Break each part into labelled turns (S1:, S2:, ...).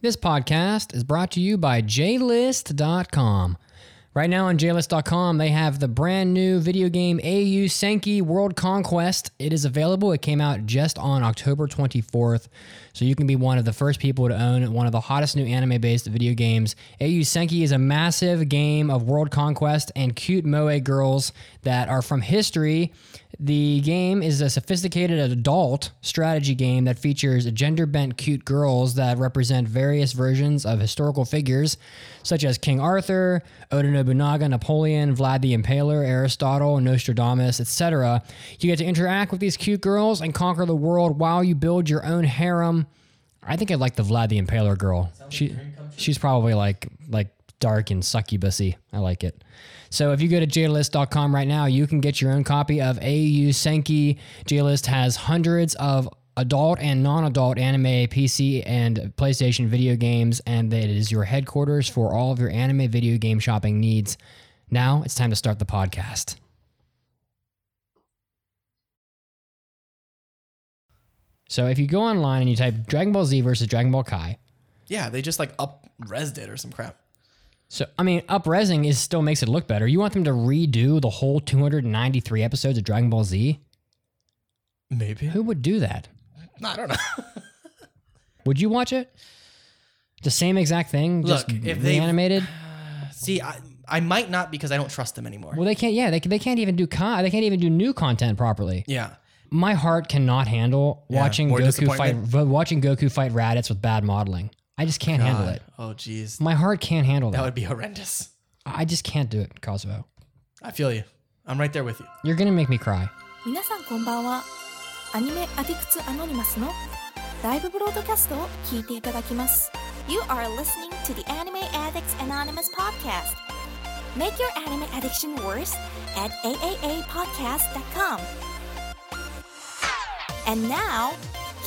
S1: This podcast is brought to you by JList.com. Right now on JList.com, they have the brand new video game AU Senki World Conquest. It is available. It came out just on October 24th. So you can be one of the first people to own one of the hottest new anime based video games. AU Senki is a massive game of world conquest and cute moe girls that are from history the game is a sophisticated adult strategy game that features gender bent cute girls that represent various versions of historical figures such as King Arthur, Oda Nobunaga, Napoleon, Vlad the Impaler, Aristotle, Nostradamus, etc. You get to interact with these cute girls and conquer the world while you build your own harem. I think I like the Vlad the Impaler girl. She, she's probably like like dark and succubusy. I like it. So if you go to jlist.com right now, you can get your own copy of AU Senki. JList has hundreds of adult and non-adult anime, PC and PlayStation video games, and it is your headquarters for all of your anime video game shopping needs. Now it's time to start the podcast. So if you go online and you type Dragon Ball Z versus Dragon Ball Kai,
S2: Yeah, they just like up resed it or some crap.
S1: So I mean, upresing is still makes it look better. You want them to redo the whole 293 episodes of Dragon Ball Z?
S2: Maybe.
S1: Who would do that?
S2: I don't know.
S1: Would you watch it? The same exact thing, just
S2: Look, if they-
S1: reanimated.
S2: See, I I might not because I don't trust them anymore.
S1: Well, they can't. Yeah, they, can- they can't even do con. They can't even do new content properly.
S2: Yeah.
S1: My heart cannot handle watching
S2: more
S1: Goku fight
S2: disappointment.
S1: vo- watching Goku fight Raditz with bad modeling. I just can't handle it.
S2: Oh jeez.
S1: My heart can't handle that.
S2: That would be horrendous.
S1: I just can't do it, Cosmo.
S2: I feel you. I'm right there with you.
S1: You're gonna make me cry.
S3: 皆さんこんばんはアニメアディクツアノニマスのライブブロードキャストを聞いていただきます You are listening to the Anime Addicts Anonymous Podcast Make your anime addiction worse at aaapodcast.com And now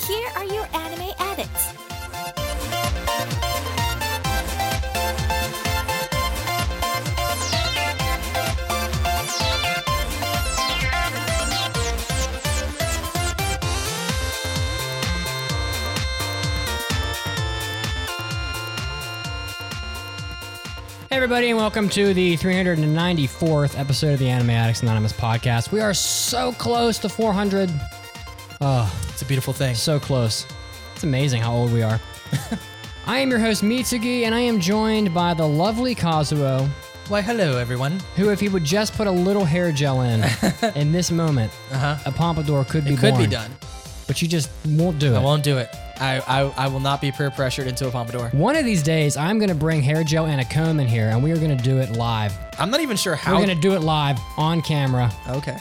S3: here are your anime addicts
S1: Hey, everybody, and welcome to the 394th episode of the Anime Addicts Anonymous podcast. We are so close to 400.
S2: It's a beautiful thing.
S1: So close. It's amazing how old we are. I am your host, Mitsugi, and I am joined by the lovely Kazuo,
S2: Why, hello everyone.
S1: who, if he would just put a little hair gel in in this moment, a pompadour could be
S2: Uh-huh. It could be
S1: born.
S2: done.
S1: But you just won't do it.
S2: I won't do it. I, I I will not be peer pressured into a pompadour.
S1: One of these days, I'm going to bring hair gel and a comb in here, and we are going to do it live.
S2: I'm not even sure how.
S1: We're going to do it live on camera.
S2: okay.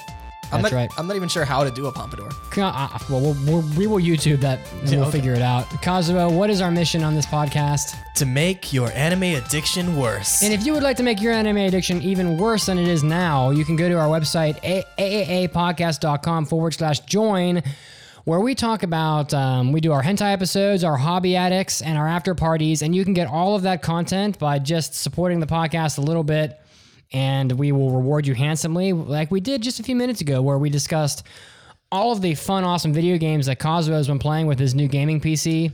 S2: I'm
S1: That's
S2: not,
S1: right.
S2: I'm not even sure how to do a pompadour.
S1: Ca- uh, Well, we'll, we'll we will YouTube that and we'll
S2: okay.
S1: figure it out. Kazuo, what is our mission on this podcast?
S2: To make your anime addiction worse.
S1: And if you would like to make your anime addiction even worse than it is now, you can go to our website, a- aaapodcast.com forward slash join, where we talk about, um, we do our hentai episodes, our hobby addicts, and our after parties. And you can get all of that content by just supporting the podcast a little bit. And we will reward you handsomely, like we did just a few minutes ago, where we discussed all of the fun, awesome video games that Kazuo has been playing with his new gaming PC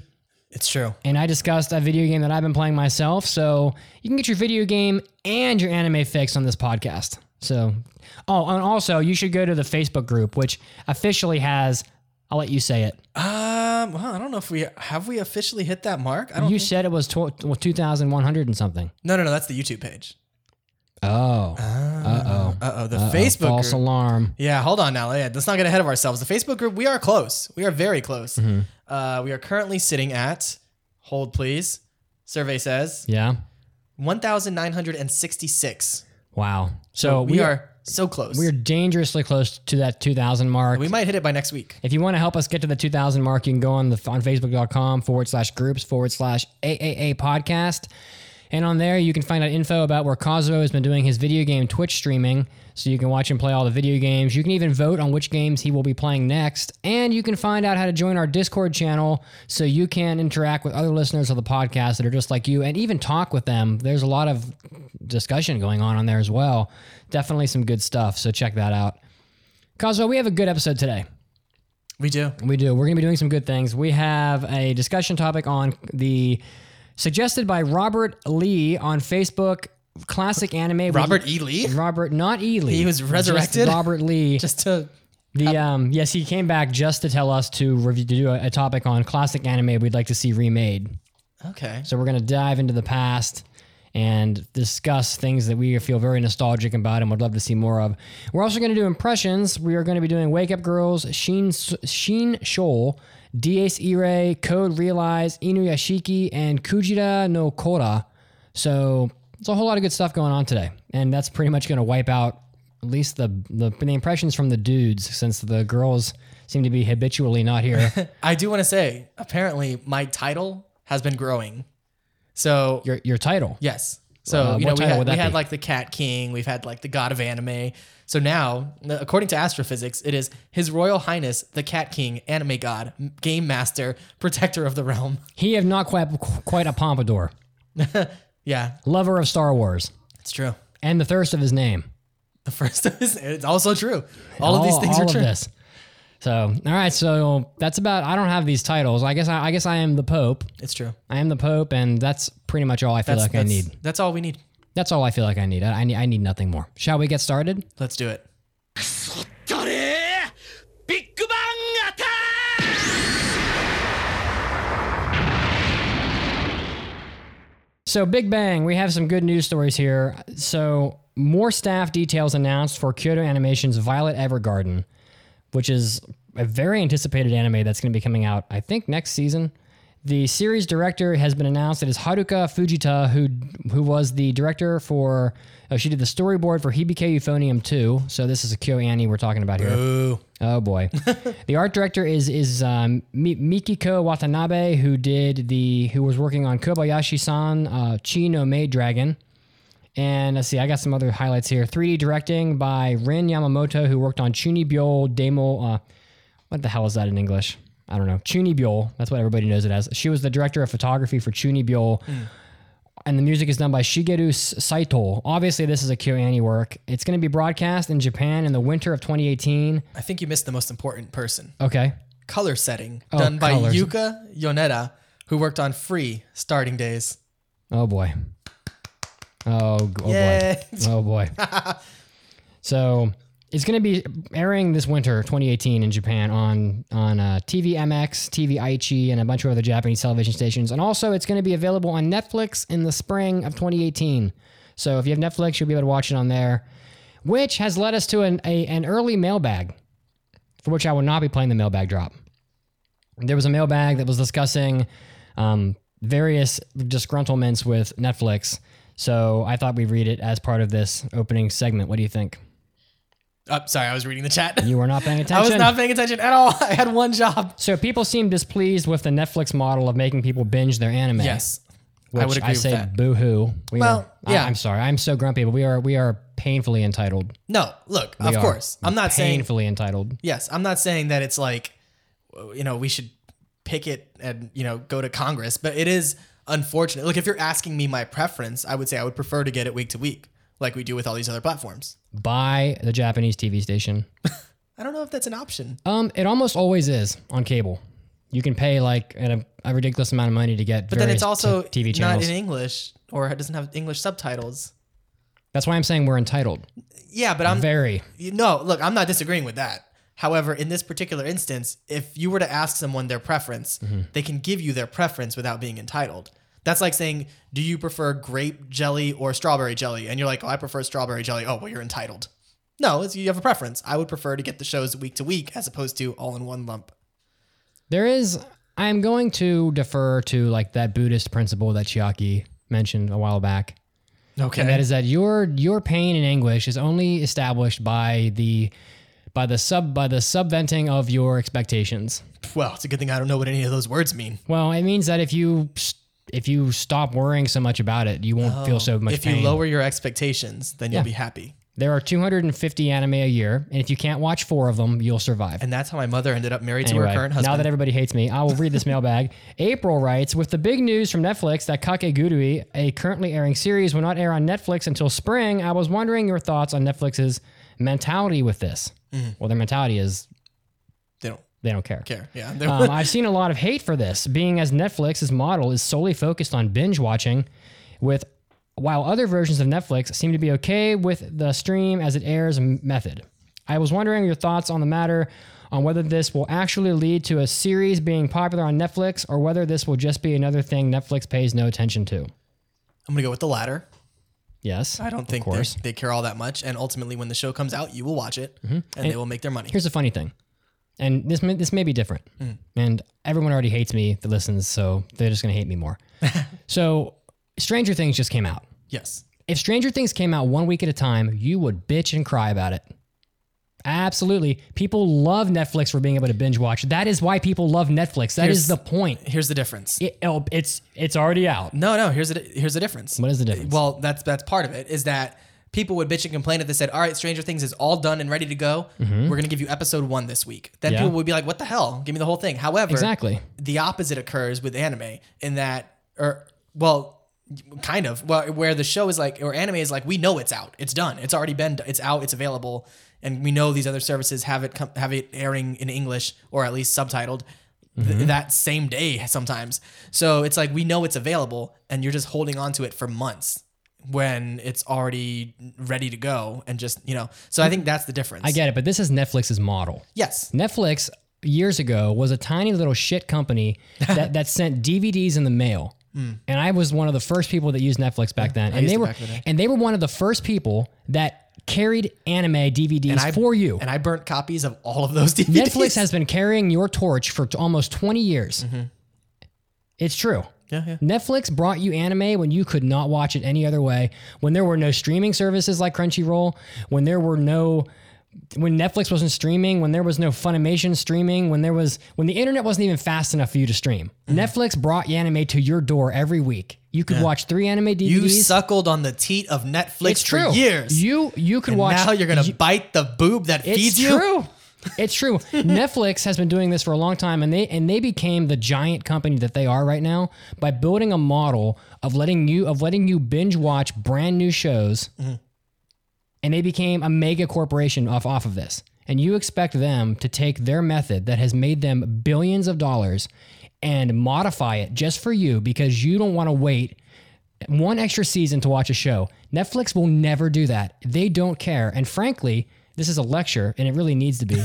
S2: it's true.
S1: and I discussed a video game that I've been playing myself. So you can get your video game and your anime fix on this podcast. So, oh, and also you should go to the Facebook group, which officially has. I'll let you say it.
S2: Um, well, I don't know if we have we officially hit that mark. I don't.
S1: You said it was tw- well, 2,100 and something.
S2: no, no, no. That's the YouTube page.
S1: Oh,
S2: Uh oh. The Facebook
S1: false
S2: group.
S1: alarm.
S2: Yeah, hold on now. Yeah, let's not get ahead of ourselves. The Facebook group, we are close. We are very close. Uh, we are currently sitting at, hold please, survey says
S1: Yeah.
S2: 1,966.
S1: Wow. So
S2: We, are so close.
S1: we're dangerously close to that 2,000 mark.
S2: we might hit it by next week.
S1: If you want to help us get to the 2000 mark, you can go on the on facebook.com forward slash groups forward slash AAA podcast. And on there, you can find out info about where Cosmo has been doing his video game Twitch streaming. So you can watch him play all the video games. You can even vote on which games he will be playing next. And you can find out how to join our Discord channel so you can interact with other listeners of the podcast that are just like you and even talk with them. There's a lot of discussion going on on there as well. Definitely some good stuff. So check that out. Cosmo, we have a good episode today.
S2: We do.
S1: We do. We're going to be doing some good things. We have a discussion topic on the Suggested by Robert Lee on Facebook, classic anime.
S2: Robert E. Lee?
S1: Robert, not E. Lee.
S2: He was resurrected?
S1: Just Robert Lee.
S2: Just to.
S1: the um, yes, he came back just to tell us to review to do a, a topic on classic anime we'd like to see remade.
S2: Okay.
S1: So we're gonna dive into the past and discuss things that we feel very nostalgic about and would love to see more of. We're also gonna do impressions. We are gonna be doing Wake Up Girls, Sheen Sheen Shoal, Dace Ire, Code Realize, Inuyashiki, and Kujira no Kora. So it's a whole lot of good stuff going on today, and that's pretty much gonna wipe out at least the the, the impressions from the dudes since the girls seem to be habitually not here.
S2: I do want to say, apparently, my title has been growing. So,
S1: your your title.
S2: yes. So,
S1: Uh,
S2: you
S1: what
S2: know, we
S1: title
S2: had,
S1: would that
S2: we had
S1: be?
S2: like the Cat King, we've had like the God of Anime. So now, according to astrophysics, it is His Royal Highness, the Cat King, Anime God, Game Master, Protector of the Realm.
S1: He have not quite quite a pompadour.
S2: Yeah,
S1: lover of Star Wars,
S2: it's true.
S1: and the thirst of his name.
S2: The first is it's also true. All, of these things
S1: all
S2: are true.
S1: Of this. So, all right. So that's about. I don't have these titles. I guess. I, I guess I am the Pope.
S2: It's true.
S1: I am the Pope, and that's pretty much all I feel like I
S2: that's,
S1: need.
S2: That's all we need.
S1: That's all I feel like I need. I, I need. I need nothing more. Shall we get started?
S2: Let's do it.
S1: So, Big Bang, we have some good news stories here. So, more staff details announced for Kyoto Animation's Violet Evergarden, which is a very anticipated anime that's going to be coming out, I think, next season. The series director has been announced. It is Haruka Fujita, who who was the director for. Oh, she did the storyboard for Hibike Euphonium 2. So, this is a Kyo Annie we're talking about here.
S2: Ooh.
S1: Oh boy, the art director is is um, Mi- Mikiko Watanabe, who did the who was working on Kobayashi-san, uh, Chi no Maid Dragon, and let's see, I got some other highlights here. 3D directing by Rin Yamamoto, who worked on Chunibyo Demo. Uh, what the hell is that in English? I don't know. Chunibyo. That's what everybody knows it as. She was the director of photography for Chunibyo. And the music is done by Shigeru S- Saito. Obviously, this is a KyoAni work. It's going to be broadcast in Japan in the winter of 2018.
S2: I think you missed the most important person.
S1: Okay.
S2: Color setting done by
S1: Oh, colors.
S2: Yuka Yoneda, who worked on Free Starting Days.
S1: Oh boy. Oh, g- oh boy.
S2: Yay.
S1: Oh boy. so it's going to be airing this winter, 2018, in Japan on on uh, TV MX, TV Aichi, and a bunch of other Japanese television stations. And also, it's going to be available on Netflix in the spring of 2018. So if you have Netflix, you'll be able to watch it on there. Which has led us to an a, an early mailbag, for which I will not be playing the mailbag drop. There was a mailbag that was discussing um, various disgruntlements with Netflix. So I thought we'd read it as part of this opening segment. What do you think?
S2: Oh, sorry, I was reading the chat.
S1: You were not paying
S2: I
S1: attention.
S2: was not paying attention at all. I had one job.
S1: so people seem displeased with the Netflix model of making people binge their anime.
S2: Yes.
S1: which
S2: I would agree
S1: I
S2: with
S1: say
S2: that.
S1: boo hoo. We
S2: Well,
S1: are,
S2: yeah.
S1: I, am sorry. I'm so grumpy, but we are we are painfully entitled.
S2: No, look,
S1: We
S2: of
S1: are
S2: course. I'm not saying
S1: painfully entitled.
S2: yes, I'm not saying that it's like you know, we should pick it and, you know, go to Congress, but it is unfortunate. Look, if you're asking me my preference, I would say I would prefer to get it week to week, like we do with all these other platforms.
S1: by the Japanese TV station.
S2: I don't know if that's an option.
S1: Um, it almost always is on cable. You can pay like an, a, a ridiculous amount of money to get.
S2: But then it's also
S1: TV
S2: not
S1: channels.
S2: in English or it doesn't have English subtitles.
S1: That's why I'm saying we're entitled.
S2: Yeah, but I'm
S1: Very.
S2: you- no, look, I'm not disagreeing with that. However, in this particular instance, if you were to ask someone their preference,
S1: Mm-hmm.
S2: they can give you their preference without being entitled. That's like saying, "Do you prefer grape jelly or strawberry jelly?" And you're like, "Oh, I prefer strawberry jelly." Oh, well, you're entitled. No, it's, you have a preference. I would prefer to get the shows week to week as opposed to all in one lump.
S1: There is. I'm going to defer to like that Buddhist principle that Chiaki mentioned a while back.
S2: Okay,
S1: and that is that your your pain and anguish is only established by the by the sub by the subventing of your expectations.
S2: well, it's a good thing I don't know what any of those words mean.
S1: Well, it means that if you if you stop worrying so much about it, you won't feel so much
S2: Oh. if
S1: pain.
S2: you lower your expectations, then you'll be happy.
S1: there are 250 anime a year, and if you can't watch four of them, you'll survive.
S2: And that's how my mother ended up married to
S1: Anyway,
S2: her current
S1: now
S2: husband.
S1: that everybody hates me, I will read this mailbag. April writes, with the big news from Netflix that Kakegurui, a currently airing series, will not air on Netflix until spring, I was wondering your thoughts on Netflix's mentality with this. Well, their mentality is
S2: they don't.
S1: They don't care.
S2: Mm. care. Yeah. They
S1: Um, I've seen a lot of hate for this, being as Netflix's model is solely focused on binge watching, with while other versions of Netflix seem to be okay with the stream as it airs m- method. I was wondering your thoughts on the matter, on whether this will actually lead to a series being popular on Netflix, or whether this will just be another thing Netflix pays no attention to.
S2: I'm going to go with the latter.
S1: Yes,
S2: I don't think they,
S1: course. Mm-hmm.
S2: they care all that much. And ultimately, when the show comes out, you will watch it and, they will make their money.
S1: Here's the funny thing, and this may, this may be different, and everyone already hates me that listens, so they're just gonna hate me more. so, Stranger Things just came out.
S2: Yes.
S1: If Stranger Things came out one week at a time, you would bitch and cry about it. Absolutely, people love Netflix for being able to binge watch. That is why people love Netflix. That is
S2: Here's-
S1: the point.
S2: Here's the difference.
S1: It, oh, it's it's already out.
S2: No, no. Here's the here's the difference.
S1: What is the difference?
S2: Well, that's that's part of it. Is that people would bitch and complain if they said, "All right, Stranger Things is all done and ready to go. We're gonna give you episode one this week." Then
S1: Mm-hmm. Yeah.
S2: people would be like, "What the hell? Give me the whole thing." However,
S1: Exactly.
S2: the opposite occurs with anime in that, or well, kind of, well, where the show is like, or anime is like, we know it's out, it's done, it's already been, it's out, it's available, and we know these other services have it com- have it airing in English or at least subtitled. th- that same day sometimes. So it's like we know it's available and you're just holding on to it for months when it's already ready to go and just, you know. So I think that's the difference.
S1: I get it, but this is Netflix's model.
S2: Yes.
S1: Netflix years ago was a tiny little shit company that, that sent DVDs in the mail. And I was one of the first people that used Netflix back then. And
S2: Hmm. used
S1: they
S2: it
S1: were
S2: back in the day.
S1: and they were one of the first people that carried anime DVDs
S2: I-
S1: for you.
S2: And I burnt copies of all of those DVDs.
S1: Netflix has been carrying your torch for t- almost 20 years.
S2: Mm-hmm.
S1: It's true.
S2: Yeah, yeah.
S1: Netflix brought you anime when you could not watch it any other way, when there were no streaming services like Crunchyroll, when there were no when Netflix wasn't streaming, when there was no Funimation streaming, when there was when the internet wasn't even fast enough for you to stream.
S2: Mm.
S1: Netflix brought anime to your door every week. You could watch 3 anime DVDs.
S2: You suckled on the teat of Netflix
S1: it's true.
S2: for years.
S1: You you could
S2: and
S1: watch
S2: now you're going to bite the boob that
S1: it's
S2: feeds you.
S1: true. It's true. Netflix has been doing this for a long time, and they and they became the giant company that they are right now by building a model of letting you of letting you binge watch brand new shows,
S2: Mm-hmm.
S1: and they became a mega corporation off off of this. And you expect them to take their method that has made them billions of dollars and modify it just for you because you don't want to wait one extra season to watch a show. Netflix will never do that. They don't care. And frankly, this is a lecture and it really needs to be.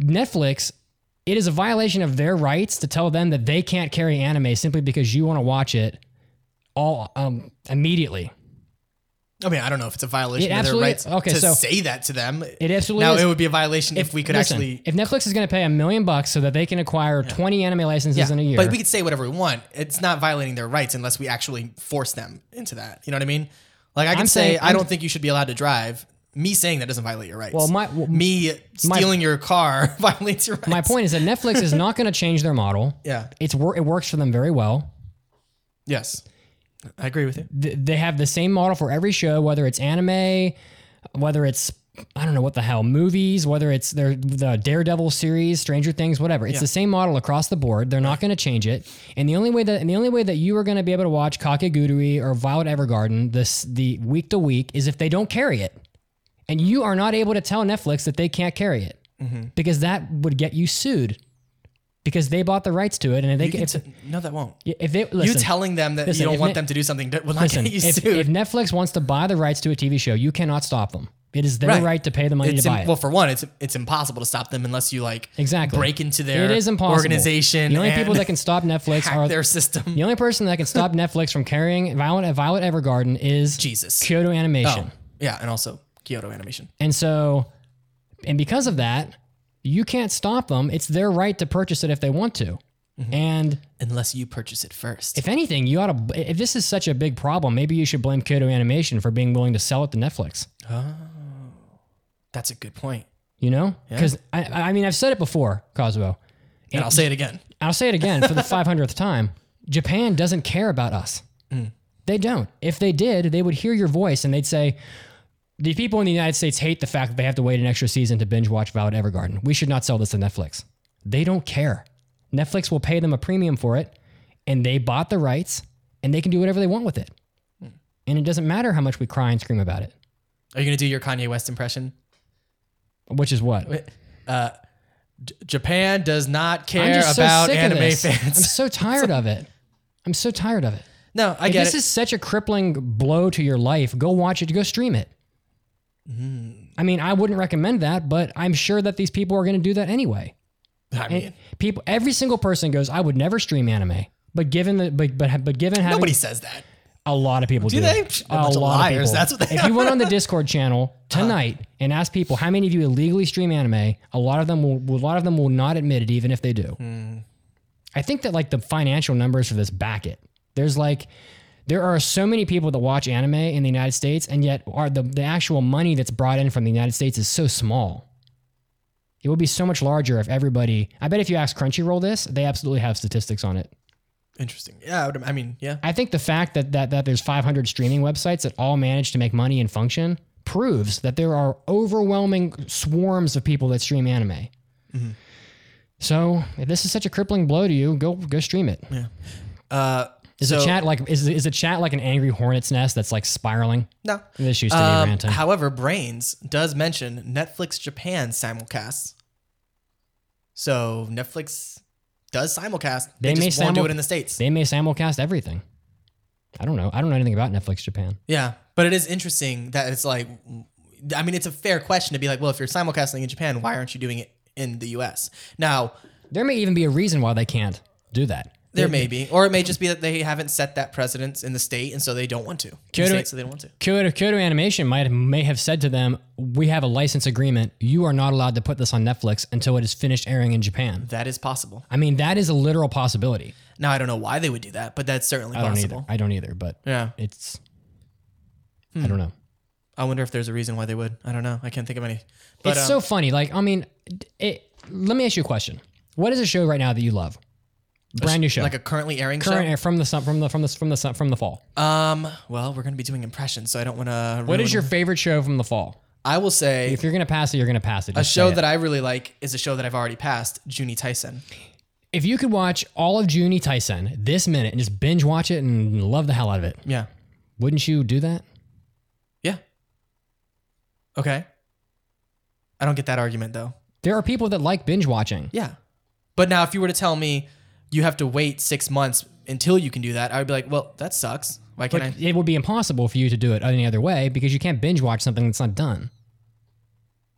S1: Netflix, it is a violation of their rights to tell them that they can't carry anime simply because you want to watch it all um, immediately.
S2: I mean, I don't know if it's a
S1: It
S2: violation of their
S1: absolutely-
S2: rights
S1: okay,
S2: to
S1: so-
S2: say that to them.
S1: It absolutely
S2: now
S1: is.
S2: it would be a violation if, we could
S1: Listen,
S2: actually
S1: If Netflix is going to pay a million bucks so that they can acquire 20 anime licenses in a year.
S2: But we could say whatever we want. It's not violating their rights unless we actually force them into that. You know what I mean? Like I can
S1: I'm
S2: say
S1: saying-
S2: I
S1: I'm-
S2: don't think you should be allowed to drive. Me saying that doesn't violate your rights.
S1: Well, my- well,
S2: me stealing your car violates your rights.
S1: My point is that Netflix is not going to change their model.
S2: Yeah.
S1: It's wor- it works for them very well.
S2: Yes. I agree with you.
S1: th- they have the same model for every show, whether it's anime, whether it's I don't know what the hell movies, whether it's their the Daredevil series, Stranger Things, whatever. It's the same model across the board. They're not going to change it. And the only way that and the only way that you are going to be able to watch Kakegurui or Violet Evergarden this the week to week is if they don't carry it, and you are not able to tell Netflix that they can't carry it
S2: Mm-hmm.
S1: because that would get you sued because they bought the rights to it, and if they
S2: You can
S1: if,
S2: t- no, that won't.
S1: if they listen,
S2: you telling them that
S1: listen,
S2: you don't
S1: if
S2: want
S1: ne-
S2: them to do something that will not
S1: Listen,
S2: get you
S1: if,
S2: sued.
S1: if Netflix wants to buy the rights to a TV show, you cannot stop them. It is their right,
S2: Right.
S1: to pay the money
S2: it's
S1: to buy
S2: im-
S1: it.
S2: well, for one, it's it's impossible to stop them unless you like
S1: exactly.
S2: break into their
S1: it is impossible.
S2: organization.
S1: The only
S2: and
S1: people that can stop Netflix
S2: hack
S1: are
S2: their system.
S1: the only person that can stop Netflix from carrying Violet, Violet Evergarden is
S2: Jesus.
S1: Kyoto Animation.
S2: Oh, yeah, and also Kyoto Animation.
S1: And so, and because of that, you can't stop them. It's their right to purchase it if they want to.
S2: Mm-hmm.
S1: And
S2: unless you purchase it first.
S1: if anything, you ought to. If this is such a big problem, maybe you should blame Kyoto Animation for being willing to sell it to Netflix.
S2: That's a good point.
S1: You know, because I, I mean, I've said it before, Cosmo.
S2: And I'll say it again.
S1: I'll say it again for the 500th time. Japan doesn't care about us.
S2: Mm.
S1: They don't. If they did, they would hear your voice and they'd say, the people in the United States hate the fact that they have to wait an extra season to binge watch Violet Evergarden. We should not sell this to Netflix. They don't care. Netflix will pay them a premium for it, and they bought the rights, and they can do whatever they want with it.
S2: Hmm.
S1: And it doesn't matter how much we cry and scream about it,
S2: Are you gonna do your Kanye West impression?
S1: which is what?
S2: Uh, J- Japan does not
S1: I'm
S2: care
S1: just so
S2: about
S1: sick of
S2: anime
S1: this. I'm
S2: fans.
S1: so tired of it. I'm so tired of it.
S2: No, I
S1: If
S2: get
S1: this
S2: it.
S1: is such a crippling blow to your life, go watch it. Go stream it. I mean, I wouldn't recommend that, but I'm sure that these people are going to do that anyway.
S2: I
S1: And
S2: mean,
S1: people, every single person goes, "I would never stream anime," but given the but but, but given having
S2: nobody says that.
S1: a lot of people do,
S2: they?
S1: a
S2: A bunch of
S1: lot
S2: liars,
S1: of people.
S2: that's what they
S1: if you went
S2: are.
S1: on the Discord channel tonight and asked people how many of you illegally stream anime, a lot of them will a lot of them will not admit it, even if they do. I think that like the financial numbers for this back it. There's like there are so many people that watch anime in the United States, and yet are the, the actual money that's brought in from the United States is so small. It would be so much larger if everybody. I bet if you ask Crunchyroll this, they absolutely have statistics on it.
S2: Interesting. Yeah, I, would, I mean, yeah.
S1: I think the fact that, that that there's 500 streaming websites that all manage to make money and function proves that there are overwhelming swarms of people that stream anime.
S2: Mm-hmm.
S1: So if this is such a crippling blow to you, go go stream it. Is
S2: Uh, so
S1: the chat like is is the chat like an angry hornet's nest that's like spiraling?
S2: no.
S1: This used to
S2: Um,
S1: be ranting.
S2: however, Brains does mention Netflix Japan simulcasts. So Netflix does simulcast. They,
S1: They may
S2: just won't do
S1: simul-
S2: it in the states.
S1: they may simulcast everything. I don't know. I don't know anything about Netflix Japan.
S2: yeah, but it is interesting that it's like, I mean, it's a fair question to be like, well, if you're simulcasting in Japan, why aren't you doing it in the U.S. now?
S1: There may even be a reason why they can't do that.
S2: There may be, or it may just be that they haven't set that precedence in the state, and so they don't want to. In the
S1: Kyoto-
S2: state, so they don't want to.
S1: Kyoto, Kyoto Animation might may have said to them, "We have a license agreement. You are not allowed to put this on Netflix until it is finished airing in Japan."
S2: That is possible.
S1: I mean, that is a literal possibility.
S2: Now I don't know why they would do that, but that's certainly
S1: I don't
S2: possible.
S1: either. I don't either, but
S2: Yeah,
S1: it's I
S2: Hmm.
S1: don't know.
S2: I wonder if there's a reason why they would. I don't know. I can't think of any. But
S1: it's
S2: um,
S1: so funny. Like, I mean, it, let me ask you a question. What is a show right now that you love? Brand new show.
S2: like a currently airing
S1: current from the sun from the from the from the sun from the fall.
S2: show. Um, well, we're gonna be doing impressions, so I don't want to.
S1: What is your favorite show from the fall?
S2: I will say
S1: If you're gonna pass it, you're gonna pass it.
S2: a
S1: Just
S2: show
S1: say it.
S2: that I really like is a show that I've already passed, Junie Tyson.
S1: if you could watch all of Junie Tyson this minute and just binge watch it and love the hell out of it.
S2: Yeah.
S1: Wouldn't you do that?
S2: Yeah. Okay. I don't get that argument though.
S1: There are people that like binge watching.
S2: Yeah. But now if you were to tell me you have to wait six months until you can do that, I would be like, well, that sucks. Why can't
S1: But it would be impossible for you to do it any other way because you can't binge watch something that's not done.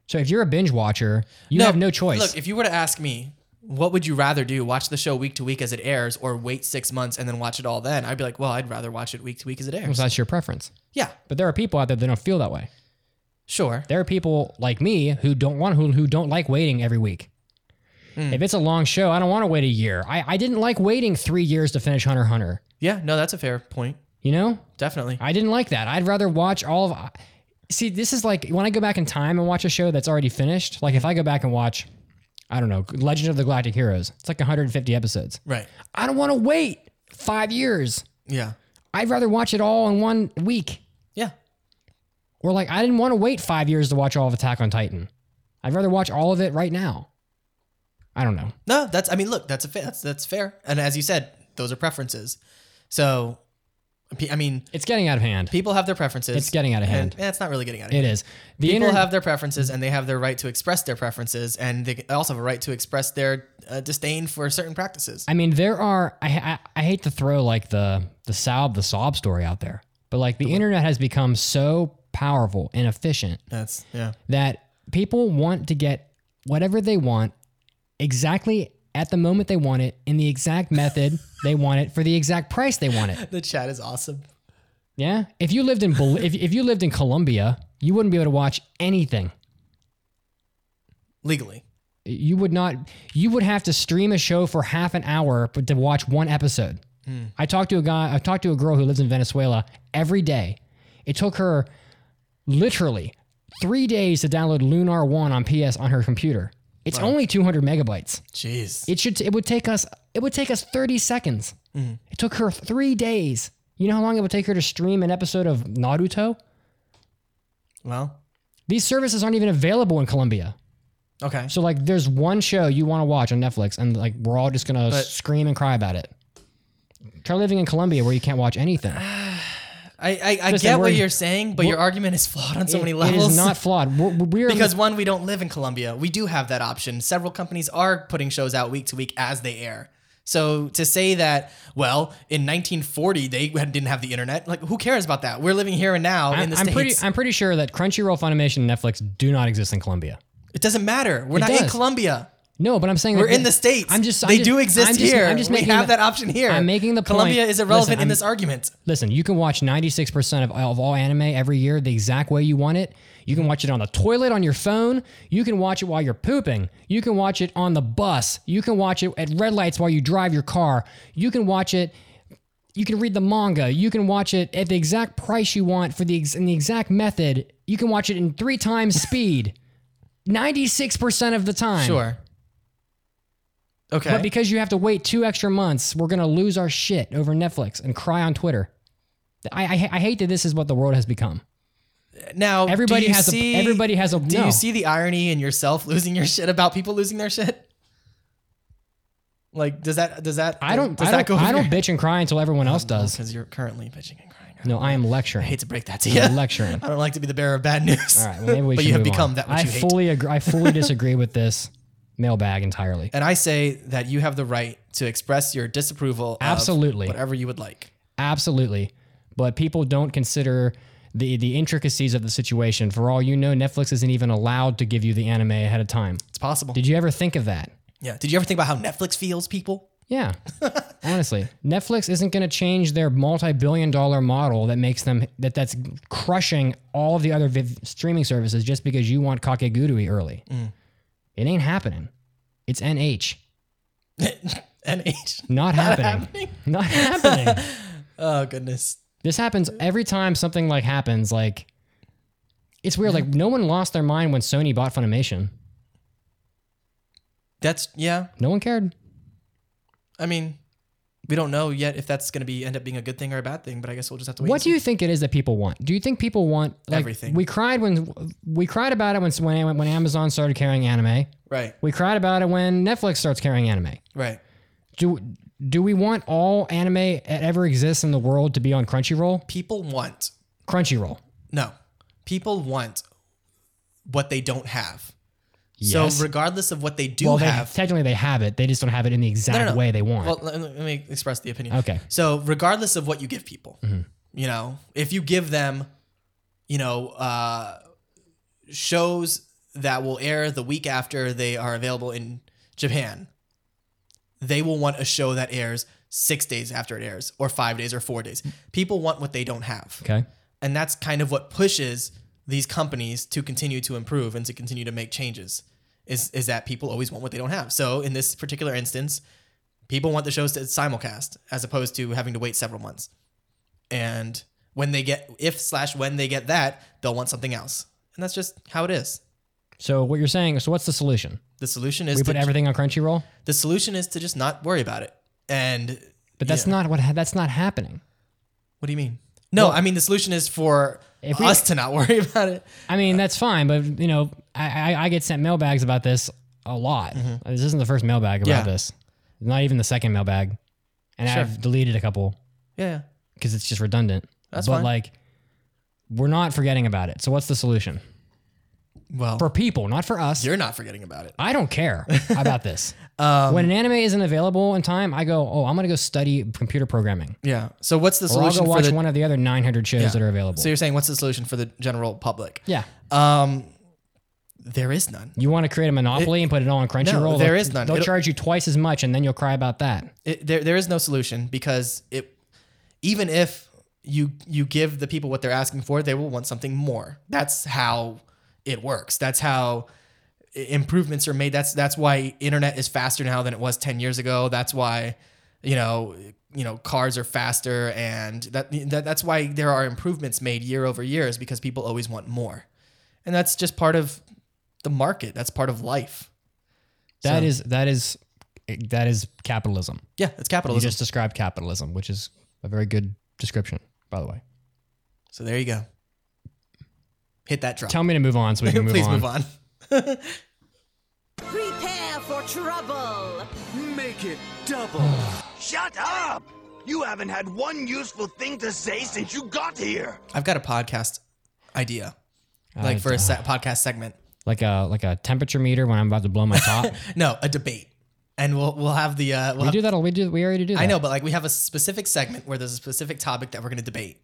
S1: So if you're a binge watcher, you
S2: I
S1: have no choice.
S2: Look, if you were to ask me, what would you rather do? Watch the show week to week as it airs or wait six months and then watch it all then? I'd be like, well, I'd rather watch it week to week as it airs.
S1: that's your preference.
S2: Yeah,
S1: But there are people out there that don't feel that way.
S2: sure.
S1: There are people like me who don't want who, who don't like waiting every week.
S2: Hmm.
S1: If it's a long show, I don't want to wait a year. I, I didn't like waiting three years to finish Hunter x Hunter.
S2: Yeah, no, that's a fair point.
S1: You know?
S2: Definitely.
S1: I didn't like that. I'd rather watch all of. See, this is like when I go back in time and watch a show that's already finished. Like if I go back and watch, I don't know, Legend of the Galactic Heroes. It's like 150 episodes.
S2: Right.
S1: I don't want to wait five years.
S2: Yeah.
S1: I'd rather watch it all in one week.
S2: Yeah.
S1: Or like I didn't want to wait five years to watch all of Attack on Titan. I'd rather watch all of it right now. I don't know.
S2: No, that's. I mean, look, that's a fa- that's that's fair. And as you said, those are preferences. So, pe- I mean,
S1: It's getting out of hand.
S2: people have their preferences.
S1: It's getting out of
S2: and
S1: hand.
S2: eh, it's not really getting out of
S1: It
S2: hand.
S1: is. The
S2: People
S1: internet.
S2: have their preferences, and they have their right to express their preferences, and they also have a right to express their uh, disdain for certain practices.
S1: I mean, there are. I, I I hate to throw like the the sob the sob story out there, but like the internet has become so powerful and efficient
S2: That's yeah.
S1: that people want to get whatever they want exactly at the moment they want it in the exact method they want it for the exact price they want it.
S2: The chat is awesome.
S1: Yeah. If you lived in Bol- if if you lived in Colombia, you wouldn't be able to watch anything.
S2: Legally,
S1: you would not you would have to stream a show for half an hour but to watch one episode i talked to a guy i talked to a girl who lives in venezuela every day it took her literally three days to download lunar one on ps on her computer it's only 200 megabytes
S2: jeez.
S1: it should it would take us it would take us 30 seconds it took her three days you know how long it would take her to stream an episode of naruto
S2: Well,
S1: these services aren't even available in colombia
S2: okay.
S1: So like, there's one show you want to watch on Netflix, and like we're all just gonna
S2: But- Ah,
S1: scream and cry about it. Try living in Colombia where you can't watch anything.
S2: I I, I
S1: Listen,
S2: get what
S1: we're-
S2: you're saying, but your argument is flawed on so
S1: It-
S2: many levels.
S1: It is not flawed. We're, we're
S2: because one, we don't live in Colombia. We do have that option. Several companies are putting shows out week to week as they air. So to say that, well, in 1940 they had- didn't have the internet. Like, who cares about that? We're living here and now in
S1: I'm,
S2: the
S1: I'm
S2: states.
S1: pretty. I'm pretty sure that Crunchyroll, Funimation, and Netflix do not exist in Colombia.
S2: it doesn't matter. We're
S1: It
S2: not in
S1: does.
S2: Colombia.
S1: No, but I'm saying
S2: We're
S1: like-
S2: in the states.
S1: I'm just. I'm
S2: they
S1: just-
S2: do exist
S1: I'm just-
S2: here.
S1: I'm just
S2: we
S1: making
S2: have
S1: the-
S2: that option here.
S1: I'm making the
S2: Colombia
S1: point-
S2: is irrelevant
S1: listen,
S2: in
S1: I'm-
S2: this argument.
S1: Listen, you can watch 96% of, of all anime every year the exact way you want it. You can watch it on the toilet on your phone. You can watch it while you're pooping. You can watch it on the bus. You can watch it at red lights while you drive your car. You can watch it. You can read the manga. You can watch it at the exact price you want for the ex- in the exact method. You can watch it in three times speed, 96% of the time.
S2: Sure. Okay.
S1: But because you have to wait two extra months, we're gonna lose our shit over Netflix and cry on Twitter. I, I, I hate that this is what the world has become.
S2: now do
S1: Everybody
S2: you
S1: has a-
S2: see,
S1: everybody has a-
S2: Do
S1: no.
S2: you see the irony in yourself losing your shit about people losing their shit? Like, does that does that
S1: I don't.
S2: does
S1: I
S2: that
S1: don't,
S2: go
S1: I don't bitch and cry until everyone else does.
S2: because you're currently bitching and crying.
S1: No, I am
S2: I
S1: lecturing.
S2: hate to break that to you.
S1: lecturing.
S2: I don't like to be the bearer of bad news.
S1: All right, well, maybe we
S2: but
S1: should
S2: you have
S1: move
S2: become
S1: on.
S2: that which
S1: I
S2: you hate.
S1: fully agree. I fully disagree with this mailbag entirely.
S2: and I say that you have the right to express your disapproval. of
S1: Absolutely.
S2: whatever you would like.
S1: Absolutely, but people don't consider the the intricacies of the situation. For all you know, Netflix isn't even allowed to give you the anime ahead of time.
S2: It's possible.
S1: Did you ever think of that?
S2: yeah. Did you ever think about how Netflix feels, people?
S1: Yeah. Honestly, Netflix isn't going to change their multi-billion-dollar model that makes them that that's crushing all of the other vi- streaming services just because you want Kakegurui early. It ain't happening. It's NH.
S2: NH.
S1: Not happening. Not happening.
S2: Oh goodness.
S1: this happens every time something like happens like it's weird like no one lost their mind when Sony bought Funimation.
S2: That's yeah.
S1: No one cared.
S2: I mean, we don't know yet if that's going to be end up being a good thing or a bad thing, but I guess we'll just have to wait.
S1: What do you think it is that people want? Do you think people want like,
S2: Everything.
S1: We cried when we cried about it when when when Amazon started carrying anime.
S2: right,
S1: We cried about it when Netflix starts carrying anime.
S2: right.
S1: Do do we want all anime that ever exists in the world to be on Crunchyroll?
S2: People want
S1: Crunchyroll.
S2: no. People want what they don't have.
S1: Yes.
S2: So regardless of what they do
S1: well, they
S2: have,
S1: technically they have it. They just don't have it in the exact
S2: no.
S1: way they want.
S2: well, let let me express the opinion.
S1: Okay. Mm-hmm.
S2: So regardless of what you give people, you know, if you give them, you know, uh, shows that will air the week after they are available in Japan, they will want a show that airs six days after it airs, or five days, or four days. People want what they don't have.
S1: okay.
S2: And that's kind of what pushes these companies to continue to improve and to continue to make changes is is that people always want what they don't have. So in this particular instance, people want the shows to simulcast as opposed to having to wait several months. And when they get if slash when they get that, they'll want something else. And that's just how it is.
S1: So what you're saying? So what's the solution?
S2: The solution is
S1: We
S2: to,
S1: put everything on Crunchyroll,
S2: the solution is to just not worry about it. And
S1: but that's not what ha- that's not happening.
S2: what do you mean? No, I mean the solution is for
S1: If we-
S2: us to not worry about it.
S1: I mean, that's fine, but you know, I, I, I get sent mailbags about this a lot. This isn't the first mailbag about
S2: Mm-hmm. Yeah.
S1: this. Not even the second mailbag, and
S2: Sure.
S1: I've deleted a couple
S2: Yeah.
S1: because it's just redundant.
S2: That's
S1: but
S2: fine.
S1: like, we're not forgetting about it. So what's the solution
S2: Well,
S1: for people, not for us?
S2: you're not forgetting about it.
S1: I don't care about this.
S2: Um,
S1: when an anime isn't available in time, I go, oh, I'm gonna go study computer programming,
S2: Yeah. So what's the
S1: or I'll go
S2: solution for
S1: watch
S2: the
S1: one of the other 900 shows
S2: Yeah.
S1: that are available.
S2: So you're saying what's the solution for the general public?
S1: yeah,
S2: Um there is none.
S1: you want to create a monopoly and put it all on Crunchyroll?
S2: there
S1: They'll-
S2: is none.
S1: They'll
S2: It'll-
S1: charge you twice as much, and then you'll cry about that.
S2: It, there there is no solution because it even if you you give the people what they're asking for, they will want something more. That's how it works. That's how i- improvements are made. That's that's why internet is faster now than it was 10 years ago. That's why you know, you know, cars are faster and that, that that's why there are improvements made year over year is because people always want more. And that's just part of the market. That's part of life.
S1: That
S2: So-
S1: is that is that is capitalism.
S2: Yeah, it's
S1: You
S2: capitalism.
S1: just described capitalism, which is a very good description, by the way.
S2: so there you go. Hit that drop.
S1: Tell me to move on so we can move
S2: Please
S1: on.
S2: move on.
S4: Prepare for trouble.
S5: Make it double. Shut up!
S4: You haven't had one useful thing to say since you got here.
S2: I've got a podcast idea, like for a se- podcast segment.
S1: Uh, like a like a temperature meter when I'm about to blow my top.
S2: No, a debate, and we'll we'll have the uh, we'll
S1: we
S2: have,
S1: do that. We do. We already do. That.
S2: I know, but like we have a specific segment where there's a specific topic that we're going to debate,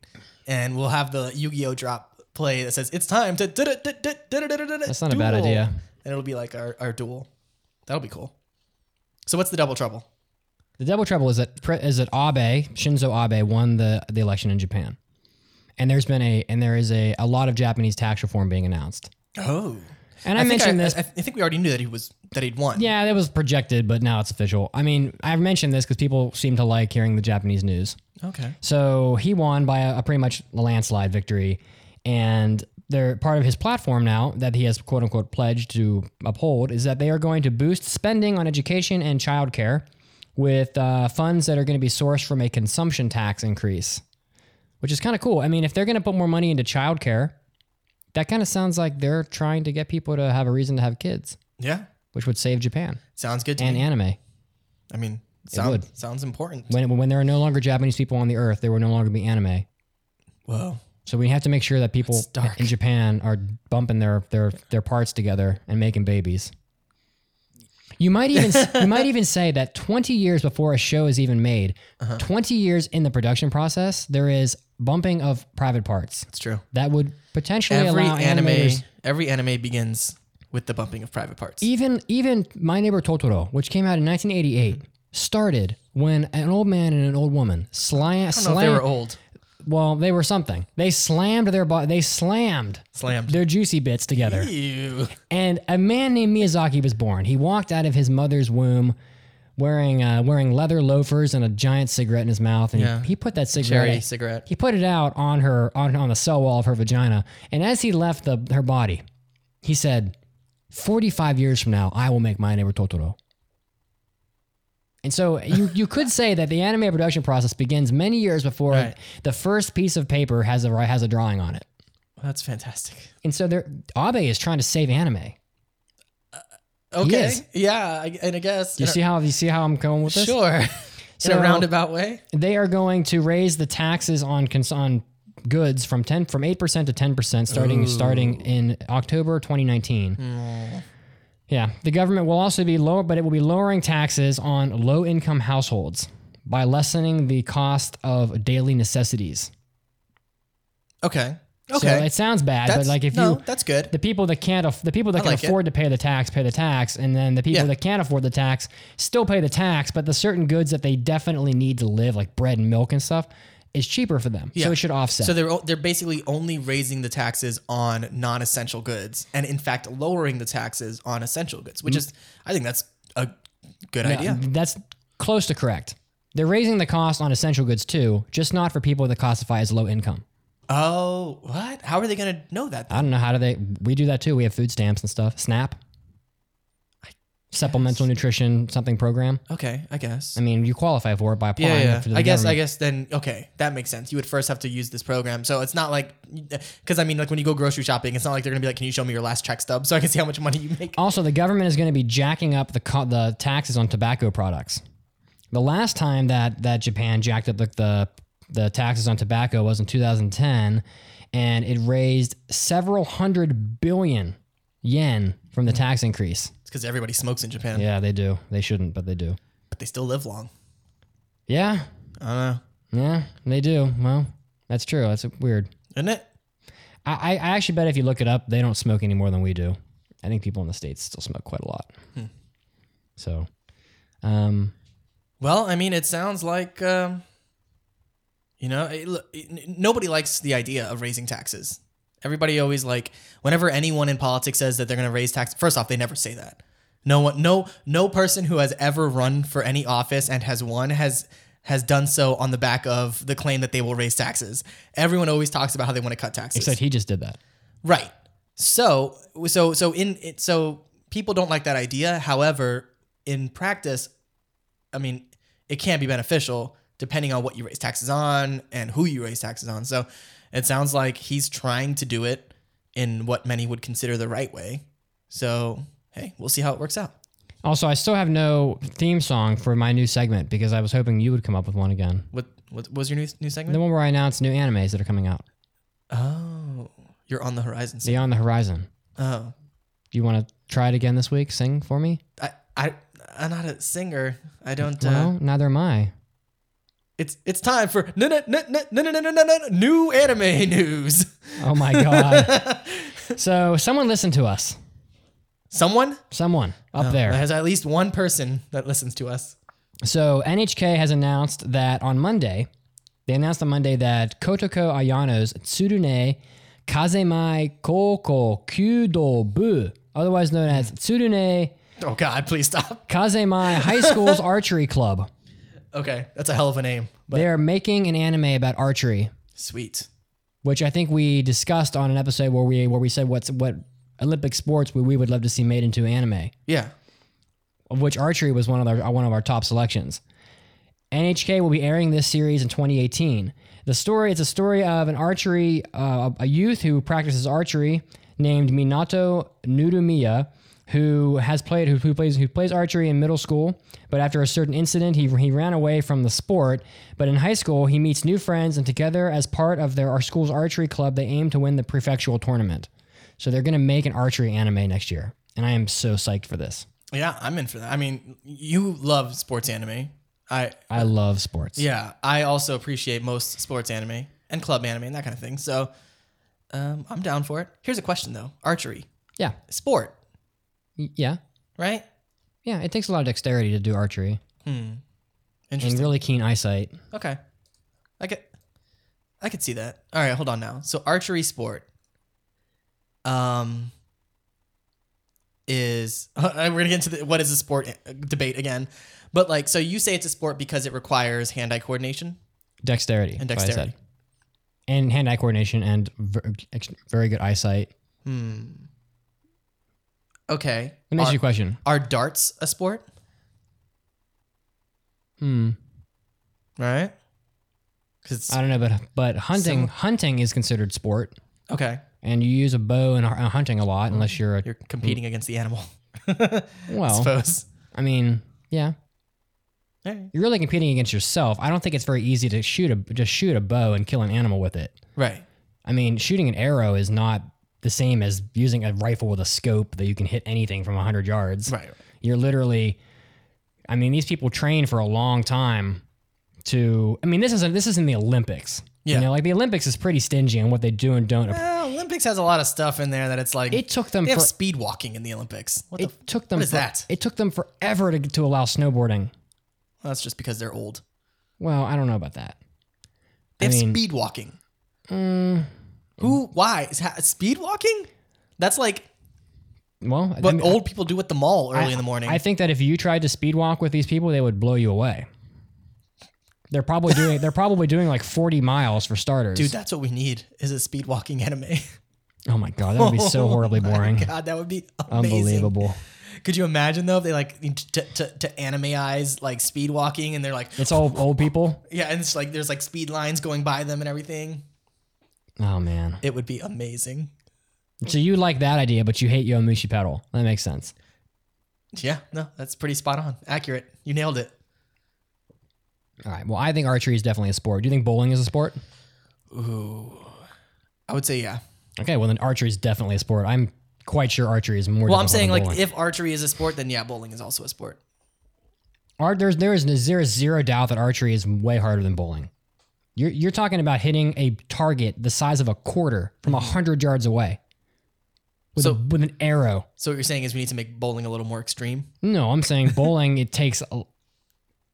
S2: and we'll have the Yu-Gi-Oh drop play that says it's time to. That's
S1: That's not a bad idea.
S2: and it'll be like our our duel. That'll be cool. So what's the double trouble?
S1: The double trouble is that pre- is that Abe Shinzo Abe won the the election in Japan, and there's been a and there is a a lot of Japanese tax reform being announced.
S2: Oh,
S1: And I, mentioned this.
S2: I, I think we already knew that he was that he'd won.
S1: yeah, that was projected, but now it's official. I mean, I've mentioned this because people seem to like hearing the Japanese news.
S2: Okay.
S1: So he won by a, a pretty much landslide victory, and they're part of his platform now that he has quote unquote pledged to uphold is that they are going to boost spending on education and childcare with uh, funds that are going to be sourced from a consumption tax increase, which is kind of cool. I mean, if they're going to put more money into childcare, that kind of sounds like they're trying to get people to have a reason to have kids,
S2: Yeah.
S1: which would save Japan
S2: Sounds good to
S1: and
S2: me.
S1: anime.
S2: I mean,
S1: would.
S2: sound, sounds important.
S1: When, when there are no longer Japanese people on the earth, there will no longer be anime.
S2: Whoa.
S1: So we have to make sure that people
S2: That's dark.
S1: in Japan are bumping their their their parts together and making babies. You might even you might even say that 20 years before a show is even made,
S2: Uh-huh.
S1: 20 years in the production process, there is bumping of private parts
S2: It's true.
S1: that would potentially
S2: Every
S1: allow
S2: anime,
S1: animators.
S2: every anime begins with the bumping of private parts.
S1: Even even My Neighbor Totoro, which came out in 1988, started when an old man and an old woman slam
S2: I don't know if they were
S1: slam.
S2: old.
S1: Well, they were something. They slammed their bo- they slammed
S2: Slammed.
S1: their juicy bits together.
S2: Ew.
S1: And a man named Miyazaki was born. He walked out of his mother's womb wearing uh, wearing leather loafers and a giant cigarette in his mouth, and
S2: Yeah.
S1: he, he put that cigarette.
S2: Cherry cigarette.
S1: He put it out on her on on the cell wall of her vagina, and as he left the her body, he said, 45 years from now, I will make my neighbor Totoro." And so you you could say that the anime production process begins many years before
S2: Right.
S1: the first piece of paper has a has a drawing on it.
S2: That's fantastic.
S1: And so there, Abe is trying to save anime.
S2: Okay.
S1: is.
S2: Yeah, I, and I guess. uh,
S1: You see how you see how I'm going with this?
S2: Sure. In
S1: So-
S2: a roundabout way.
S1: They are going to raise the taxes on cons- on goods from 10 from 8% to 10% starting starting in October 2019.
S2: Hmm.
S1: Yeah, the government will also be lower but it will be lowering taxes on low-income households by lessening the cost of daily necessities.
S2: Okay.
S1: So
S2: Okay.
S1: it sounds bad,
S2: that's
S1: but like if
S2: no,
S1: you
S2: that's good.
S1: the people that can't aff- the people that can
S2: like it.
S1: afford to pay the tax pay the tax and then the people
S2: Yeah.
S1: that can't afford the tax still pay the tax but the certain goods that they definitely need to live like bread and milk and stuff is cheaper for them so
S2: Yeah.
S1: it should offset
S2: So they're o- they're basically only raising the taxes on non-essential goods, and in fact lowering the taxes on essential goods, which is I think that's a good
S1: Mm. Yeah,
S2: idea.
S1: that's close to correct they're raising the cost on essential goods too just not for people that classify as low income
S2: Oh, what? How are they gonna know that?
S1: i don't know how do they we do that too we have food stamps and stuff snap supplemental nutrition something program
S2: Okay, I guess.
S1: i mean you qualify for it by applying
S2: yeah, yeah.
S1: for the
S2: I guess. I
S1: government.
S2: guess then. Okay, that makes sense. You would first have to use this program, so it's not like because I mean, like when you go grocery shopping, it's not like they're gonna be like, "Can you show me your last check stub so I can see how much money you make?"
S1: Also, the government is going to be jacking up the co- the taxes on tobacco products. The last time that that Japan jacked up the the, the taxes on tobacco was in 2010, and it raised several hundred billion yen from the tax increase.
S2: It's because everybody smokes in Japan,
S1: Yeah, they do. They shouldn't, but they do.
S2: but they still live long.
S1: Yeah,
S2: I don't know,
S1: yeah, they do. Well, that's true. That's weird.
S2: isn't it?
S1: I, I I actually bet if you look it up, they don't smoke any more than we do. I think people in the states still smoke quite a lot. So, um,
S2: Well, I mean, it sounds like, um, you know, it, look, it- n- nobody likes the idea of raising taxes. Everybody always like whenever anyone in politics says that they're going to raise taxes. First off, they never say that. No one, no, no person who has ever run for any office and has won has has done so on the back of the claim that they will raise taxes. Everyone always talks about how they want to cut taxes.
S1: except he just did that.
S2: Right. So so so in it so people don't like that idea. However, in practice, I mean, it can be beneficial depending on what you raise taxes on and who you raise taxes on. So it sounds like he's trying to do it in what many would consider the right way. So hey, we'll see how it works out.
S1: Also, I still have no theme song for my new segment because I was hoping you would come up with one again.
S2: What, what was your new, new segment?
S1: The one where I announce new animes that are coming out.
S2: Oh, you're on the horizon. Scene.
S1: Beyond the Horizon.
S2: Oh,
S1: Do you want to try it again this week? Sing for me?
S2: I, I, I'm not a singer. I don't. Uh,
S1: Well, neither am I.
S2: it's it's time for no no no no no no no no no no new anime news.
S1: Oh my god. so someone listen to us.
S2: Someone
S1: Someone up there.
S2: There's at least one person that listens to us.
S1: So NHK has announced that on Monday, they announced on Monday that Kotoko Ayano's Tsurune Kazemai Koko Kudobu, otherwise known as Tsurune
S2: Oh God, please stop.
S1: Kazemai High School's Archery Club.
S2: Okay, that's a hell of a name. But
S1: They are making an anime about archery,
S2: sweet.
S1: which I think we discussed on an episode where we where we said what's what Olympic sports we, we would love to see made into anime.
S2: Yeah.
S1: of which archery was one of our one of our top selections. NHK will be airing this series in 2018. The story it's a story of an archery uh, a youth who practices archery named Minato Nurumiya who has played who, who plays who plays archery in middle school, but after a certain incident he he ran away from the sport, but in high school he meets new friends and together as part of their our school's archery club they aim to win the prefectural tournament. So they're going to make an archery anime next year, and I am so psyched for this.
S2: Yeah, I'm in for that. I mean, you love sports anime. I
S1: I love sports.
S2: yeah, I also appreciate most sports anime and club anime and that kind of thing. So um, I'm down for it. Here's a question though: archery,
S1: Yeah.
S2: sport,
S1: Y- Yeah.
S2: right?
S1: Yeah. It takes a lot of dexterity to do archery and
S2: Interesting.
S1: really keen eyesight.
S2: Okay, I could, I could see that. All right, hold on now. So archery sport, um, is we're gonna get into the, what is a sport uh, debate again, but like, so you say it's a sport because it requires hand-eye coordination.
S1: Dexterity.
S2: And
S1: is what I said.
S2: dexterity.
S1: And hand eye coordination and ver- ex- very good eyesight.
S2: Okay,
S1: Let me ask
S2: Ar-
S1: you a question.
S2: Are darts a sport?
S1: Hmm.
S2: Right? Because
S1: I don't know, but but hunting
S2: Some-
S1: hunting is considered sport,
S2: okay,
S1: and you use a bow and are hunting a lot unless you're a
S2: you're competing against the animal. I
S1: well.
S2: suppose.
S1: I mean, yeah,
S2: All right.
S1: you're really competing against yourself. I don't think it's very easy to shoot a just shoot a bow and kill an animal with it.
S2: Right.
S1: I mean, shooting an arrow is not the same as using a rifle with a scope that you can hit anything from 100 yards.
S2: Right.
S1: You're literally I mean, these people train for a long time to I mean, this is a, this is in the Olympics.
S2: Yeah.
S1: You know, like the Olympics is pretty stingy on what they do and don't.
S2: Well, Olympics has a lot of stuff in there that it's like
S1: It took them
S2: They have
S1: for-
S2: speed walking in the Olympics. What
S1: It
S2: the? F-
S1: took them
S2: what is
S1: for-
S2: that?
S1: It took them forever to to allow snowboarding.
S2: that's just because they're old.
S1: Well, I don't know about that.
S2: They
S1: I
S2: have
S1: mean- mm,
S2: speed walking. Who? Why? Is ha- speed walking? That's like
S1: Well, I
S2: what
S1: mean,
S2: old people do at the mall early
S1: I-
S2: in the morning.
S1: I think that if you tried to speed walk with these people, they would blow you away. They're probably doing they're probably doing like 40 miles for starters.
S2: Dude, that's what we need is a speed walking anime.
S1: oh my god, that would be so horribly boring.
S2: God, that would be amazing.
S1: Unbelievable.
S2: Could you imagine though if they like to to, to animeize like speed walking and they're like
S1: It's all old people.
S2: yeah and it's like there's like speed lines going by them and everything.
S1: Oh man.
S2: It would be amazing.
S1: So you like that idea, but you hate Yomushi pedal. That makes sense.
S2: Yeah, no, that's pretty spot on, accurate. You nailed it.
S1: All right. Well, I think archery is definitely a sport. Do you think bowling is a sport?
S2: I would say yeah.
S1: Okay. Well, then archery is definitely a sport. I'm quite sure archery is more.
S2: Well, I'm
S1: difficult
S2: saying
S1: than
S2: like
S1: bowling.
S2: if archery is a sport, then yeah, bowling is also a sport.
S1: Ar- there's there is there is zero doubt that archery is way harder than bowling. You're you're talking about hitting a target the size of a quarter from a hundred yards away. With a,
S2: Mm-hmm. So-
S1: with an arrow.
S2: So what you're saying is we need to make bowling a little more extreme.
S1: No, I'm saying bowling. it takes. A,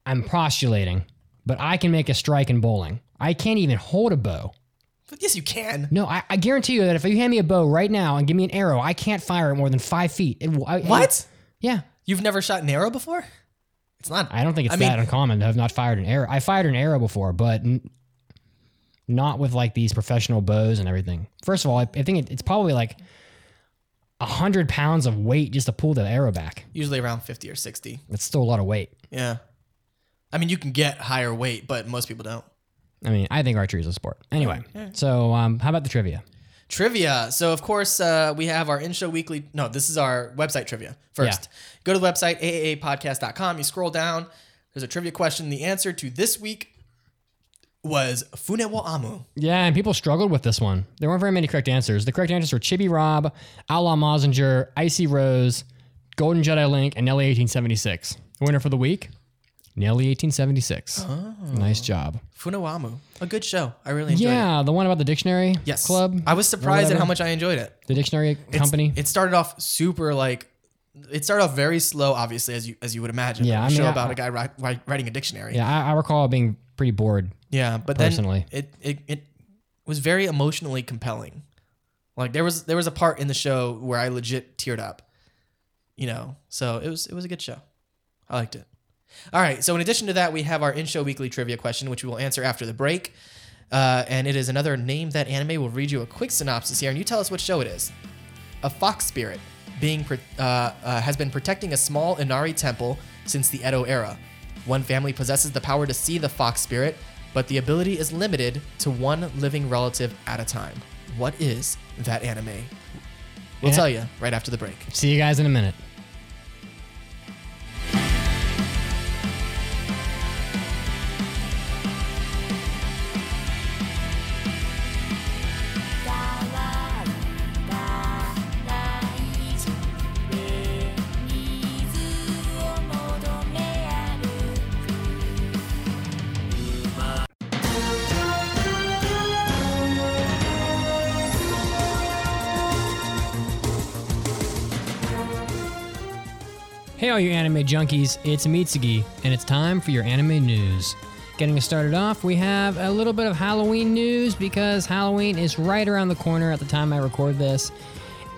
S1: I'm postulating, but I can make a strike in bowling. I can't even hold a bow.
S2: But yes, you can.
S1: No, I, I guarantee you that if you hand me a bow right now and give me an arrow, I can't fire it more than five feet. It will- I- it-
S2: What?
S1: yeah,
S2: You've never shot an arrow before? It's not.
S1: I don't think it's
S2: I mean-
S1: that uncommon to have not fired an arrow. I fired an arrow before, but n- not with like these professional bows and everything. First of all, I, I think it, it's probably like a hundred pounds of weight just to pull the arrow back.
S2: Usually around 50 or 60.
S1: That's still a lot of weight.
S2: Yeah. I mean, you can get higher weight, but most people don't.
S1: I mean, I think archery is a sport. Anyway, so um, how about the trivia?
S2: Trivia. So, of course, uh, we have our in show weekly. No, this is our website trivia first. Go to the website, aaapodcast.com. You scroll down, there's a trivia question. The answer to this week was Fune wo Amu.
S1: Yeah, and people struggled with this one. There weren't very many correct answers. The correct answers were Chibi Rob, Outlaw Mazinger, Icy Rose, Golden Jedi Link, and Nelly 1876. The winner for the week, Nelly 1876. Nice job.
S2: Fune wo Amu. A good show. I really Oh. enjoyed it.
S1: Yeah, the one about the dictionary
S2: Yes.
S1: club.
S2: I was surprised at
S1: whatever.
S2: how much I enjoyed it.
S1: the dictionary company.
S2: It started off super like it started off very slow, obviously, as you as you would imagine.
S1: Yeah,
S2: a
S1: I mean,
S2: show
S1: I-
S2: about a guy ri- ri- writing a dictionary.
S1: yeah, I, I recall being pretty bored.
S2: Yeah, but
S1: Personally.
S2: then it, it it was very emotionally compelling. Like there was there was a part in the show where I legit teared up. You know, so it was it was a good show. I liked it. All right, so in addition to that, we have our in-show weekly trivia question, which we will answer after the break. Uh, and it is another name that anime. We'll read you a quick synopsis here, and you tell us what show it is. A fox spirit being pro- uh, uh, has been protecting a small Inari temple since the Edo era. One family possesses the power to see the fox spirit, but the ability is limited to one living relative at a time. What is that anime? We'll
S1: Yeah.
S2: tell you right after the break.
S1: See you guys in a minute. Hey, all you anime junkies, it's Mitsugi, and it's time for your anime news. Getting us started off, we have a little bit of Halloween news because Halloween is right around the corner at the time I record this,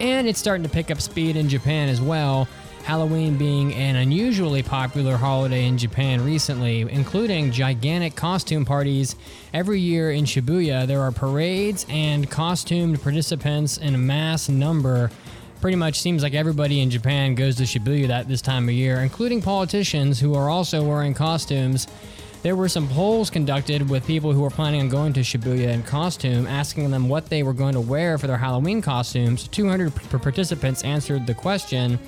S1: and it's starting to pick up speed in Japan as well. Halloween being an unusually popular holiday in Japan recently, including gigantic costume parties. Every year in Shibuya, there are parades and costumed participants in a mass number pretty much seems like everybody in Japan goes to Shibuya that this time of year, including politicians who are also wearing costumes. There were some polls conducted with people who were planning on going to Shibuya in costume, asking them what they were going to wear for their Halloween costumes. 200 p- participants answered the question,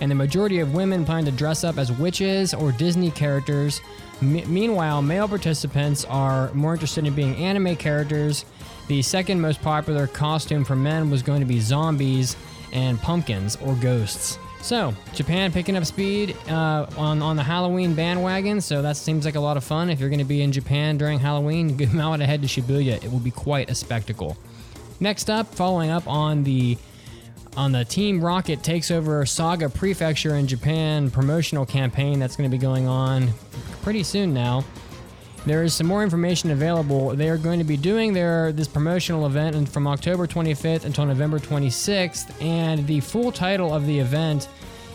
S1: and the majority of women plan to dress up as witches or Disney characters. Me- meanwhile, male participants are more interested in being anime characters. The second most popular costume for men was going to be zombies and pumpkins or ghosts. So, Japan picking up speed uh, on, on the Halloween bandwagon, so that seems like a lot of fun. If you're going to be in Japan during Halloween, come out ahead to Shibuya. It will be quite a spectacle. Next up, following up on the on the Team Rocket takes over Saga Prefecture in Japan promotional campaign that's going to be going on pretty soon now. There is some more information available. They are going to be doing their this promotional event and from October 25th until November 26th, and the full title of the event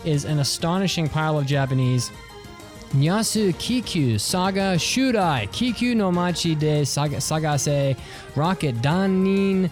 S1: is an astonishing pile of Japanese. Nyasu Kikyu Saga Shudai Kikyu no Machi de Saga, Sagase Rocket Danin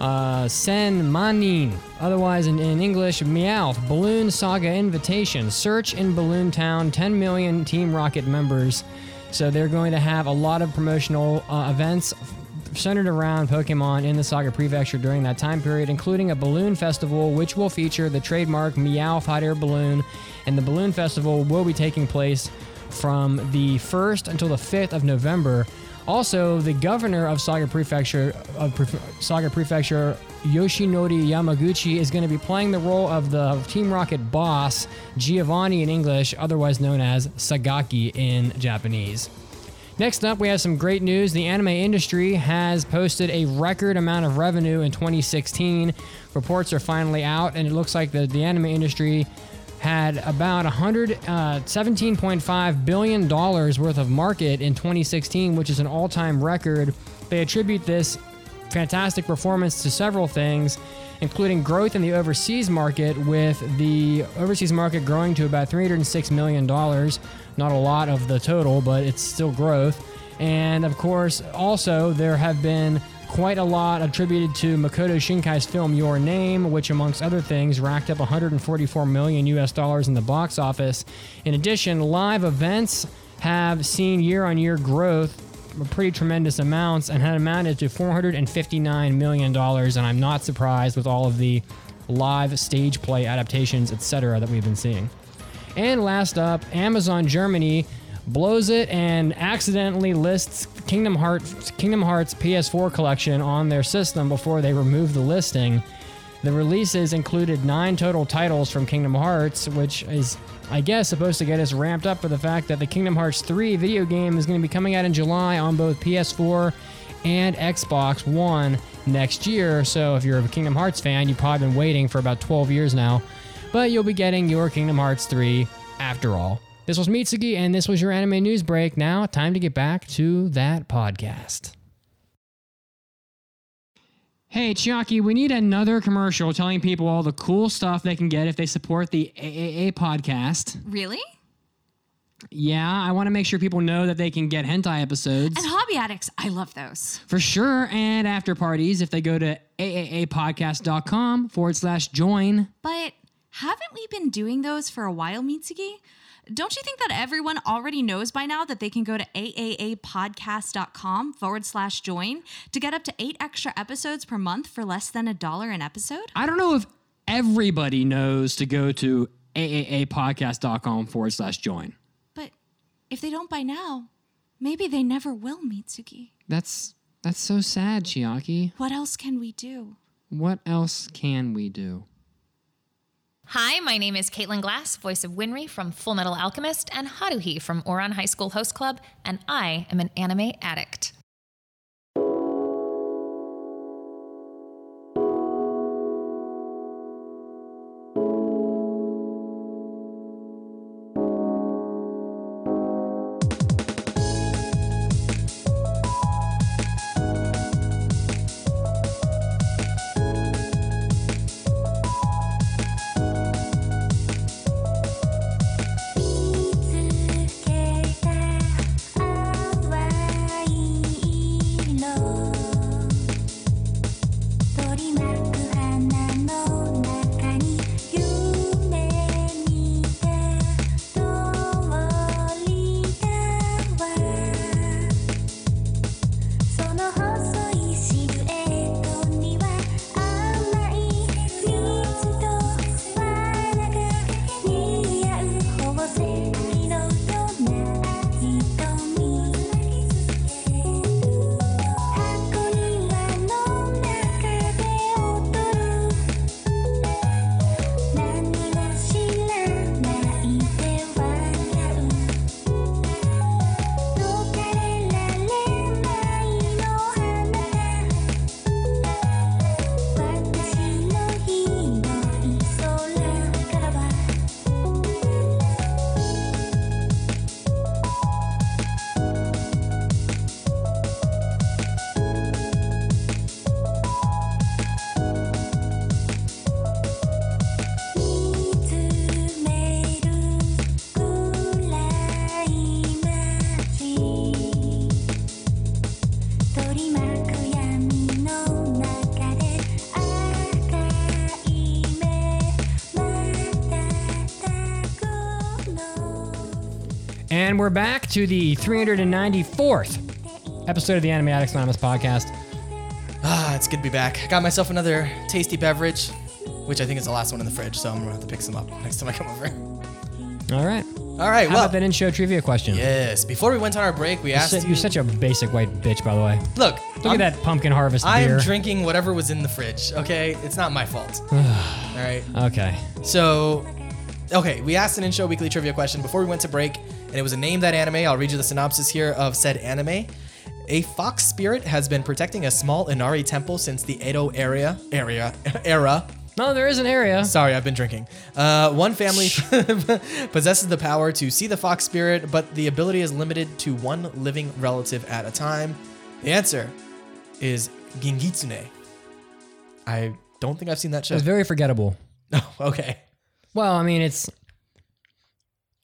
S1: uh, Sen Manin, otherwise in, in English, Meowth, Balloon Saga Invitation, Search in Balloon Town, 10 million Team Rocket members. So they're going to have a lot of promotional uh, events f- centered around Pokemon in the Saga Prefecture during that time period, including a balloon festival, which will feature the trademark Meowth hot air balloon. And the balloon festival will be taking place from the 1st until the 5th of November. Also, the governor of Saga Prefecture of Pref- Saga Prefecture Yoshinori Yamaguchi is going to be playing the role of the Team Rocket boss Giovanni in English, otherwise known as Sagaki in Japanese. Next up, we have some great news. The anime industry has posted a record amount of revenue in 2016. Reports are finally out, and it looks like the, the anime industry had about uh, 117.5 billion dollars worth of market in 2016, which is an all-time record. They attribute this fantastic performance to several things, including growth in the overseas market, with the overseas market growing to about $306 million. Not a lot of the total, but it's still growth. And of course, also, there have been quite a lot attributed to Makoto Shinkai's film Your Name, which, amongst other things, racked up 144 million US dollars in the box office. In addition, live events have seen year on year growth pretty tremendous amounts and had amounted to $459 million. And I'm not surprised with all of the live stage play adaptations, etc., that we've been seeing. And last up, Amazon Germany blows it and accidentally lists Kingdom Hearts Kingdom Hearts PS4 collection on their system before they remove the listing. The releases included nine total titles from Kingdom Hearts, which is, I guess, supposed to get us ramped up for the fact that the Kingdom Hearts 3 video game is going to be coming out in July on both PS4 and Xbox One next year. So if you're a Kingdom Hearts fan, you've probably been waiting for about 12 years now, but you'll be getting your Kingdom Hearts 3 after all. This was Mitsugi, and this was your anime news break. Now, time to get back to that podcast. Hey, Chiaki, we need another commercial telling people all the cool stuff they can get if they support the AAA podcast.
S5: Really?
S1: Yeah, I want to make sure people know that they can get hentai episodes
S5: And hobby addicts, I love those.
S1: for sure and after parties if they go to aaapodcast.com forward slash join.
S5: But haven't we been doing those for a while, Mitsugi? Don't you think that everyone already knows by now that they can go to aaapodcast.com forward slash join to get up to eight extra episodes per month for less than a dollar an episode?
S1: I don't know if everybody knows to go to aaapodcast.com forward slash join.
S5: But if they don't by now, maybe they never will, Mitsugi.
S1: That's that's so sad, Chiaki.
S5: What else can we do?
S1: What else can we do?
S6: Hi, my name is Caitlin Glass, voice of Winry from Full Metal Alchemist, and Haruhi from Oron High School Host Club, and I am an anime addict.
S7: 「とりまく花の中に夢見て通りだわ」「その細いシルエットには甘い蜜とわらが似合う宝石のような瞳」「箱庭の中で踊る」「何も知らないで笑う」「逃れられないの花私の広い空からは」「見つめるくらい街」「取り巻く闇の中で赤い目瞬くの」
S1: And we're back to the 394th episode of the Anime Addicts Anonymous podcast.
S2: Ah, it's good to be back. Got myself another tasty beverage, which I think is the last one in the fridge, so I'm gonna have to pick some up next time I come over.
S1: All right.
S2: All right,
S1: How
S2: well,
S1: about that in-show trivia question?
S2: yes. Before we went on our break, we asked
S1: Shit,
S2: you.
S1: You're such a basic white bitch, by the way.
S2: look,
S1: Look
S2: I'm-
S1: at that pumpkin harvest
S2: I
S1: beer.
S2: am drinking whatever was in the fridge. Okay, it's not my fault. All right.
S1: okay.
S2: So, okay, we asked an in-show weekly trivia question before we went to break, and it was a name that anime. I'll read you the synopsis here of said anime. A fox spirit has been protecting a small Inari temple since the Edo area area era
S1: No, there is an area.
S2: Sorry, I've been drinking. Uh, one family possesses the power to see the fox spirit, but the ability is limited to one living relative at a time. The answer is Gingitsune. I don't think I've seen that show.
S1: It's very forgettable.
S2: Oh, okay.
S1: Well, I mean, it's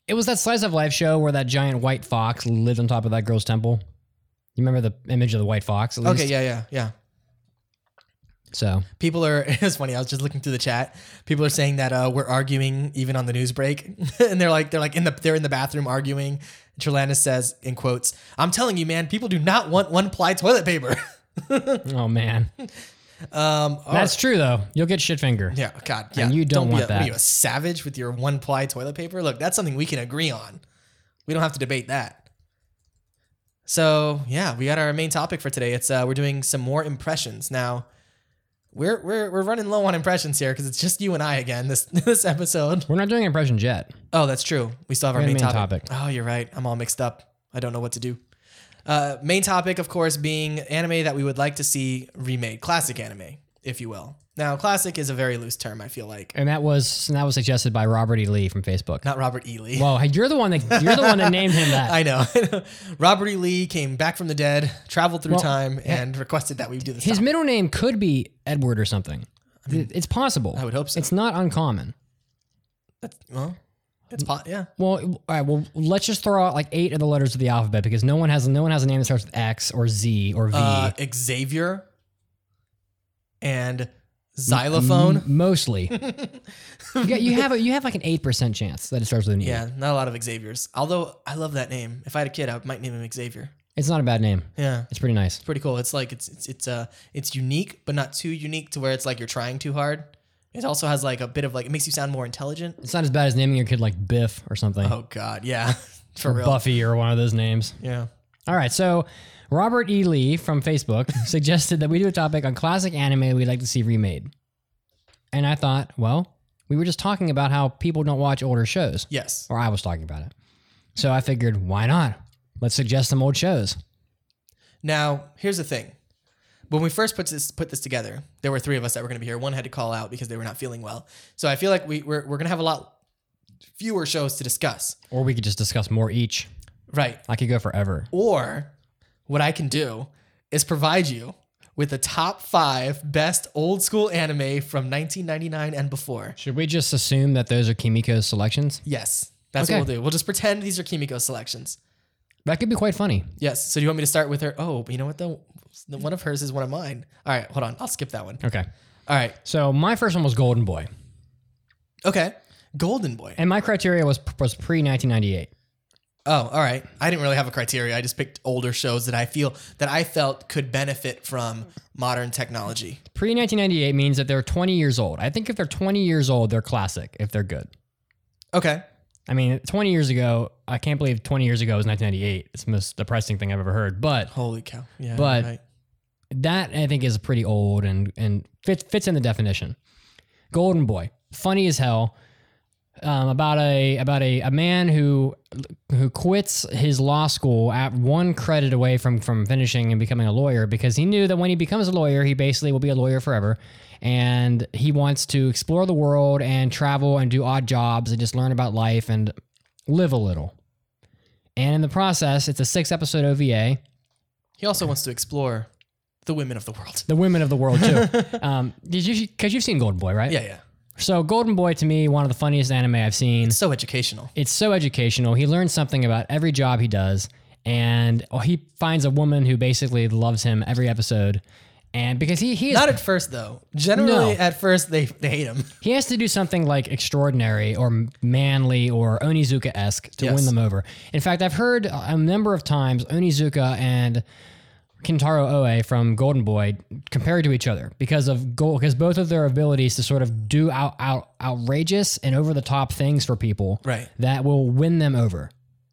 S1: it was that slice of life show where that giant white fox lived on top of that girl's temple. You remember the image of the white fox? At least?
S2: Okay, yeah, yeah, yeah.
S1: So
S2: People are, it's funny, I was just looking through the chat. People are saying that uh, we're arguing even on the news break. and they're like, they're like in the, they're in the bathroom arguing. Trelanis says in quotes, I'm telling you, man, people do not want one ply toilet paper.
S1: oh man, that's true though. You'll get shit finger.
S2: Um, Yeah, God, yeah.
S1: you don't
S2: be
S1: want
S2: a, what are
S1: that.
S2: you a savage with your one ply toilet paper? Look, that's something we can agree on. We don't have to debate that. So yeah, we got our main topic for today. It's uh, we're doing some more impressions now. We're we're we're running low on impressions here because it's just you and I again this this episode.
S1: We're not doing impressions yet.
S2: Oh, that's true. We still have our
S1: We
S2: main,
S1: had a main
S2: topic. Oh, you're right. I'm all mixed up. I don't know what to do. Uh, main topic, of course, being anime that we would like to see remade, classic anime, if you will. Now, classic is a very loose term. I feel like
S1: And that was and that was suggested by Robert E. Lee from Facebook.
S2: not Robert E. Lee.
S1: Whoa, hey, you're the one that you're the one that named him that.
S2: I know. Robert E. Lee came back from the dead, traveled through
S1: Well,
S2: time, and requested that we do this.
S1: His
S2: topic.
S1: middle name could be Edward or something. it's possible.
S2: I would hope so.
S1: It's not uncommon.
S2: well, it's pot. Yeah,
S1: Well, all right. Well, let's just throw out like eight of the letters of the alphabet because no one has no one has a name that starts with X or Z or V.
S2: uh, Xavier and xylophone.
S1: M- mostly. yeah, you have a, you have like an eight percent chance that it starts with an E.
S2: Yeah, not a lot of Xaviers. Although I love that name. If I had a kid, I might name him Xavier.
S1: It's not a bad name.
S2: Yeah.
S1: It's pretty nice.
S2: It's pretty cool. It's like it's it's it's uh it's unique, but not too unique to where it's like you're trying too hard. It also has like a bit of like it makes you sound more intelligent.
S1: It's not as bad as naming your kid like Biff or something,
S2: Oh god, yeah. For
S1: or
S2: real.
S1: Buffy or one of those names.
S2: Yeah.
S1: All right, so Robert E. Lee from Facebook suggested that we do a topic on classic anime we'd like to see remade. And I thought, well, we were just talking about how people don't watch older shows,
S2: Yes.
S1: or I was talking about it. So I figured, why not? Let's suggest some old shows.
S2: Now, here's the thing. When we first put this put this together, there were three of us that were going to be here. One had to call out because they were not feeling well. So I feel like we we're, we're going to have a lot fewer shows to discuss.
S1: Or we could just discuss more each.
S2: Right.
S1: I could go forever.
S2: Or what I can do is provide you with the top five best old school anime from 1999 and before.
S1: Should we just assume that those are Kimiko's selections?
S2: Yes, that's
S1: Okay.
S2: what we'll do. We'll just pretend these are Kimiko selections.
S1: That could be quite funny.
S2: Yes. So do you want me to start with her? Oh, but you know what though? One of hers is one of mine. All right, hold on. I'll skip that one.
S1: Okay.
S2: All right.
S1: So my first one was Golden Boy,
S2: Okay. Golden Boy.
S1: and my criteria was was pre 1998.
S2: Oh, all right. I didn't really have a criteria. I just picked older shows that I feel that I felt could benefit from modern technology.
S1: Pre 1998 means that they're 20 years old. I think if they're 20 years old, they're classic if they're good.
S2: Okay.
S1: I mean, 20 years ago, I can't believe 20 years ago was 1998. It's the most depressing thing I've ever heard. But
S2: Holy cow. Yeah.
S1: But-
S2: right.
S1: that I think is pretty old and and fits fits in the definition. Golden Boy, funny as hell, um, about a about a, a man who who quits his law school at one credit away from from finishing and becoming a lawyer because he knew that when he becomes a lawyer, he basically will be a lawyer forever, and he wants to explore the world and travel and do odd jobs and just learn about life and live a little. And in the process, it's a six episode OVA.
S2: he also wants to explore the women of the world.
S1: the women of the world too. um, did you? Because you've seen Golden Boy, right?
S2: Yeah, yeah.
S1: So Golden Boy to me, one of the funniest anime I've seen.
S2: So educational.
S1: It's so educational. He learns something about every job he does, and oh, he finds a woman who basically loves him every episode. And because he he is,
S2: Not at first though. Generally,
S1: No.
S2: at first they they hate him.
S1: he has to do something like extraordinary or manly or Onizuka esque to
S2: Yes.
S1: win them over. In fact, I've heard a number of times Onizuka and Kintaro Oe from Golden Boy compared to each other because of goal because both of their abilities to sort of do out, out outrageous and over the top things for people
S2: Right.
S1: that will win them over.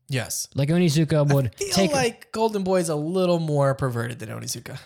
S2: Yes.
S1: Like Onizuka would
S2: Feel
S1: take
S2: like Golden Boy is a little more perverted than Onizuka.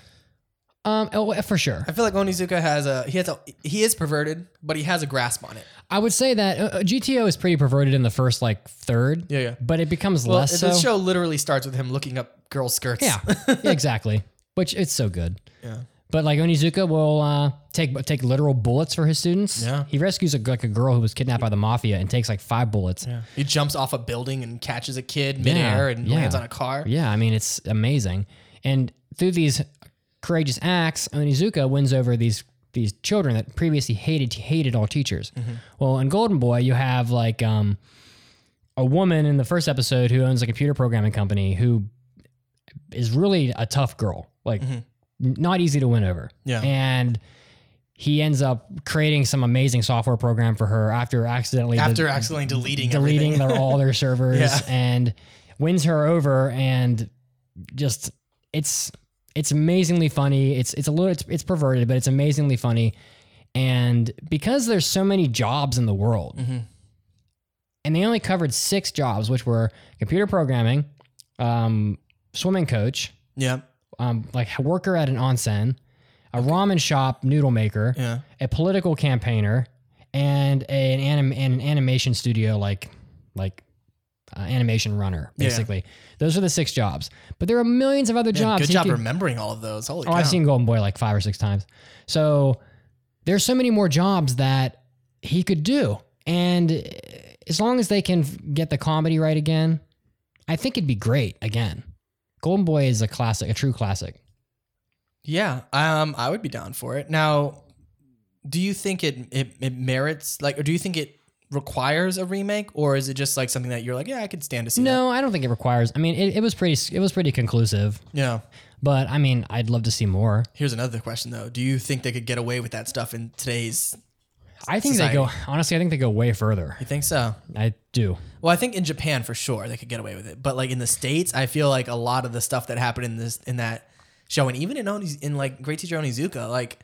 S1: um oh, for sure.
S2: I feel like Onizuka has a he has a he is perverted, but he has a grasp on it.
S1: I would say that uh, uh, GTO is pretty perverted in the first like third.
S2: Yeah, yeah.
S1: But it becomes
S2: Well,
S1: less so.
S2: the show literally starts with him looking up girls' skirts.
S1: Yeah, yeah, exactly. Which it's so good.
S2: Yeah.
S1: But like Onizuka will uh, take take literal bullets for his students.
S2: Yeah.
S1: He rescues a, like a girl who was kidnapped by the mafia and takes like five bullets. Yeah.
S2: He jumps off a building and catches a kid midair and
S1: yeah.
S2: lands on a car.
S1: I mean it's amazing. And through these courageous acts, Onizuka wins over these these children that previously hated hated all teachers.
S2: Mm-hmm.
S1: Well, in Golden Boy, you have like um, a woman in the first episode who owns a computer programming company who is really a tough girl, like n- not easy to win over.
S2: Mm-hmm. Yeah.
S1: And he ends up creating some amazing software program for her after accidentally
S2: after accidentally deleting
S1: deleting
S2: everything.
S1: their, all their servers
S2: Yeah.
S1: and wins her over and just it's it's amazingly funny it's it's a little it's, it's perverted but it's amazingly funny and because there's so many jobs in the world
S2: Mm-hmm.
S1: and they only covered six jobs which were computer programming um, swimming coach
S2: yeah,
S1: um, like a worker at an onsen a ramen shop noodle maker
S2: yeah.
S1: a political campaigner and an anim- and an animation studio like like uh, animation runner
S2: Yeah.
S1: basically those are the six jobs but there are millions of other
S2: Man,
S1: jobs
S2: good
S1: you
S2: job
S1: could-
S2: remembering all of those. Holy
S1: oh
S2: cow!
S1: i've seen golden boy like five or six times so there's so many more jobs that he could do and uh, as long as they can f- get the comedy right again i think it'd be great again golden boy is a classic a true classic
S2: Yeah, um, I would be down for it. Now, do you think it it, it merits like, or do you think it requires a remake, or is it just like something that you're like, yeah, I could stand to see that?
S1: no i don't think it requires i mean it, it was pretty s- it was pretty conclusive
S2: Yeah.
S1: But I mean, I'd love to see more.
S2: Here's another question though: Do you think they could get away with that stuff in today's?
S1: I think
S2: Society.
S1: they go honestly, I think they go way further.
S2: You think so?
S1: I do.
S2: Well, I think in Japan for sure they could get away with it, but like in the states, I feel like a lot of the stuff that happened in this in that show, and even in Oni, in like Great Teacher Onizuka, like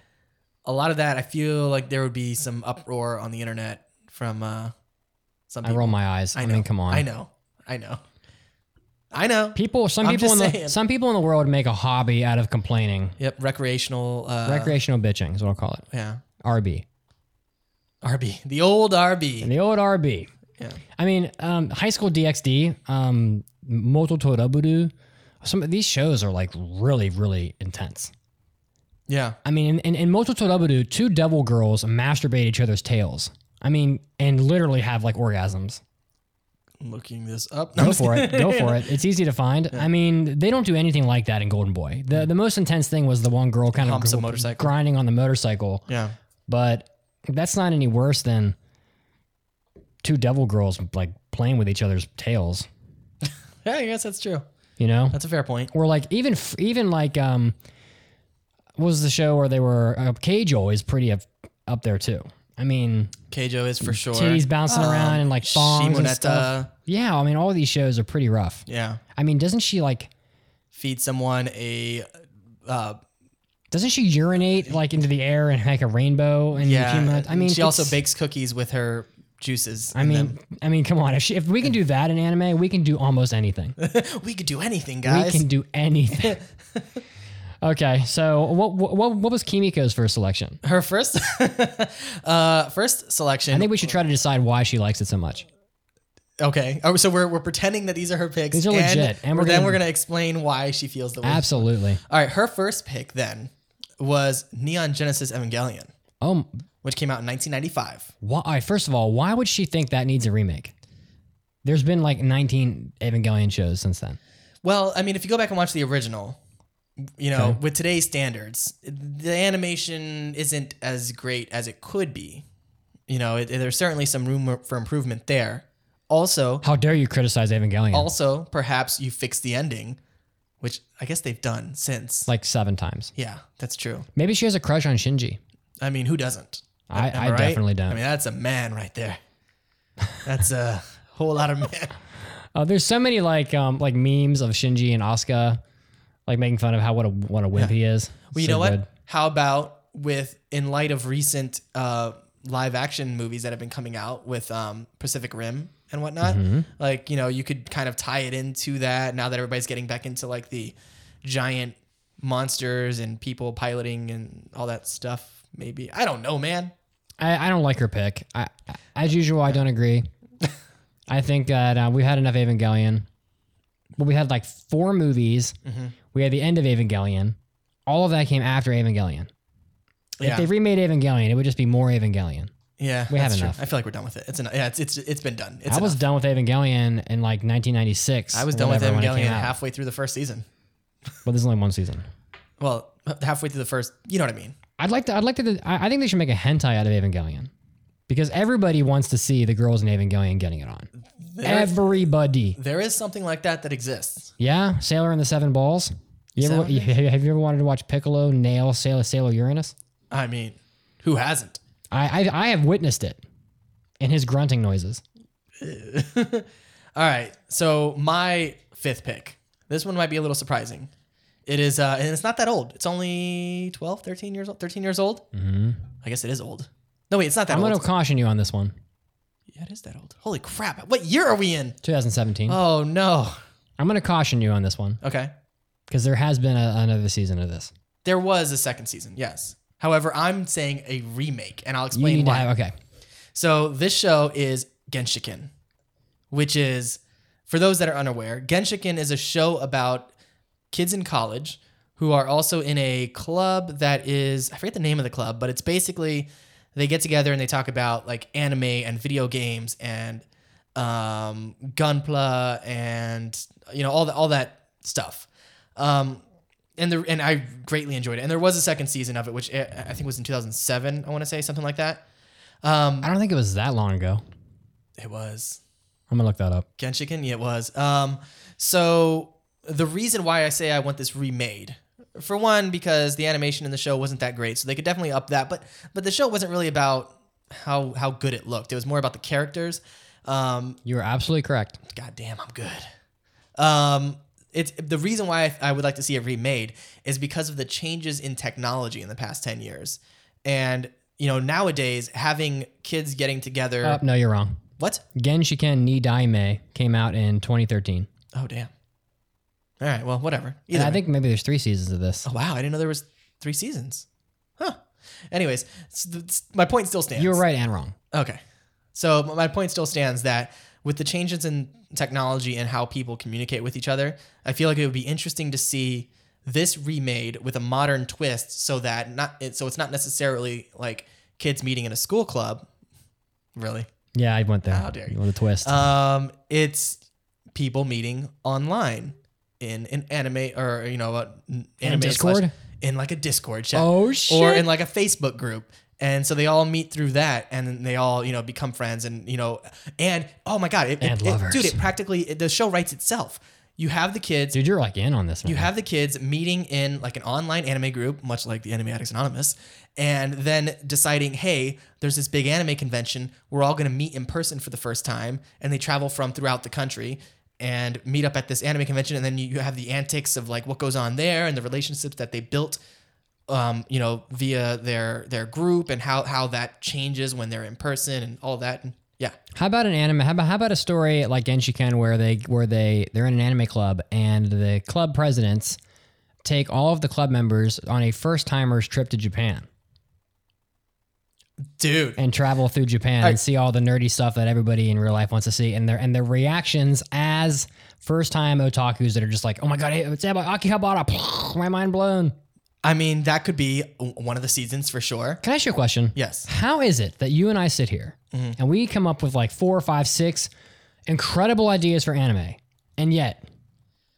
S2: a lot of that, I feel like there would be some uproar on the internet from uh, some.
S1: I roll my eyes. I,
S2: I know.
S1: mean, come on.
S2: I know. I know. I know.
S1: People some
S2: I'm
S1: people in
S2: just
S1: the
S2: saying.
S1: some people in the world make a hobby out of complaining.
S2: Yep. Recreational. Uh,
S1: Recreational bitching is what I'll call it.
S2: Yeah.
S1: RB.
S2: RB. The old RB.
S1: The old RB.
S2: Yeah.
S1: I mean, um, high school DxD, um, Moto Toraburu, some of these shows are like really, really intense.
S2: Yeah.
S1: I mean, in, in, in Moto Toraburu, two devil girls masturbate each other's tails. I mean, and literally have like orgasms.
S2: I'm looking this up.
S1: Go for it. Go for it. It's easy to find. I mean, they don't do anything like that in Golden Boy. The the most intense thing was the one girl kind
S2: Humps a
S1: of
S2: motorcycle.
S1: grinding on the motorcycle,
S2: Yeah.
S1: but that's not any worse than two devil girls like playing with each other's tails,
S2: Yeah. I guess that's true.
S1: you know?
S2: That's a fair point.
S1: Or like even f- even like um what was the show where they were uh, Keijo is pretty up, up there too. I mean,
S2: Keijo is for sure.
S1: titties bouncing
S2: Uh,
S1: around and like thongs and
S2: Shimoneta.
S1: stuff. Yeah, I mean, all these shows are pretty rough.
S2: Yeah.
S1: I mean, doesn't she like
S2: Feed someone a. Uh,
S1: Doesn't she urinate like into the air and like a rainbow? And
S2: yeah.
S1: Yukima- I mean,
S2: she also
S1: it's-
S2: bakes cookies with her juices.
S1: I
S2: in
S1: mean,
S2: them.
S1: I mean, come on. If she, if we can do that in anime, we can do almost anything.
S2: we could do anything,
S1: we
S2: guys.
S1: can do anything. okay, so what what what was Kimiko's first selection?
S2: her first, uh, first selection.
S1: I think we should try to decide why she likes it so much.
S2: Okay. Oh, so we're, we're pretending that these are her picks.
S1: These are legit, and we're
S2: then
S1: gonna-
S2: we're going to explain why she feels the way.
S1: Absolutely.
S2: All right. Her first pick then was Neon Genesis Evangelion,
S1: Oh,
S2: which came out in 1995.
S1: why? all right, First of all, why would she think that needs a remake? There's been like 19 Evangelion shows since then.
S2: Well, I mean, if you go back and watch the original, you know,
S1: Okay.
S2: with today's standards, the animation isn't as great as it could be. You know, it, there's certainly some room for improvement there. Also,
S1: How dare you criticize Evangelion?
S2: also perhaps you fix the ending, which I guess they've done since.
S1: like seven times.
S2: yeah, that's true.
S1: Maybe she has a crush on Shinji.
S2: I mean, who doesn't?
S1: I,
S2: Am
S1: I
S2: right?
S1: definitely don't.
S2: I mean, that's a man right there. That's a whole lot of man.
S1: Uh, there's so many like um like memes of Shinji and Asuka, like making fun of how what a what a wimp he is.
S2: Well, you
S1: So
S2: know what?
S1: good.
S2: How about with in light of recent uh, live action movies that have been coming out with um, Pacific Rim and whatnot?
S1: Mm-hmm.
S2: Like, you know, you could kind of tie it into that now that everybody's getting back into like the giant monsters and people piloting and all that stuff. Maybe I don't know, man.
S1: I, I don't like her pick. I, I- as usual, I don't agree. I think that uh, we had enough Evangelion. Well, we had like four movies.
S2: Mm-hmm.
S1: We had the end of Evangelion. All of that came after Evangelion.
S2: Yeah,
S1: If they remade Evangelion, it would just be more Evangelion.
S2: yeah,
S1: we have
S2: that's true.
S1: enough.
S2: I feel like we're done with it. It's enough. Yeah, it's it's it's been done. It's
S1: I was
S2: enough.
S1: done with Evangelion in like 1996.
S2: I was
S1: or
S2: done with
S1: whatever when it
S2: Evangelion
S1: came out.
S2: halfway through the first season.
S1: Well, there's only one season.
S2: Well, halfway through the first, you know what I mean.
S1: I'd like to. I'd like to. I I think they should make a hentai out of Evangelion, because everybody wants to see the girls in Evangelion getting it on. everybody.
S2: There is something like that that exists.
S1: Yeah, Sailor and the Seven Balls. You ever,
S2: Sailor?
S1: have you ever wanted to watch Piccolo nail Sailor Sailor Uranus?
S2: I mean, Who hasn't?
S1: I, I I have witnessed it in his grunting noises.
S2: All right. So my fifth pick. This one might be a little surprising. It is, uh, and it's not that old. It's only 12, 13 years old. 13 years old. Mm-hmm. I guess it is old. No, wait, it's not that
S1: I'm
S2: old.
S1: going to caution you on this one.
S2: yeah, it is that old. Holy crap. What year are we in?
S1: 2017.
S2: Oh, no.
S1: I'm going to caution you on this one
S2: Okay.
S1: because there has been a, another season of this.
S2: There was a second season, yes. However, I'm saying a remake, and I'll
S1: You
S2: explain
S1: need
S2: why.
S1: to have okay.
S2: So this show is Genshiken, which is for those that are unaware, Genshiken is a show about kids in college who are also in a club that is I forget the name of the club, but it's basically they get together and they talk about like anime and video games and um, Gunpla and you know all the, all that stuff. Um, and the and I greatly enjoyed it. And there was a second season of it, which I I think was in 2007. I want to say something like that. Um,
S1: I don't think it was that long ago.
S2: it was
S1: I'm going to look that up.
S2: Genshiken. Yeah, it was. Um, so the reason why I say I want this remade, for one, because the animation in the show wasn't that great, so they could definitely up that. But but the show wasn't really about how how good it looked. It was more about the characters. Um,
S1: You are absolutely correct.
S2: God damn, I'm good. Um, it's the reason why I, I would like to see it remade is because of the changes in technology in the past ten years, and you know nowadays having kids getting together.
S1: Uh, no, you're wrong.
S2: what?
S1: Genshiken ni Daime came out in 2013.
S2: Oh damn. All right. Well, whatever.
S1: And
S2: Either
S1: I
S2: way.
S1: think maybe there's three seasons of this.
S2: Oh, wow, I didn't know there was three seasons. Huh. Anyways, s- th- s- my point still stands.
S1: You're right and wrong.
S2: Okay. So m- my point still stands that with the changes in technology and how people communicate with each other, I feel like it would be interesting to see this remade with a modern twist so that not it- so it's not necessarily like kids meeting in a school club. Really?
S1: Yeah, I went there.
S2: How dare you.
S1: What a twist.
S2: Um, it's people meeting online in an anime or you know a, an anime slash-
S1: Discord?
S2: in like a Discord chat.
S1: Oh,
S2: Or
S1: shit.
S2: in like a Facebook group. And so they all meet through that, and then they all, you know, become friends, and you know, and oh my god, it,
S1: And
S2: it- it-
S1: lovers.
S2: dude, it practically it, the show writes itself. You have the kids,
S1: Dude, you're like in on this.
S2: you
S1: right
S2: have the kids meeting in like an online anime group, much like the Anime Addicts Anonymous, and then deciding, hey, there's this big anime convention. We're all going to meet in person for the first time. And they travel from throughout the country and meet up at this anime convention. And then you, you have the antics of like what goes on there and the relationships that they built. Um, you know, via their their group and how how that changes when they're in person and all that. And yeah,
S1: How about an anime? How about, how about a story like Genshiken where they where they they're in an anime club and the club presidents take all of the club members on a first timers trip to Japan
S2: dude,
S1: and travel through Japan and see all the nerdy stuff that everybody in real life wants to see and their and their reactions as first time otakus that are just like, oh my god, hey, it's about Akihabara, my mind blown.
S2: I mean that could be w- one of the seasons for sure.
S1: Can I ask you a question?
S2: Yes.
S1: How is it that you and I sit here and we come up with like four, five, six incredible ideas for anime, and yet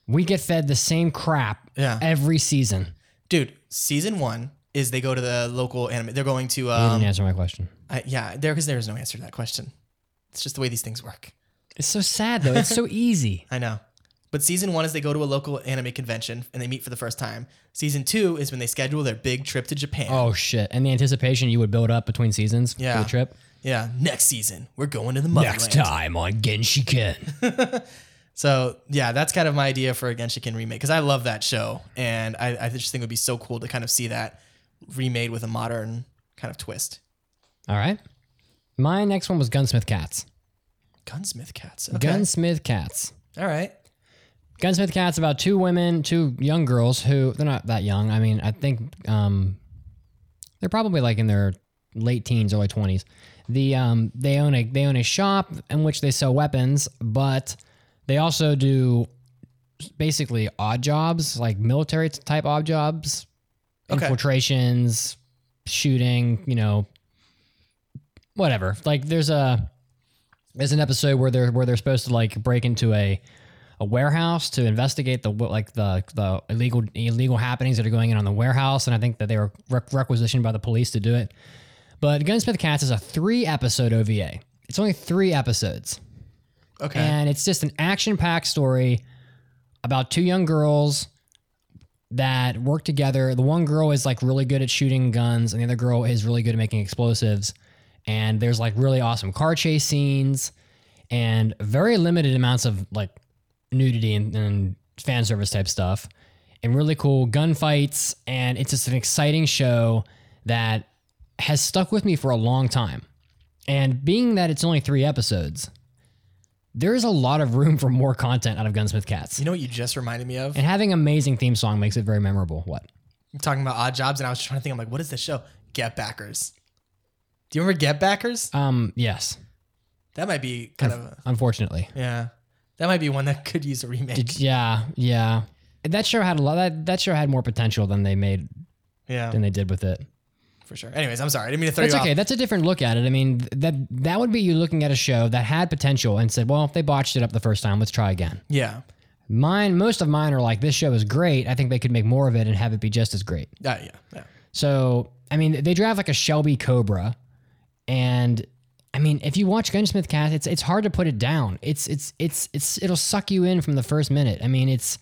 S1: we get fed the same crap
S2: Yeah.
S1: every season?
S2: dude season one is they go to the local anime they're going to
S1: You
S2: um
S1: didn't answer my question.
S2: I, yeah there because there is no answer to that question it's just the way these things work
S1: It's so sad though. It's so easy.
S2: i know but season one is they go to a local anime convention and they meet for the first time season two is when they schedule their big trip to japan
S1: Oh shit! And the anticipation you would build up between seasons
S2: Yeah.
S1: for the trip.
S2: yeah next season we're going to the motherland
S1: time on Genshiken.
S2: so yeah that's kind of my idea for a genshiken remake because i love that show and I, I just think it would be so cool to kind of see that remade with a modern kind of twist
S1: All right. My next one was Gunsmith Cats.
S2: gunsmith cats okay
S1: Gunsmith Cats.
S2: all right
S1: Gunsmith Cat's about two women, two young girls who they're not that young. I mean, I think um, they're probably like in their late teens, early twenties. The um, they own a they own a shop in which they sell weapons, but they also do basically odd jobs, like military type odd jobs,
S2: Okay.
S1: infiltrations, shooting, you know, whatever. Like there's a there's an episode where they're where they're supposed to like break into a a warehouse to investigate the wa- like the the illegal illegal happenings that are going in on the warehouse, and I think that they were req- requisitioned by the police to do it. But Gunsmith Cats is a three episode OVA. It's only three episodes,
S2: okay
S1: and it's just an action packed story about two young girls that work together. The one girl is like really good at shooting guns, and the other girl is really good at making explosives. And there's like really awesome car chase scenes and very limited amounts of like nudity and, and fan service type stuff and really cool gunfights. And it's just an exciting show that has stuck with me for a long time. And being that it's only three episodes, there's a lot of room for more content out of Gunsmith Cats.
S2: You know what you just reminded me of?
S1: and having amazing theme song makes it very memorable. What?
S2: I'm talking about odd jobs, and I was trying to think. I'm like, what is this show? Get Backers. Do you remember Get Backers?
S1: Um, yes.
S2: That might be kind of a,
S1: Unfortunately.
S2: yeah. That might be one that could use a remake.
S1: Did- yeah, yeah. That show had a lot that, that show had more potential than they made
S2: yeah,
S1: than they did with it.
S2: for sure. Anyways, I'm sorry. I didn't mean to throw
S1: That's
S2: you
S1: okay.
S2: off.
S1: That's a different look at it. I mean, th- that that would be you looking at a show that had potential and said, "Well, if they botched it up the first time, let's try again."
S2: Yeah.
S1: Mine, most of mine are like, "This show is great. I think they could make more of it and have it be just as great."
S2: Yeah, yeah, yeah.
S1: So, I mean, they drive like a Shelby Cobra, and I mean, if you watch Gunsmith Cast, it's it's hard to put it down. It's it's it's it's it'll suck you in from the first minute. I mean, it's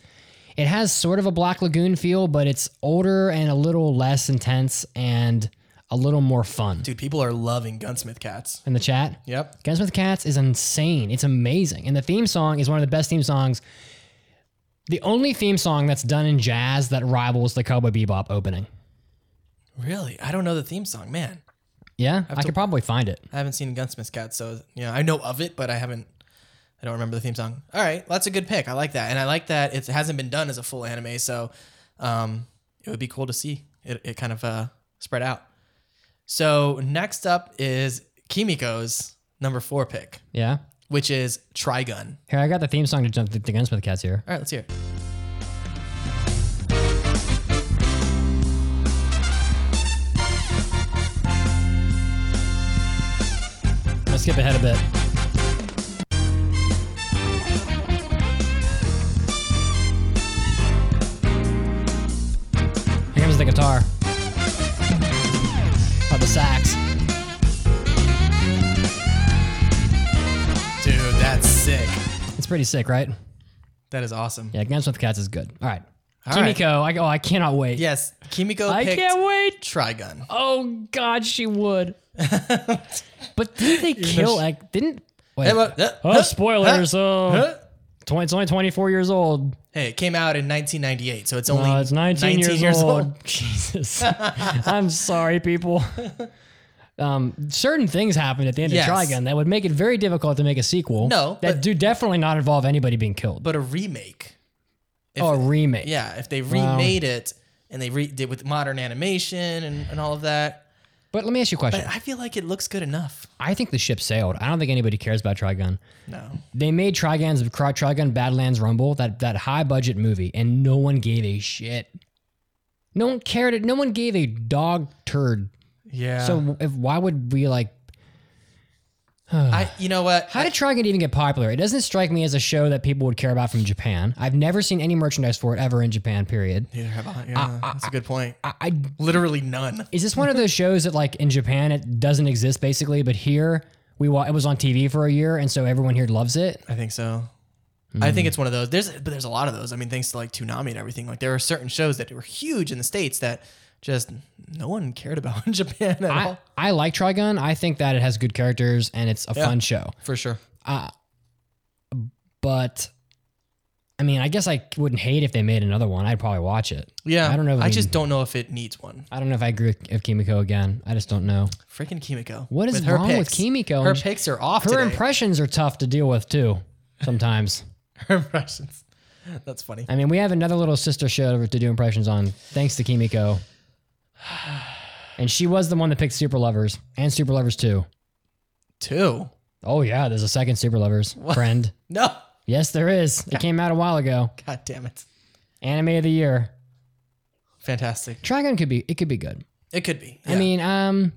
S1: it has sort of a Black Lagoon feel, but it's older and a little less intense and a little more fun.
S2: Dude, people are loving Gunsmith Cats.
S1: In the chat,
S2: Yep.
S1: Gunsmith Cats is insane. It's amazing. And the theme song is one of the best theme songs. The only theme song that's done in jazz that rivals the Cowboy Bebop opening.
S2: Really? I don't know the theme song, man.
S1: Yeah, I could probably find it.
S2: I haven't seen Gunsmith Cats, so you know I know of it, but I haven't. I don't remember the theme song. All right, well, that's a good pick. I like that, and I like that it hasn't been done as a full anime, so um, it would be cool to see it, it kind of uh, spread out. So next up is Kimiko's number four pick,
S1: Yeah.
S2: which is Trigun.
S1: Here, I got the theme song to jump the, the Gunsmith Cats here.
S2: All right, let's hear it.
S1: I'm gonna skip ahead a bit. Here comes the guitar. Or the sax.
S2: Dude, that's sick.
S1: It's pretty sick, right?
S2: That is awesome.
S1: Yeah, Gunsmith Cats is good. All right.
S2: All right.
S1: Kimiko, I, oh, I cannot wait.
S2: Yes, Kimiko
S1: I
S2: picked
S1: can't wait.
S2: Trigun.
S1: Oh, God, she would. but didn't they kill, like, didn't. Wait.
S2: Hey, what- uh,
S1: oh,
S2: huh?
S1: spoilers. oh,
S2: Huh?
S1: twen- it's only 24 years old.
S2: Hey, it came out in 1998, so it's only
S1: Uh, it's 19, years, old. Jesus. I'm sorry, people. Um, certain things happened at the end
S2: Yes.
S1: of Trigun that would make it very difficult to make a sequel.
S2: No,
S1: that
S2: but-
S1: do definitely not involve anybody being killed.
S2: But a remake. If
S1: or Oh, a remake.
S2: Yeah, if they remade it and they re- did with modern animation and, and all of that,
S1: But let me ask you a question.
S2: but I feel like it looks good enough.
S1: I think the ship sailed. I don't think anybody cares about Trigun.
S2: No,
S1: They made Trigun's Trigun Badlands Rumble that that high budget movie, and no one gave a shit. No one cared. No one gave a dog turd.
S2: yeah. So
S1: So if, why would we like
S2: I, you know what?
S1: How did Trigun even get popular? It doesn't strike me as a show that people would care about from Japan. I've never seen any merchandise for it ever in Japan, period.
S2: Neither have I. Yeah, that's a good point.
S1: I, I,
S2: Literally none.
S1: is this one of those shows that, like, in Japan, it doesn't exist basically, but here we wa- it was on TV for a year, and so everyone here loves it?
S2: I think so. I
S1: Hmm.
S2: think it's one of those. There's, but there's a lot of those. I mean, thanks to like Toonami and everything. Like there are certain shows that were huge in the states that just no one cared about in Japan at
S1: I,
S2: all.
S1: I like Trigun. I think that it has good characters and it's a fun show.
S2: For sure.
S1: But, I mean, I guess I wouldn't hate if they made another one. I'd probably watch it.
S2: Yeah.
S1: I don't know if
S2: I
S1: we-
S2: just don't know if it needs one.
S1: I don't know if I agree with if Kimiko again. I just don't know.
S2: Freaking Kimiko.
S1: What is wrong with Kimiko?
S2: Her
S1: And she-
S2: picks are off.
S1: Her
S2: today.
S1: impressions are tough to deal with, too, sometimes.
S2: Her impressions. That's funny.
S1: I mean, we have another little sister show to do impressions on, thanks to Kimiko. And she was the one that picked Super Lovers and Super Lovers 2.
S2: Two.
S1: Oh, yeah, there's a second Super Lovers friend.
S2: No.
S1: Yes, there is. It came out a while ago.
S2: God damn it.
S1: Anime of the year.
S2: Fantastic.
S1: Trigun could be, it could be good.
S2: It could be.
S1: I
S2: Yeah.
S1: mean, um,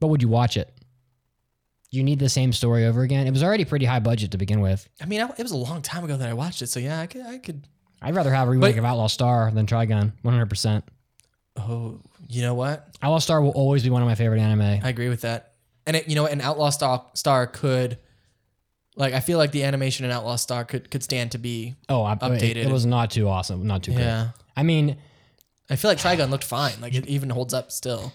S1: but would you watch it? You need the same story over again. It was already pretty high budget to begin with.
S2: I mean, I, it was a long time ago that I watched it, so yeah, I could, I could.
S1: I'd rather have a remake
S2: But-
S1: of Outlaw Star than Trigun, 100%.
S2: Oh, you know what?
S1: Outlaw Star will always be one of my favorite anime.
S2: I agree with that. And it, you know, what? an Outlaw Star, Star could, like, I feel like the animation in Outlaw Star could could stand to be.
S1: Oh, I,
S2: Updated.
S1: It, was not too awesome, not too good.
S2: Yeah.
S1: I mean,
S2: I feel like Trigun looked fine. Like it even holds up still.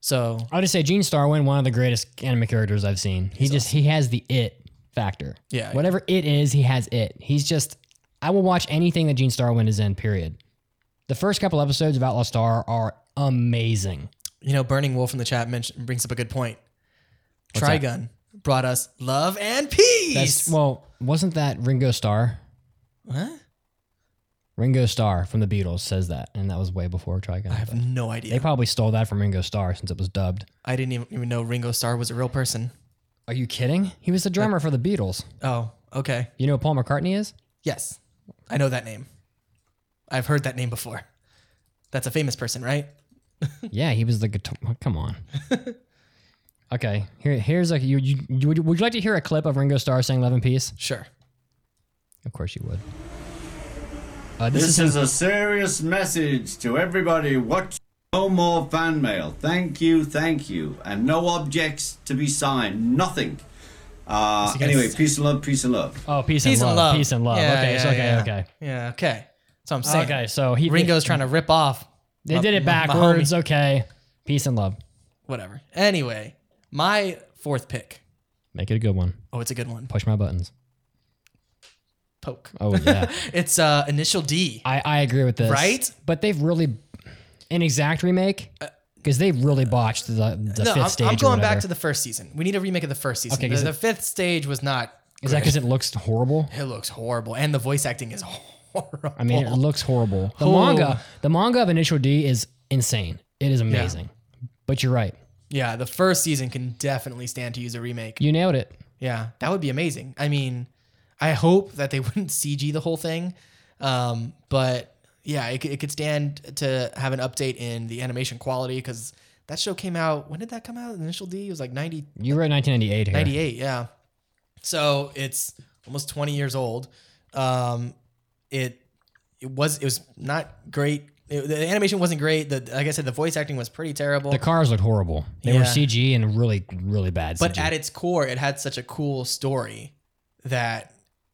S2: So
S1: I'll just say Gene Starwin, one of the greatest anime characters I've seen. He just he has the it factor.
S2: Yeah.
S1: Whatever it is, he has it. He's just I will watch anything that Gene Starwin is in, period. The first couple episodes of Outlaw Star are amazing.
S2: you know, Burning Wolf in the chat mentioned, brings up a good point. Trigun brought us love and peace.
S1: That's well, wasn't that Ringo Starr?
S2: Huh?
S1: Ringo Starr from the Beatles says that, and that was way before Trigun.
S2: I have no idea.
S1: They probably stole that from Ringo Starr since it was dubbed.
S2: I didn't even, even know Ringo Starr was a real person.
S1: Are you kidding? He was the drummer for the Beatles.
S2: Oh, okay.
S1: You know who Paul McCartney is?
S2: Yes, I know that name. I've heard that name before. That's a famous person, right?
S1: Yeah, he was the guitar. oh, Come on. okay, here, here's a. You, you, you- would, you, would you like to hear a clip of Ringo Starr saying "Love and Peace"?
S2: Sure.
S1: Of course you would. Uh, this, is,
S8: This
S1: him-
S8: is a serious message to everybody. Watch no more fan mail. Thank you, thank you. And no objects to be signed. Nothing. Uh,
S2: So you guys-
S8: anyway, peace and love, peace and love.
S1: oh peace, and, love, peace and love.
S2: Yeah,
S1: okay,
S2: yeah,
S1: so, okay,
S2: yeah.
S1: okay,
S2: Yeah, okay. So I'm saying.
S1: okay. So he
S2: Ringo's trying to rip off.
S1: They
S2: my-
S1: did it
S2: my- my
S1: backwards.
S2: homie.
S1: Okay, peace and love.
S2: Whatever. Anyway, my fourth pick.
S1: Make it a good one.
S2: Oh, it's a good one.
S1: Push my buttons.
S2: Poke.
S1: Oh Ah, yeah,
S2: It's uh, initial D.
S1: I, I agree with this.
S2: Right? Uh,
S1: But they've really an exact remake because they really botched the the
S2: no,
S1: 5th
S2: I'm,
S1: stage.
S2: I'm
S1: or
S2: going back
S1: whatever.
S2: to the first season. We need a remake of the first season.
S1: Okay,
S2: the,
S1: 'cause
S2: the
S1: it-
S2: fifth stage was not.
S1: Is that because it looks horrible?
S2: It looks horrible, and the voice acting is horrible.
S1: I mean, it looks horrible. The
S2: Oh.
S1: manga, the manga of Initial D is insane. It is amazing. But you're right.
S2: yeah, the first season can definitely stand to use a remake.
S1: You nailed it.
S2: Yeah, that would be amazing. I mean, I hope that they wouldn't CG the whole thing, um, but yeah, it, c- it could stand to have an update in the animation quality because that show came out. When did that come out? Initial D it was like 90,
S1: You wrote 1998 here.
S2: 98 yeah so it's almost 20 years old um it it was it was not great It- the animation wasn't great the like i said the voice acting was pretty terrible
S1: The cars looked horrible. They were
S2: Yeah.
S1: CG and really, really bad.
S2: but
S1: CG.
S2: at its core it had such a cool story that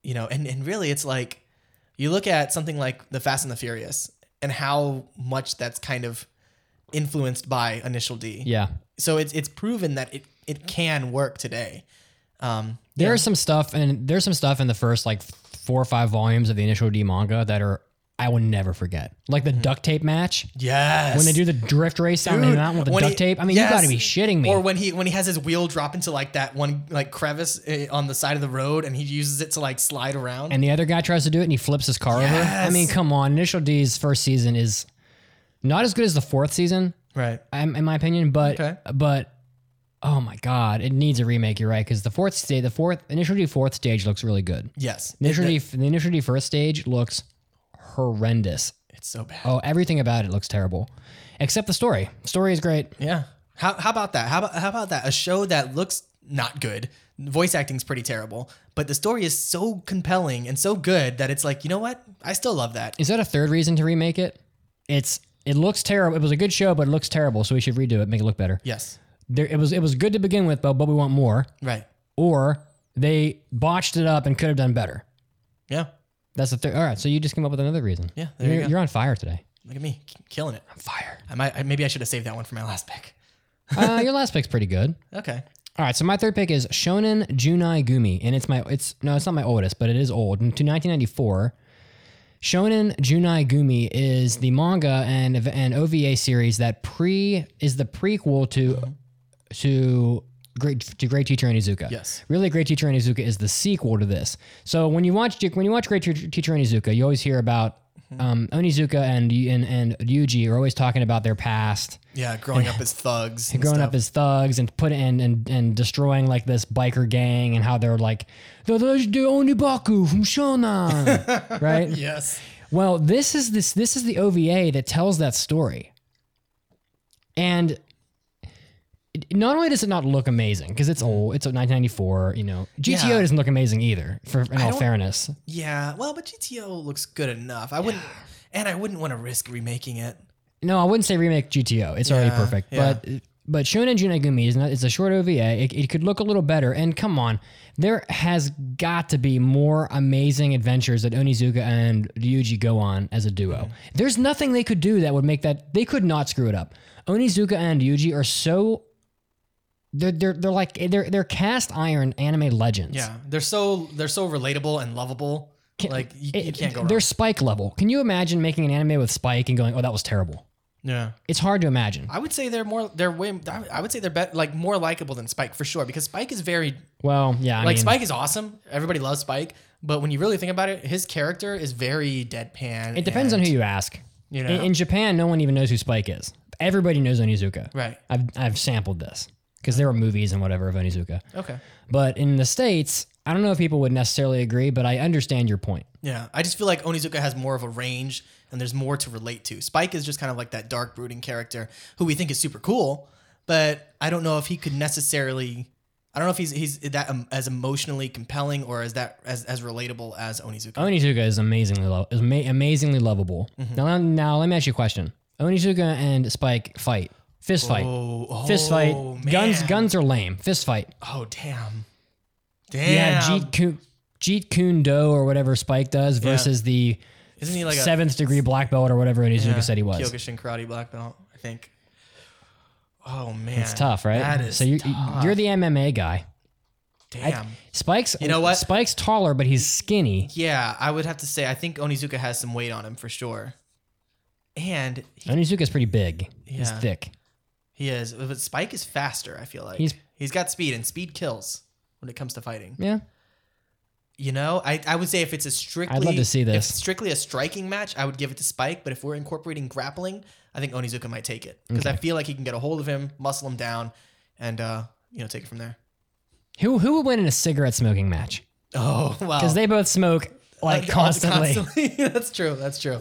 S2: you know and and really it's like you look at something like the fast and the furious and how much that's kind of influenced by initial d
S1: yeah.
S2: so it's it's proven that it it can work today um
S1: There
S2: yeah.
S1: is some stuff, and there's some stuff in the first like four or five volumes of the Initial D manga that are I will never forget. Like the duct tape match
S2: Mm-hmm. Yes.
S1: when they do the drift race down the
S2: Dude,
S1: mountain with the
S2: when
S1: duct
S2: he-
S1: tape. I mean,
S2: yes.
S1: you got to be shitting me.
S2: Or when he when he has his wheel drop into like that one like crevice eh, on the side of the road and he uses it to like slide around.
S1: and the other guy tries to do it and he flips his car over. I
S2: Yes.
S1: mean, come on. Initial D's first season is not as good as the fourth season,
S2: right.
S1: I'm- in my opinion, but
S2: Okay.
S1: but oh my god, it needs a remake. You're right because the fourth stage, the fourth Initial D fourth stage looks really good.
S2: Yes.
S1: Initial
S2: It-
S1: D, the Initial D first stage looks horrendous.
S2: it's so bad.
S1: Oh, everything about it looks terrible, except the story. Story is great.
S2: Yeah. How how about that? How about how about that? A show that looks not good. Voice acting's pretty terrible, but the story is so compelling and so good that it's like, you know what? I still love that.
S1: Is that a third reason to remake it? It's it looks terrible. It was a good show, but it looks terrible, so we should redo it, make it look better.
S2: Yes.
S1: There, it was it was good to begin with, but but we want more.
S2: Right.
S1: or they botched it up and could have done better.
S2: Yeah.
S1: That's the third. All right, so you just came up with another reason.
S2: Yeah, there you
S1: you're,
S2: go.
S1: you're on fire today.
S2: Look at me, k- killing it.
S1: Fire.
S2: I might I, maybe I should have saved that one for my last pick.
S1: uh, your last pick's pretty good.
S2: Okay.
S1: All right, so my third pick is Shonen Junai Gumi, and it's my it's no, it's not my oldest, but it is old. To 1994, Shonen Junai Gumi is the manga and an OVA series that pre is the prequel to to great to Great Teacher Onizuka.
S2: Yes.
S1: really, Great Teacher Onizuka is the sequel to this. So when you watch when you watch Great Teacher Teacher Onizuka, you always hear about um, Onizuka and and and Yuji are always talking about their past
S2: Yeah, growing up as thugs. and
S1: growing
S2: stuff.
S1: up as thugs and put in and and destroying like this biker gang and how they're like the the the Onibaku from Shonan, right?
S2: Yes.
S1: Well, this is this this is the OVA that tells that story, and it- not only does it not look amazing because it's old, it's 1994, you know, GTO
S2: Yeah.
S1: doesn't look amazing either. For in all
S2: don't-
S1: fairness,
S2: Yeah, well, but GTO looks good enough. I wouldn't, and I wouldn't want to risk remaking it.
S1: no, I wouldn't say remake GTO. It's already
S2: Yeah,
S1: perfect,
S2: yeah.
S1: but But Shonen Junagumi is not, it's a short OVA. It, it could look a little better. And come on, there has got to be more amazing adventures that Onizuka and Ryuji go on as a
S2: Mm-hmm.
S1: duo. There's nothing they could do that would make that. They could not screw it up. Onizuka and Ryuji are so. They're, they're, they're like they're they're cast iron anime legends.
S2: Yeah, they're so they're so relatable and lovable. like you, you
S1: It-
S2: can't go
S1: They're
S2: wrong.
S1: Spike level. Can you imagine making an anime with Spike and going, "Oh, that was terrible."
S2: Yeah,
S1: It's hard to imagine.
S2: I would say they're more they're way I would say they're bet like more likable than Spike for sure because Spike is very
S1: Well, yeah, I
S2: like
S1: mean,
S2: Spike is awesome. Everybody loves Spike, but when you really think about it, his character is very deadpan.
S1: It depends on who you ask.
S2: You
S1: In-
S2: know.
S1: in, Japan, no one even knows who Spike is. Everybody knows Onizuka.
S2: Right.
S1: I've I've sampled this because there were movies and whatever of Onizuka.
S2: Okay.
S1: But in the states, I don't know if people would necessarily agree, but I understand your point.
S2: Yeah, I just feel like Onizuka has more of a range and there's more to relate to. Spike is just kind of like that dark brooding character who we think is super cool, but I don't know if he could necessarily I don't know if he's he's that um, as emotionally compelling or as that as as relatable as Onizuka.
S1: Onizuka is amazingly lo- is ama- amazingly lovable.
S2: Mm-hmm.
S1: Now, now let me ask you a question. Onizuka and Spike fight. Fist fight.
S2: oh,
S1: Fist fight. Guns
S2: man.
S1: guns are lame. Fist fight.
S2: Oh damn. Damn.
S1: Yeah, Jeet Kune, Jeet Kune Do or whatever Spike does versus the
S2: Isn't he like a-
S1: seventh degree black belt or whatever Onizuka
S2: Yeah,
S1: said he was.
S2: Kyokushin karate black belt, I think. Oh man.
S1: It's tough, right?
S2: That is
S1: so you're,
S2: tough.
S1: you're the MMA guy.
S2: damn.
S1: Spike's
S2: You know what?
S1: Spike's taller, but he's skinny.
S2: yeah, I would have to say I think Onizuka has some weight on him for sure. And he,
S1: Onizuka's pretty big. He's
S2: Yeah.
S1: thick.
S2: he is, but Spike is faster. I feel like
S1: He's-
S2: he's got speed, and speed kills when it comes to fighting.
S1: Yeah.
S2: You know, I, I would say if it's a strictly
S1: I'd love to see
S2: if
S1: this.
S2: strictly a striking match, I would give it to Spike. But if we're incorporating grappling, I think Onizuka might take it because I feel like he can get a hold of him, muscle him down, and uh, you know take it from there.
S1: Who who would win in a cigarette smoking match?
S2: Oh wow!
S1: Because they both smoke like constantly.
S2: that's true. That's true.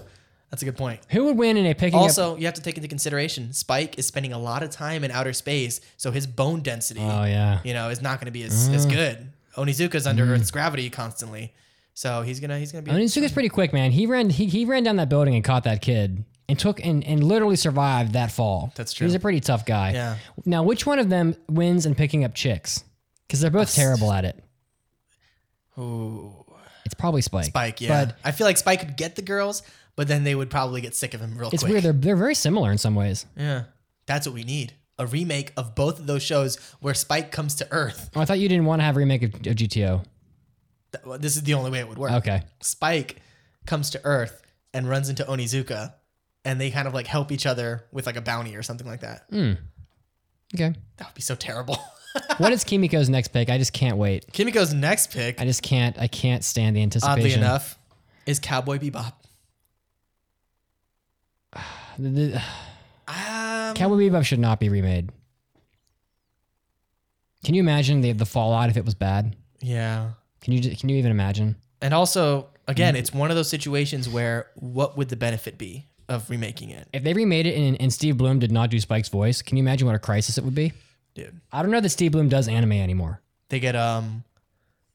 S2: That's a good point.
S1: Who would win in a picking up?
S2: Also, you have to take into consideration Spike is spending a lot of time in outer space, so his bone density,
S1: Oh yeah. Mm-hmm.
S2: you know, is not going to be as, as good. Onizuka's under Earth's gravity constantly, so he's gonna he's gonna be.
S1: Onizuka's pretty quick, man. He ran he, he ran down that building and caught that kid and took and, and literally survived that fall.
S2: That's true.
S1: He's a pretty tough guy.
S2: Yeah.
S1: Now, which one of them wins in picking up chicks? Because they're
S2: Uh,
S1: both terrible at it.
S2: Ooh.
S1: It's probably Spike.
S2: Spike, yeah.
S1: But
S2: I feel like Spike could get the girls, but then they would probably get sick of him real
S1: it's
S2: quick.
S1: weird. They're they're very similar in some ways.
S2: yeah, that's what we need. A remake of both of those shows where Spike comes to Earth.
S1: Oh, I thought you didn't want to have a remake of, of GTO.
S2: Th- well, This is the only way it would work.
S1: Okay.
S2: Spike comes to Earth and runs into Onizuka, and they kind of like help each other with like a bounty or something like that.
S1: Mm. Okay.
S2: That would be so terrible.
S1: what is Kimiko's next pick? I just can't wait.
S2: Kimiko's next pick,
S1: I just can't. I can't stand the anticipation.
S2: oddly enough, is Cowboy Bebop.
S1: The- the-
S2: Um,
S1: Cowboy Bebop should not be remade. Can you imagine the the fallout if it was bad?
S2: yeah.
S1: Can you ju- can you even imagine?
S2: And also, again,
S1: Mm.
S2: it's one of those situations where what would the benefit be of remaking it?
S1: If they remade it and, and Steve Bloom did not do Spike's voice, can you imagine what a crisis it would be?
S2: Dude.
S1: I don't know that Steve Bloom does anime anymore.
S2: They get um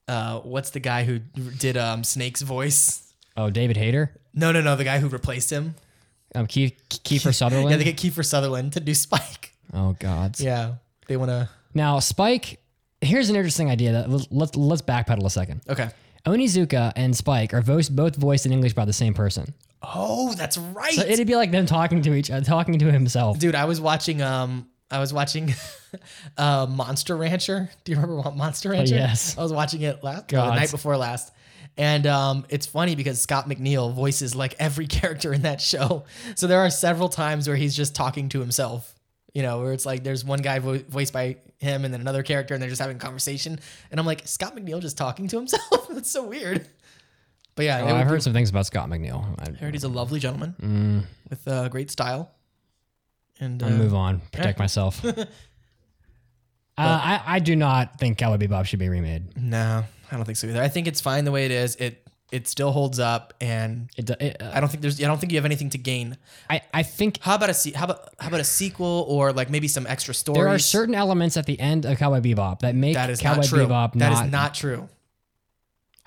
S2: uh what's the guy who did um Snake's voice?
S1: Oh, David Hayter,
S2: No, no, no, the guy who replaced him.
S1: um, Keith, Kiefer Sutherland.
S2: Yeah, they get Kiefer Sutherland to do Spike.
S1: oh God.
S2: Yeah. They want to
S1: Now Spike, here's an interesting idea. That let's let's, let's backpedal a second.
S2: Okay.
S1: Onizuka and Spike are both both voiced in English by the same person.
S2: Oh, that's right.
S1: So it'd be like them talking to each other, talking to himself.
S2: Dude, I was watching um I was watching uh Monster Rancher. Do you remember Mon- Monster Rancher?
S1: Oh, yes.
S2: I was watching it last no, the
S1: God.
S2: night before last. And um, it's funny because Scott McNeil voices like every character in that show. So there are several times where he's just talking to himself. You know, where it's like there's one guy vo- voiced by him and then another character and they're just having a conversation. And I'm like, Scott McNeil just talking to himself? That's so weird. But yeah,
S1: Oh,
S2: it would
S1: I've
S2: be-
S1: heard some things about Scott McNeil. I,
S2: I heard he's a lovely gentleman
S1: Mm.
S2: with uh, great style. And uh,
S1: I'll move on, protect myself. uh, I, I do not think Cowboy Bebop should be remade.
S2: No, I don't think so either. I think it's fine the way it is. It it still holds up, and
S1: It, do- it, uh,
S2: I don't think there's. I don't think you have anything to gain.
S1: I, I think
S2: How about a se- how about how about a sequel or like maybe some extra stories?
S1: there are certain elements at the end of Cowboy Bebop that make
S2: that is
S1: Cowboy
S2: not true.
S1: Bebop
S2: that
S1: not,
S2: is not true.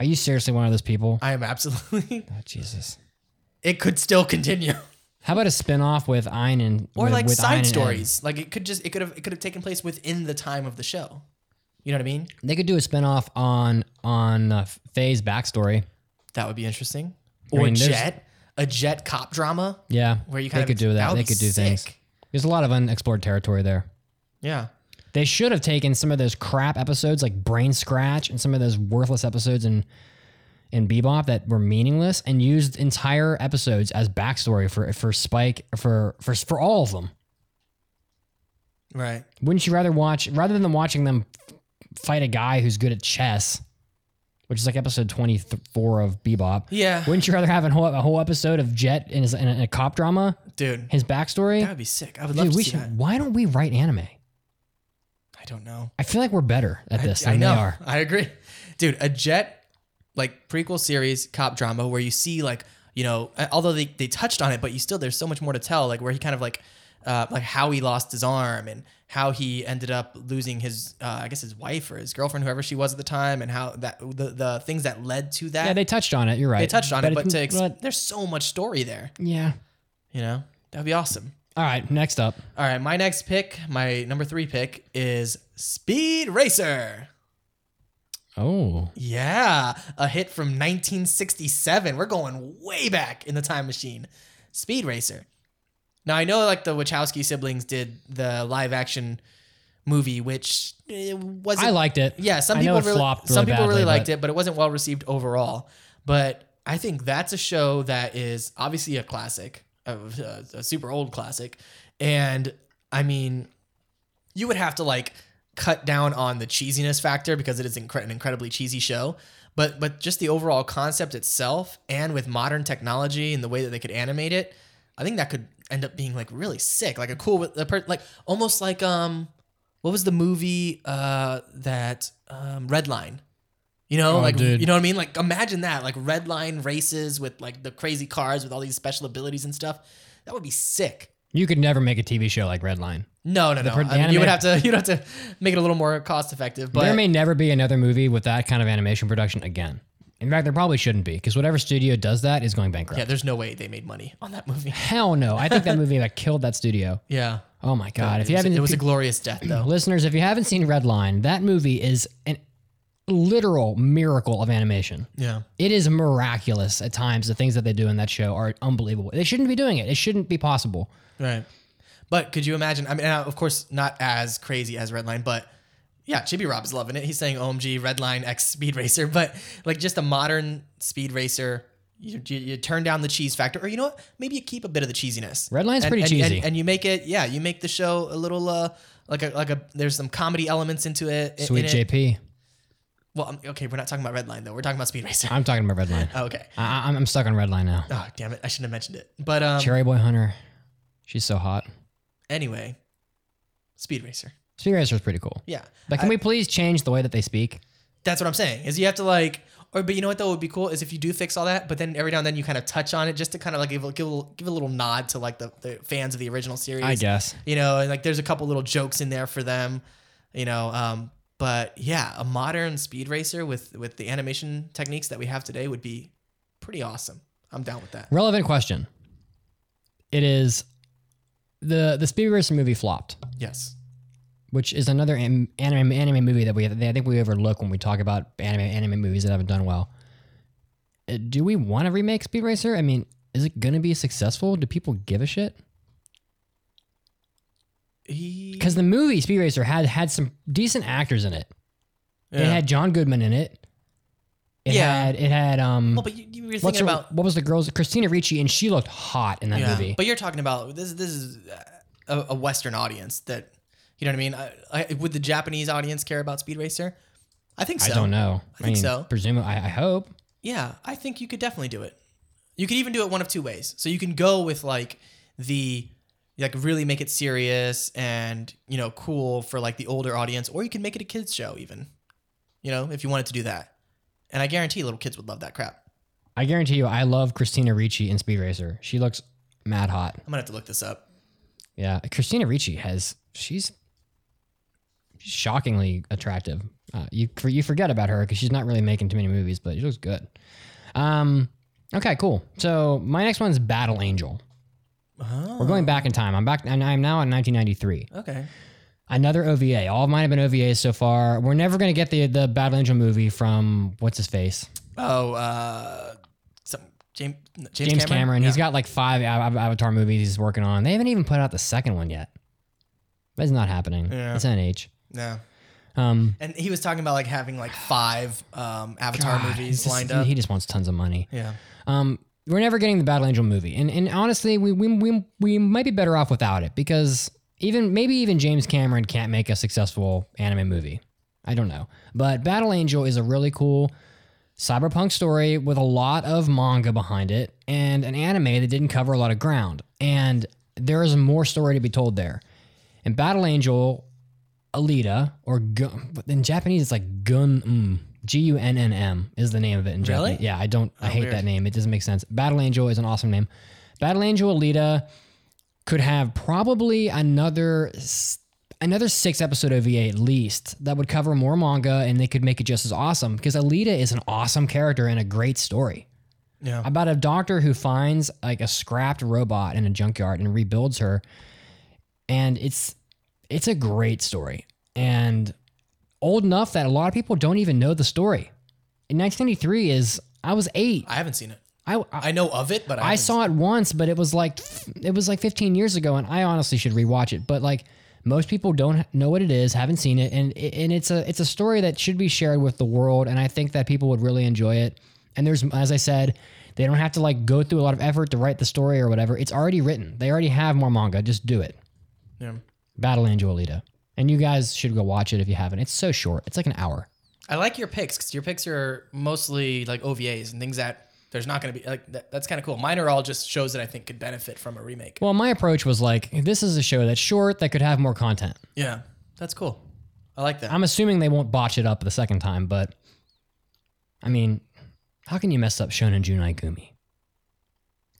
S1: Are you seriously one of those people?
S2: I am absolutely.
S1: oh, Jesus.
S2: It could still continue.
S1: How about a spin-off with Einen
S2: or
S1: with-
S2: like
S1: with Ein
S2: side
S1: and Ed?
S2: stories. Like it could just it could have it could have taken place within the time of the show. You know what I mean?
S1: They could do a spin-off on on uh, Faye's backstory.
S2: That would be interesting.
S1: I
S2: Or
S1: mean, there's-
S2: Jet, a Jet cop drama.
S1: Yeah,
S2: Where you
S1: they
S2: kind of-
S1: could do
S2: that
S1: that.
S2: would
S1: They
S2: be
S1: could do things.
S2: sick.
S1: There's a lot of unexplored territory there.
S2: Yeah.
S1: They should have taken some of those crap episodes like Brain Scratch and some of those worthless episodes in in Bebop that were meaningless and used entire episodes as backstory for for Spike for for for all of them.
S2: Right.
S1: Wouldn't you rather watch rather than watching them fight a guy who's good at chess, which is like episode twenty four of Bebop?
S2: Yeah.
S1: Wouldn't you rather have a whole, a whole episode of Jet in, his, in, a, in a cop drama,
S2: Dude.
S1: his backstory?
S2: That would be sick. I would love
S1: Dude,
S2: to
S1: we
S2: see
S1: should.
S2: that.
S1: Why don't we write anime?
S2: I don't know.
S1: I feel like we're better at this
S2: I
S1: than
S2: know.
S1: they are.
S2: I agree. Dude, a Jet like prequel series cop drama where you see like, you know, although they, they touched on it, but you still there's so much more to tell, like where he kind of like uh, like how he lost his arm and how he ended up losing his uh, I guess his wife or his girlfriend, whoever she was at the time, and how that the, the things that led to that.
S1: Yeah, they touched on it. You're right.
S2: They touched on it, but to ex-
S1: but-
S2: there's so much story there.
S1: yeah.
S2: You know, that'd be awesome.
S1: All right. Next up,
S2: All right, my next pick, my number three pick is Speed Racer.
S1: oh,
S2: Yeah, a hit from 1967. We're going way back in the time machine. Speed Racer. Now I know like the Wachowski siblings did the live action movie, which eh, wasn't
S1: I liked it.
S2: yeah, some
S1: I
S2: people
S1: know it
S2: really,
S1: flopped
S2: some people
S1: badly,
S2: really liked
S1: but
S2: it, but it wasn't well received overall. But I think that's a show that is obviously a classic, a, a, a super old classic, and I mean, you would have to like cut down on the cheesiness factor because it is incre- an incredibly cheesy show. But but just the overall concept itself, and with modern technology and the way that they could animate it, I think that could end up being like really sick, like a cool, a per- like almost like um what was the movie uh that um Redline? You know,
S1: Oh,
S2: like
S1: dude.
S2: you know what I mean? Like imagine that, like Redline races with like the crazy cars with all these special abilities and stuff. That would be sick.
S1: You could never make a TV show like Redline.
S2: No, no, no.
S1: per-
S2: I
S1: the
S2: mean, you would have
S1: anime-
S2: to you would have to make it a little more cost effective, but
S1: there may never be another movie with that kind of animation production again. In fact, there probably shouldn't be because whatever studio does that is going bankrupt.
S2: yeah, there's no way they made money on that movie.
S1: Hell no! I think that movie like killed that studio.
S2: Yeah.
S1: Oh my god! If
S2: it
S1: you
S2: was,
S1: haven't,
S2: it was a glorious death though.
S1: listeners, if you haven't seen Redline, that movie is an literal miracle of animation.
S2: yeah.
S1: It is miraculous at times. The things that they do in that show are unbelievable. They shouldn't be doing it. It shouldn't be possible.
S2: Right. But could you imagine? I mean, uh, of course, not as crazy as Redline, but yeah, Chibi Rob's loving it. He's saying OMG Redline X Speed Racer, but like just a modern Speed Racer. You, you, you turn down the cheese factor, or you know what? Maybe you keep a bit of the cheesiness.
S1: Redline's
S2: and,
S1: pretty
S2: and-
S1: cheesy.
S2: and, and you make it. Yeah, you make the show a little uh like a like a. There's some comedy elements into it. in
S1: Sweet
S2: it.
S1: JP,
S2: Well, um, okay, we're not talking about Redline though. We're talking about Speed Racer. Oh,
S1: I'm talking about Redline.
S2: okay.
S1: I, I- I'm, I'm stuck on Redline now.
S2: Oh damn it! I shouldn't have mentioned it. But um,
S1: Cherry Boy Hunter, she's so hot.
S2: anyway, Speed Racer.
S1: Speed Racer is pretty cool.
S2: Yeah.
S1: But can
S2: I-
S1: we please change the way that they speak?
S2: That's what I'm saying. Is you have to like, or but you know what though would be cool is if you do fix all that, but then every now and then you kind of touch on it just to kind of like give a, give a, little- give a little nod to like the, the fans of the original series.
S1: I guess.
S2: You know, and like there's a couple little jokes in there for them. You know, um, but yeah, a modern speed racer with with the animation techniques that we have today would be pretty awesome. I'm down with that.
S1: Relevant question. It is the the Speed Racer movie flopped.
S2: Yes.
S1: which is another an- anime anime movie that we that I think we overlook when we talk about anime anime movies that haven't done well. Uh, Do we want to remake Speed Racer? I mean, is it gonna be successful? Do people give a shit?
S2: He,
S1: Because the movie Speed Racer had had some decent actors in it. It had John Goodman in it. It
S2: Yeah.
S1: had it had um.
S2: well, but you, you were thinking
S1: what's her,
S2: about
S1: what was the girl's Christina Ricci and she looked hot in that movie.
S2: But you're talking about this. This is a, a Western audience that you know what I mean. I, I, would the Japanese audience care about Speed Racer? I think so.
S1: I don't know.
S2: I think so.
S1: Presume I, I hope.
S2: Yeah, I think you could definitely do it. You could even do it one of two ways. So you can go with like the like really make it serious and you know cool for like the older audience, or you can make it a kids show even. You know, if you wanted to do that, and I guarantee little kids would love that crap.
S1: I guarantee you, I love Christina Ricci in Speed Racer. She looks mad hot.
S2: I'm gonna have to look this up.
S1: Yeah, Christina Ricci has she's shockingly attractive. Uh, you for, you forget about her because she's not really making too many movies, but she looks good. Um, okay, cool. So my next one's Battle Angel. We're going back in time. I'm back. and I'm now in 1993.
S2: Okay.
S1: Another OVA. All of mine have been OVAs so far. We're never going to get the the Battle Angel movie from what's his face
S2: Oh, uh, some James James,
S1: James, Cameron. He's got like five Av- Av- Avatar movies he's working on. They haven't even put out the second one yet. That's not happening.
S2: Yeah.
S1: It's NH.
S2: no.
S1: Um,
S2: And he was talking about like having like five um, Avatar
S1: God, he's
S2: movies
S1: just-
S2: lined up.
S1: He just wants tons of money.
S2: yeah.
S1: Um, we're never getting the Battle Angel movie, and and honestly, we we we, we might be better off without it because even maybe even James Cameron can't make a successful anime movie. I don't know, but Battle Angel is a really cool cyberpunk story with a lot of manga behind it and an anime that didn't cover a lot of ground, and there is more story to be told there. And Battle Angel Alita, or Gun, in Japanese, it's like Gun mm, G U N N M is the name of it in
S2: Really? Oh,
S1: Japanese. Yeah, I don't, I hate
S2: weird.
S1: that name. It doesn't make sense. Battle Angel is an awesome name. Battle Angel Alita could have probably another s- another six episode OVA at least that would cover more manga and they could make it just as awesome because Alita is an awesome character and a great story
S2: Yeah.
S1: about a doctor who finds like a scrapped robot in a junkyard and rebuilds her and it's it's a great story and old enough that a lot of people don't even know the story in 1993 is i was eight
S2: I haven't seen it.
S1: i i,
S2: I know of it, but I,
S1: I
S2: haven't
S1: saw it once but it was like it was like 15 years ago and i honestly should rewatch it but like most people don't know what it is haven't seen it and and it's a it's a story that should be shared with the world and i think that people would really enjoy it and there's as i said they don't have to like go through a lot of effort to write the story or whatever it's already written they already have more manga just do it
S2: Yeah.
S1: Battle Angel Alita. And you guys should go watch it if you haven't. It's so short. It's like an hour.
S2: I like your picks because your picks are mostly like OVAs and things that there's not going to be like that, that's kind of cool. Mine are all just shows that I think could benefit from a remake.
S1: Well, my approach was like, this is a show that's short that could have more content.
S2: yeah, that's cool. I like that.
S1: I'm assuming they won't botch it up the second time, but I mean, how can you mess up Shonen Junai Gumi?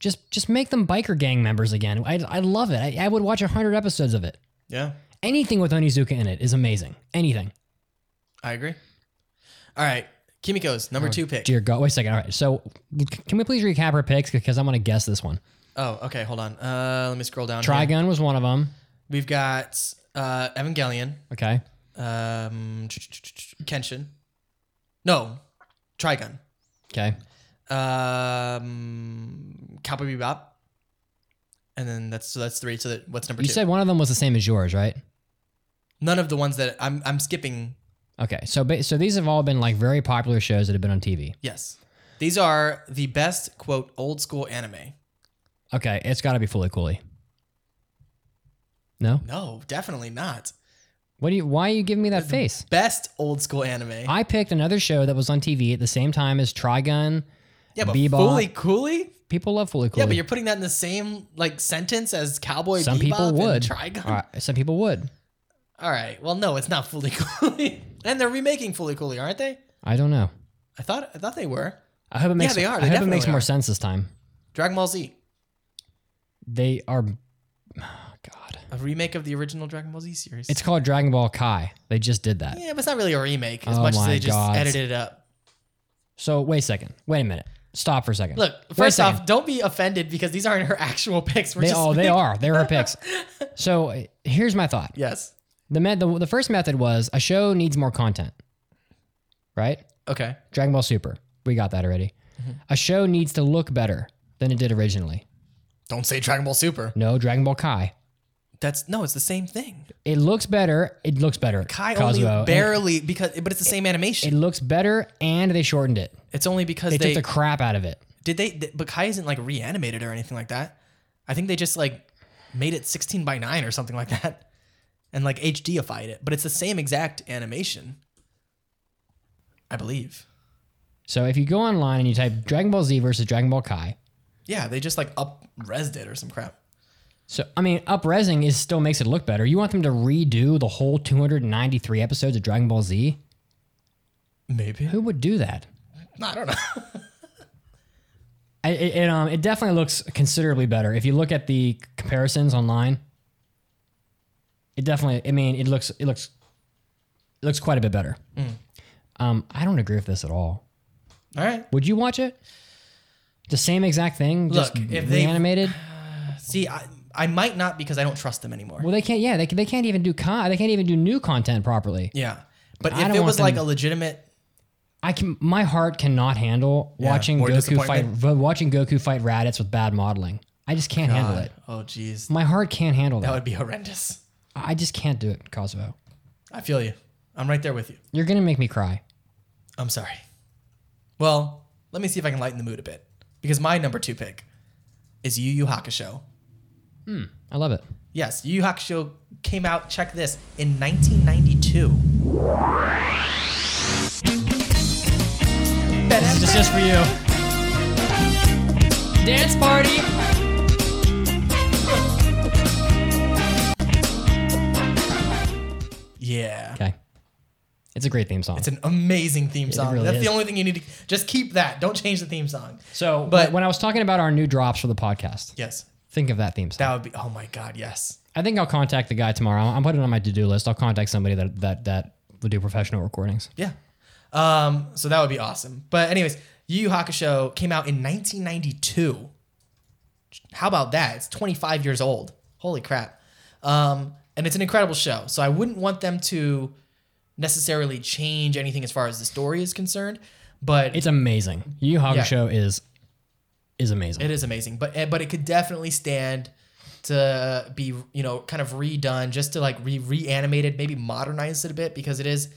S1: Just just make them biker gang members again. I, I love it. I, I would watch 100 episodes of it.
S2: yeah,
S1: Anything with Onizuka in it is amazing. Anything.
S2: I agree. All right, Kimiko's number two pick.
S1: Oh, Dear God. Wait a second. All right. So can we please recap our picks? Because I'm going to guess this one.
S2: Oh, okay, hold on. Uh, let me scroll down. here.
S1: Trigun was one of them.
S2: We've got uh, Evangelion,
S1: Okay.
S2: um, Kenshin. No, Trigun.
S1: Okay.
S2: Um, Cowboy Bebop. And then that's so that's three. So that what's number
S1: You
S2: two?
S1: said one of them was the same as yours, right?
S2: None of the ones that I'm I'm skipping.
S1: Okay, so ba- so these have all been like very popular shows that have been on TV.
S2: Yes, these are the best quote old school anime.
S1: Okay, it's got to be Fully Cooley. No,
S2: No, definitely not.
S1: what do you? Why are you giving me that face?
S2: Best old school anime.
S1: I picked another show that was on TV at the same time as Trigun.
S2: yeah, but
S1: Bebop.
S2: Fully Cooley.
S1: People love Fully Cooley.
S2: Yeah, but you're putting that in the same like sentence as Cowboy
S1: some
S2: Bebop
S1: people would.
S2: and Trigun.
S1: All right, some people would.
S2: All right. Well, no, it's not Fully Cooley. and they're remaking Fully Cooley, aren't they?
S1: I don't know.
S2: I thought I thought they were
S1: I hope it makes.
S2: they are. They
S1: I hope it makes
S2: definitely
S1: more
S2: are.
S1: sense this time.
S2: Dragon Ball Z,
S1: They are. oh, God,
S2: a remake of the original Dragon Ball Z series.
S1: it's called Dragon Ball Kai. They just did that.
S2: Yeah, but it's not really a remake as
S1: Oh
S2: much as
S1: my
S2: they just
S1: God.
S2: edited it up.
S1: So wait a second. Wait a minute. Stop for a second.
S2: Look,
S1: Wait a
S2: first
S1: second.
S2: off, don't be offended because these aren't her actual picks. We're
S1: They,
S2: just
S1: oh, they are. They're her picks. So uh, here's my thought.
S2: Yes.
S1: The, med, the the first method was a show needs more content, right?
S2: Okay.
S1: Dragon Ball Super, we got that already.
S2: Mm-hmm.
S1: A show needs to look better than it did originally.
S2: Don't say Dragon Ball Super.
S1: No, Dragon Ball Kai.
S2: That's no, it's the same thing.
S1: It looks better. It looks better.
S2: Kai
S1: Kazuo.
S2: only
S1: It-
S2: barely because, but it's the same
S1: It,
S2: animation.
S1: looks better, and they shortened it.
S2: it's only because
S1: They,
S2: they,
S1: took the crap out of it.
S2: did they, th- but Kai isn't like reanimated or anything like that. I think they just like made it sixteen by nine or something like that, and like HDified it. But it's the same exact animation, I believe.
S1: So if you go online and you type Dragon Ball Z versus Dragon Ball Kai,
S2: Yeah, they just like up resed it or some crap.
S1: so I mean, upresing is still makes it look better. You want them to redo the whole 293 episodes of Dragon Ball Z?
S2: Maybe.
S1: Who would do that?
S2: I don't know.
S1: I- It, it, um, it definitely looks considerably better. If you look at the comparisons online, it definitely. I mean, it looks it looks it looks quite a bit better.
S2: Mm.
S1: Um, I don't agree with this at all.
S2: All right.
S1: Would you watch it? The same exact thing, just
S2: Look, if they-
S1: reanimated.
S2: See, I, I might not because I don't trust them anymore.
S1: Well, they can't. Yeah, they, can- they can't even do con. They can't even do new content properly.
S2: yeah. But
S1: I
S2: if
S1: don't
S2: it
S1: want
S2: was like
S1: them-
S2: a legitimate
S1: I can. My heart cannot handle watching
S2: more
S1: Goku fight.
S2: disappointment.
S1: vo- Watching Goku fight Raditz with bad modeling. I just can't handle it.
S2: Oh, jeez.
S1: My heart can't handle
S2: That
S1: that.
S2: would be horrendous.
S1: I just can't do it, Cosmo.
S2: I feel you. I'm right there with you.
S1: You're gonna make me cry.
S2: I'm sorry. Well, let me see if I can lighten the mood a bit because my number two pick is Yu Yu Hakusho.
S1: I love it.
S2: Yes, Yu Yu Hakusho came out. Check this in 1992.
S1: This is just for you. Dance party.
S2: Yeah.
S1: Okay, it's a great theme song.
S2: It's an amazing theme song.
S1: really
S2: That's
S1: is.
S2: the only thing you need to just keep that. Don't change the theme song.
S1: so,
S2: but-
S1: but when I was talking about our new drops for the podcast,
S2: Yes.
S1: think of that theme song.
S2: That would be oh my god, yes.
S1: I think I'll contact the guy tomorrow. I'm putting it on my to do list. I'll contact somebody that that that will do professional recordings.
S2: Yeah. Um, so that would be awesome. But anyways, Yu Yu Hakusho came out in 1992. How about that? It's 25 years old. Holy crap. Um, and it's an incredible show. So I wouldn't want them to necessarily change anything as far as the story is concerned, but
S1: It's amazing. Yu Yu Hakusho is is amazing.
S2: It is amazing, but eh, but it could definitely stand to be you know kind of redone, just to like re reanimated, maybe modernized it a bit because it is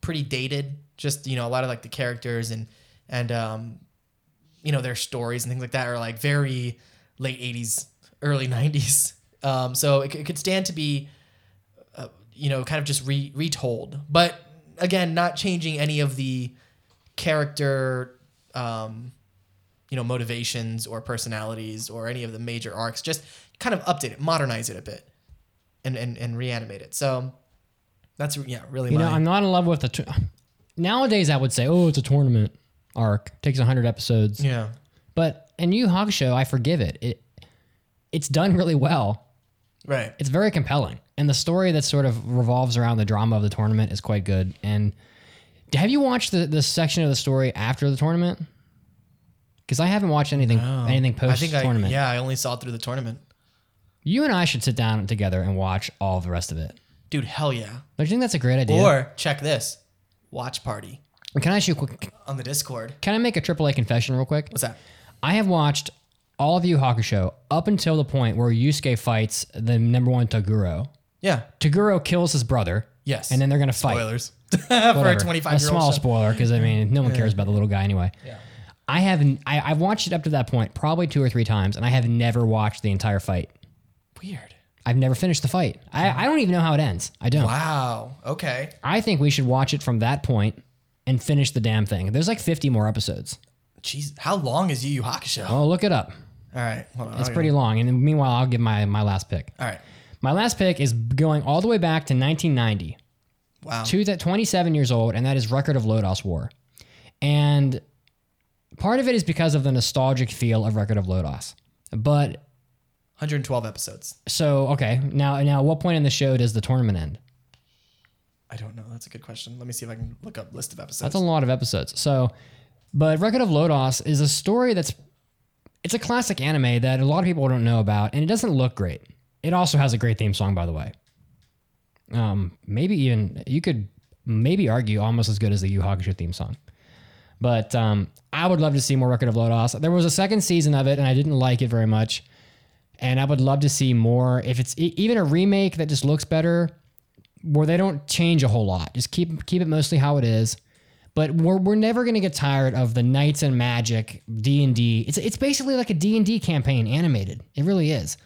S2: pretty dated. Just you know a lot of like the characters and and um you know their stories and things like that are like very late '80s, early '90s. Um, so it, c- it could stand to be uh, you know kind of just re retold, but again not changing any of the character. Um, you know motivations or personalities or any of the major arcs just kind of update it modernize it a bit and and, and reanimate it so that's yeah really
S1: you know,
S2: my-
S1: I'm not in love with the. T- Nowadays, I would say, oh, it's a tournament arc. Takes 100 episodes.
S2: yeah
S1: But in Yu Yu Hakusho, I forgive it. It it's done really well.
S2: right
S1: It's very compelling, and the story that sort of revolves around the drama of the tournament is quite good. And have you watched the, the section of the story after the tournament? Because I haven't watched anything anything
S2: Oh. i
S1: post
S2: think i
S1: tournament.
S2: yeah i only saw it through the tournament
S1: You and I should sit down together and watch all of the rest of it.
S2: dude hell yeah
S1: Don't you think that's a great idea?
S2: or check this watch party
S1: can I ask you a quick?
S2: on the discord
S1: Can I make a AAA confession real quick?
S2: what's that
S1: I have watched all of Yu Yu Hakusho up until the point where Yusuke fights the number one Taguro.
S2: yeah
S1: Taguro kills his brother.
S2: Yes.
S1: And then they're gonna fight.
S2: spoilers for a
S1: Whatever.
S2: 25
S1: A
S2: year
S1: small
S2: old
S1: spoiler because I mean no one cares about the little guy anyway. Yeah. I haven't. I, I've watched it up to that point probably two or three times, and I have never watched the entire fight.
S2: weird
S1: I've never finished the fight. I, I don't even know how it ends. I don't.
S2: wow okay
S1: I think we should watch it from that point and finish the damn thing. There's like 50 more episodes.
S2: jeez how long is yu yu hakusho all
S1: Oh, look it up.
S2: right hold on,
S1: It's
S2: I'll
S1: pretty
S2: go-
S1: long. And then meanwhile, I'll give my, my last pick.
S2: all right
S1: My last pick is going all the way back to 1990
S2: wow
S1: to that 27 years old, and that is Record of Lodos War. And part of it is because of the nostalgic feel of Record of Lodos. But
S2: 112 episodes
S1: so okay, now now at what point in the show does the tournament end?
S2: i don't know that's a good question let me see if i can look up list of episodes
S1: That's a lot of episodes. So, but Record of Lodos is a story that's it's a classic anime that a lot of people don't know about, and it doesn't look great. It also has a great theme song, by the way. Um, maybe even you could maybe argue almost as good as the Yu Hakusho theme song. But um, I would love to see more Record of Lodos. There was a second season of it, and I didn't like it very much. And I would love to see more. If it's e- even a remake that just looks better, where they don't change a whole lot, just keep keep it mostly how it is but we're, we're never going to get tired of the knights and magic d&d it's, it's basically like a d&d campaign animated it really is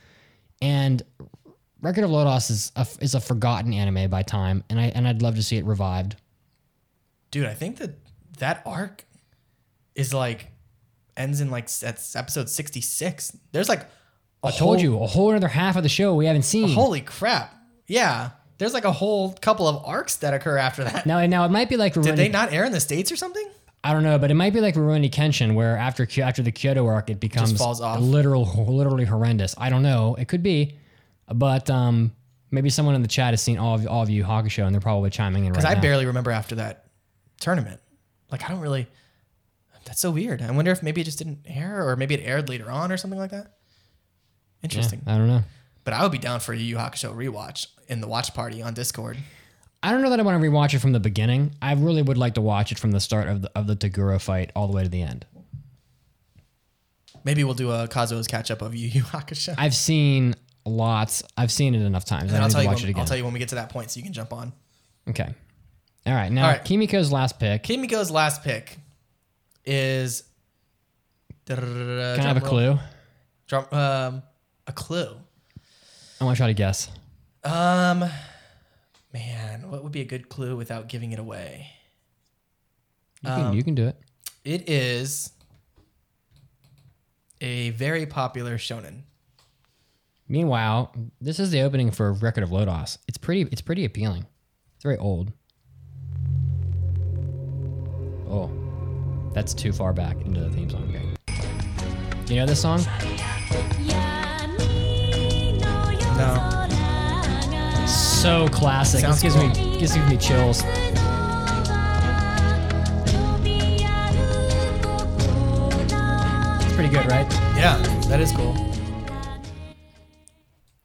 S1: and record of lodos is a, is a forgotten anime by time and, I, and i'd love to see it revived
S2: dude i think that that arc is like ends in like that's episode 66 there's like a
S1: i told you a whole other half of the show we haven't seen
S2: holy crap yeah there's like a whole couple of arcs that occur after that
S1: now, now it might be like
S2: did they
S1: Rurouni,
S2: not air in the states or something
S1: I don't know, but it might be like Rurouni Kenshin, where after Ky- after the Kyoto arc, it becomes
S2: falls off.
S1: literal, literally horrendous. I don't know. It could be, but um, maybe someone in the chat has seen all of all of you Hakusho, and they're probably chiming in right
S2: because i
S1: now.
S2: barely remember after that tournament like i don't really that's so weird i wonder if maybe it just didn't air or maybe it aired later on or something like that Interesting.
S1: I don't know.
S2: But I would be down for a Yu Yu Hakusho rewatch in the watch party on Discord.
S1: I don't know that I want to rewatch it from the beginning. I really would like to watch it from the start of the of the Taguro fight all the way to the end.
S2: Maybe we'll do a Kazuo's catch up of Yu Yu Hakusho.
S1: I've seen lots. I've seen it enough times. I
S2: and I'll
S1: need to
S2: tell you.
S1: watch
S2: When,
S1: it again.
S2: I'll tell you when we get to that point, so you can jump on.
S1: Okay. All right. Now
S2: All right.
S1: Kimiko's last pick. Can
S2: Kimiko's last pick is. Can
S1: I have a clue?
S2: Drum, um, a clue.
S1: I want to try to guess.
S2: Um, man, what would be a good clue without giving it away?
S1: You can,
S2: Um,
S1: you can do it.
S2: It is a very popular shonen.
S1: Meanwhile, this is the opening for Record of Lodos. It's pretty. It's pretty appealing. It's very old. Oh, that's too far back into the theme song. Okay. You know this song?
S2: No,
S1: So classic.
S2: Sounds
S1: this gives me this gives me chills. It's pretty good, right?
S2: yeah, that is cool.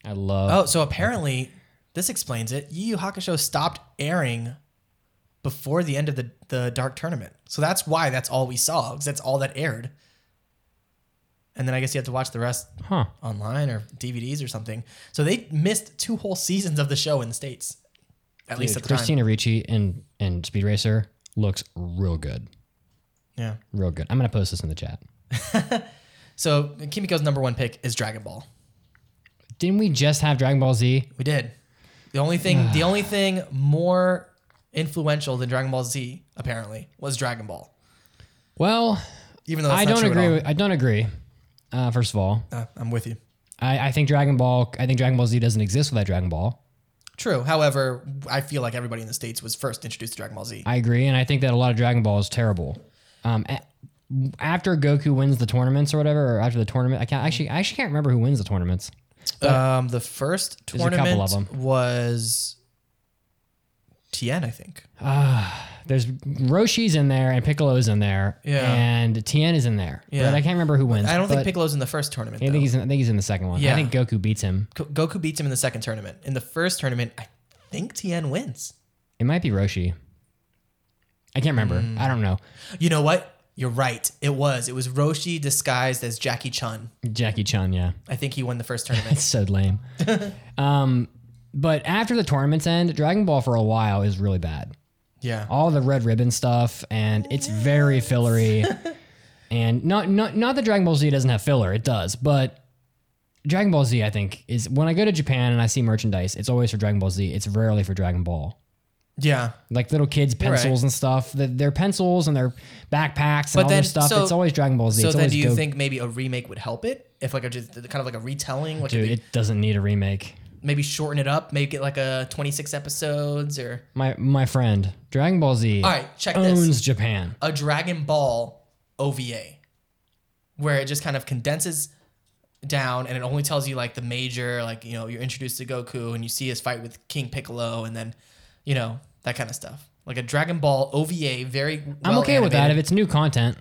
S1: I love.
S2: Oh, so apparently this explains it. Yu Yu Hakusho stopped airing before the end of the the dark tournament, so that's why that's all we saw. 'cause that's all that aired. And then I guess you have to watch the rest
S1: Huh.
S2: online or DVDs or something. So they missed two whole seasons of the show in the states, at least
S1: Dude,
S2: at the
S1: Christina Ricci in in Speed Racer looks real good.
S2: time. Yeah.
S1: Real good. I'm gonna post this in the chat.
S2: So Kimiko's number one pick is Dragon Ball.
S1: Didn't we just have Dragon Ball Z?
S2: We did. The only thing, the only thing more influential than Dragon Ball Z apparently was Dragon Ball.
S1: Well,
S2: Even though that's
S1: I
S2: not
S1: don't
S2: true at
S1: agree.
S2: all.
S1: With, I don't agree. Uh, first of all,
S2: Uh, I'm with you.
S1: I, I think Dragon Ball. I think Dragon Ball Z doesn't exist without Dragon Ball.
S2: True. However, I feel like everybody in the states was first introduced to Dragon Ball Z.
S1: I agree, and I think that a lot of Dragon Ball is terrible. Um, a- after Goku wins the tournaments or whatever, or after the tournament, I can't actually. I actually can't remember who wins the tournaments.
S2: um, the first
S1: There's a couple
S2: tournament
S1: of 'em.
S2: was Tien, I think.
S1: There's Roshi's in there and Piccolo's in there,
S2: Yeah.
S1: and Tien is in there.
S2: Yeah.
S1: but I can't remember who wins.
S2: I don't
S1: but
S2: think Piccolo's in the first tournament.
S1: I
S2: though.
S1: think he's. In, I think he's in the second one.
S2: Yeah.
S1: I think Goku beats him.
S2: Go- Goku beats him in the second tournament. In the first tournament, I think Tien wins.
S1: It might be Roshi. I can't remember.
S2: Hmm.
S1: I don't know.
S2: You know what? You're right. It was. It was Roshi disguised as Jackie Chun.
S1: Jackie Chan, yeah.
S2: I think he won the first
S1: It's
S2: tournament.
S1: so lame. um, but after the tournaments end, Dragon Ball for a while is really bad.
S2: yeah.
S1: All the red ribbon stuff, and it's very fillery. and not not not that Dragon Ball Z doesn't have filler, it does, but Dragon Ball Z, I think, is when I go to Japan and I see merchandise, it's always for Dragon Ball Z. It's rarely for Dragon Ball.
S2: Yeah.
S1: Like little kids' pencils
S2: right.
S1: and stuff, the, their pencils and their backpacks and all
S2: then-
S1: their stuff.
S2: so-
S1: it's always Dragon Ball Z.
S2: So
S1: it's
S2: then,
S1: always
S2: do you
S1: Go-
S2: think maybe a remake would help it? If like a just kind of like a retelling, like
S1: dude,
S2: maybe,
S1: it doesn't need a remake.
S2: maybe shorten it up, make it like a 26 episodes or
S1: My my friend, Dragon Ball Z
S2: All right, check this.
S1: owns Japan.
S2: a Dragon Ball OVA, where it just kind of condenses down and it only tells you like the major, like you know, you're introduced to Goku and you see his fight with King Piccolo and then, you know, that kind of stuff. Like a Dragon Ball OVA, very.
S1: I'm
S2: well
S1: okay with that if
S2: animated.
S1: it's new content.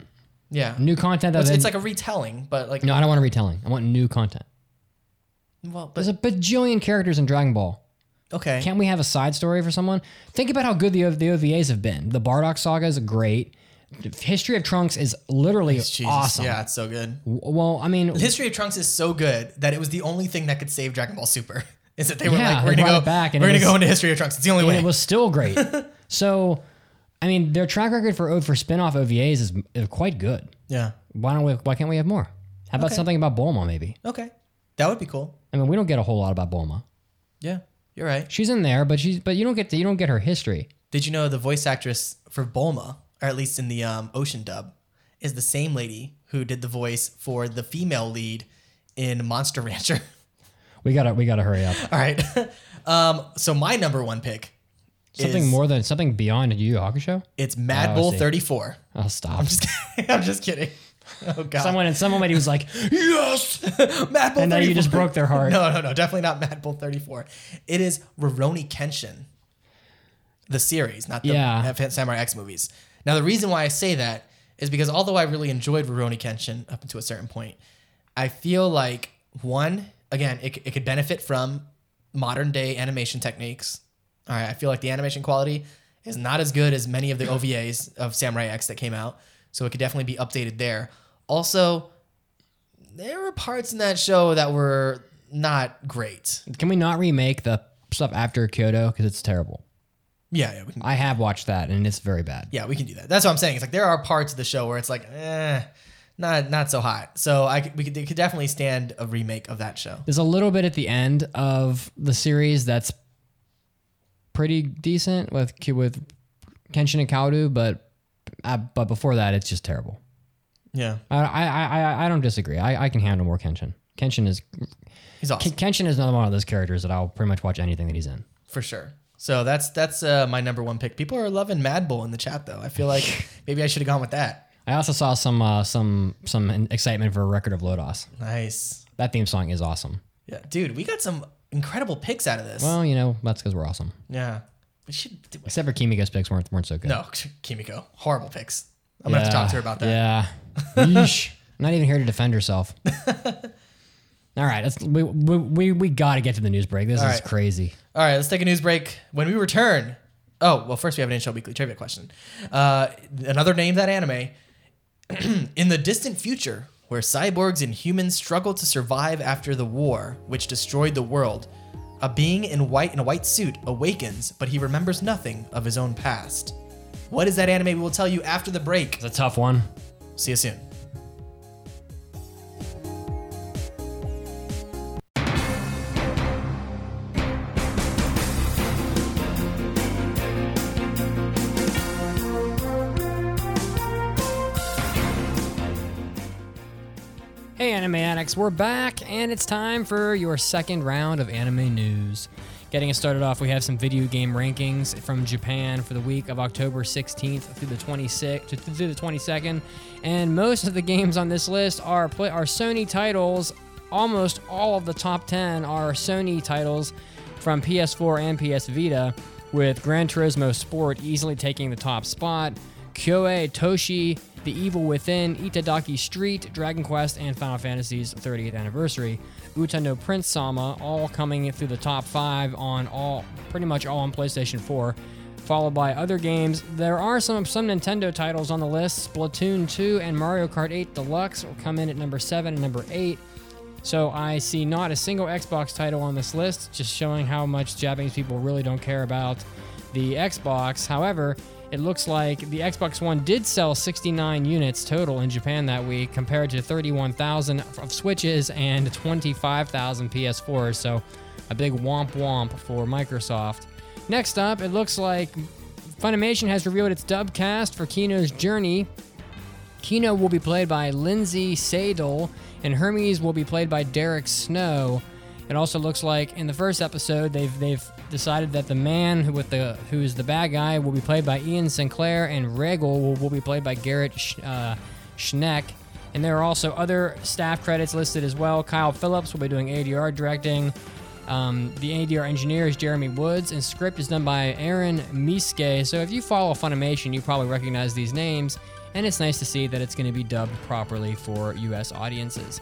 S2: yeah,
S1: New content that
S2: It's,
S1: then-
S2: it's like a retelling, but like
S1: no, I don't want a retelling. I want new content.
S2: well,
S1: There's
S2: but
S1: a bajillion characters in Dragon Ball.
S2: okay,
S1: Can't we have a side story for someone? Think about how good the, O- the OVAs have been. The Bardock saga is great. History of Trunks is literally
S2: Jesus,
S1: awesome.
S2: yeah, it's so good.
S1: W- Well, I mean,
S2: The History of Trunks is so good that it was the only thing that could save Dragon Ball Super. Is that they were
S1: Yeah,
S2: like,
S1: they
S2: we're gonna
S1: brought
S2: go
S1: it back and
S2: we're
S1: it
S2: gonna
S1: was-
S2: go into History of Trunks. It's the only
S1: and
S2: way.
S1: it was still great. so, I mean, their track record for O- for spin-off OVAs is, is quite good.
S2: yeah.
S1: Why don't we? Why can't we have more? How about
S2: Okay.
S1: something about Bulma? Maybe.
S2: Okay, that would be cool.
S1: I mean, we don't get a whole lot about Bulma.
S2: Yeah, you're right.
S1: She's in there, but she's but you don't get to, you don't get her history.
S2: Did you know the voice actress for Bulma, or at least in the um, Ocean dub, is the same lady who did the voice for the female lead in Monster Rancher?
S1: We gotta we gotta hurry up.
S2: All right. um, so my number one pick,
S1: Something
S2: Is-
S1: more than something beyond Yu Yu Hakusho.
S2: it's Mad
S1: Oh, I
S2: Bull
S1: see.
S2: 34.
S1: Oh, stop!
S2: I'm just kidding. Oh God.
S1: Someone and someone was like,
S2: yes, Mad Bull.
S1: and then you just
S2: 34.
S1: broke their heart.
S2: No, no, no, definitely not Mad Bull 34. It is Roroni Kenshin, the series, not the
S1: Yeah.
S2: Fan- Samurai X movies. Now, the reason why I say that is because although I really enjoyed Roroni Kenshin up until a certain point, I feel like one, again, it, c- it could benefit from modern day animation techniques. All right, I feel like the animation quality is not as good as many of the OVAs of Samurai X that came out, so it could definitely be updated there. Also, there were parts in that show that were not great.
S1: Can we not remake the stuff after Kyoto because it's terrible?
S2: Yeah, yeah, we can,
S1: I have watched that and it's very bad.
S2: yeah, we can do that. That's what I'm saying. It's like there are parts of the show where it's like, eh, not not so hot. So I c- we could, it could definitely stand a remake of that show.
S1: There's a little bit at the end of the series that's pretty decent with with Kenshin and Kaoru, but uh, but before that, it's just terrible.
S2: Yeah,
S1: I I I, I- I don't disagree. I, I can handle more Kenshin. Kenshin is
S2: he's awesome.
S1: Ken- Kenshin is another one of those characters that I'll pretty much watch anything that he's in.
S2: for sure. So that's that's uh, my number one pick. People are loving Mad Bull in the chat though. I feel like maybe I should have gone with that.
S1: I also saw some uh, some some excitement for Record of Lodos.
S2: Nice.
S1: That theme song is awesome.
S2: Yeah, dude, we got some incredible picks out of this.
S1: Well, you know that's because we're awesome.
S2: yeah, we should. Do
S1: Except for Kimiko's picks weren't weren't so good.
S2: no, Kimiko, horrible picks. I'm gonna have to talk to her about that.
S1: Yeah. Yeesh. I'm not even here to defend herself. All right, let's, we we, we, we got to get to the news break. This
S2: All
S1: is
S2: right.
S1: crazy.
S2: All right, let's take a news break. When we return, oh well, first we have an NHL Weekly trivia question. Uh, another name that anime in the distant future, where cyborgs and humans struggled to survive after the war which destroyed the world. A being in white in a white suit awakens, but he remembers nothing of his own past. What is that anime? We will tell you after the break.
S1: It's a tough one.
S2: See you soon.
S1: Hey, Anime Addicts, we're back, and it's time for your second round of anime news. Getting us started off, we have some video game rankings from Japan for the week of October 16th through the 26th to- through the 22nd, and most of the games on this list are play, are Sony titles. Almost all of the top 10 are Sony titles from PS4 and PS Vita, with Gran Turismo Sport easily taking the top spot. Kyoe Toshi, The Evil Within, Itadaki Street, Dragon Quest, and Final Fantasy's 30th anniversary. Uta no Prince Sama, all coming through the top five on all, pretty much all on PlayStation 4, followed by other games. There are some some Nintendo titles on the list. Splatoon 2 and Mario Kart 8 Deluxe will come in at number seven and number eight. So I see not a single Xbox title on this list, just showing how much Japanese people really don't care about the Xbox. However, it looks like the Xbox One did sell 69 units total in Japan that week, compared to 31,000 of Switches and 25,000 PS4s. So a big womp womp for Microsoft. Next up, it looks like Funimation has revealed its dub cast for Kino's Journey, Kino will be played by Lindsay Sadel, and Hermes will be played by Derek Snow. It also looks like in the first episode they've they've decided that the man who with the who is the bad guy will be played by Ian Sinclair, and Regal will, will be played by Garrett Sch, uh, Schneck. And there are also other staff credits listed as well. Kyle Phillips will be doing ADR directing. Um, the ADR engineer is Jeremy Woods, and script is done by Aaron Miske. So if you follow Funimation, you probably recognize these names, and it's nice to see that it's going to be dubbed properly for U.S. audiences.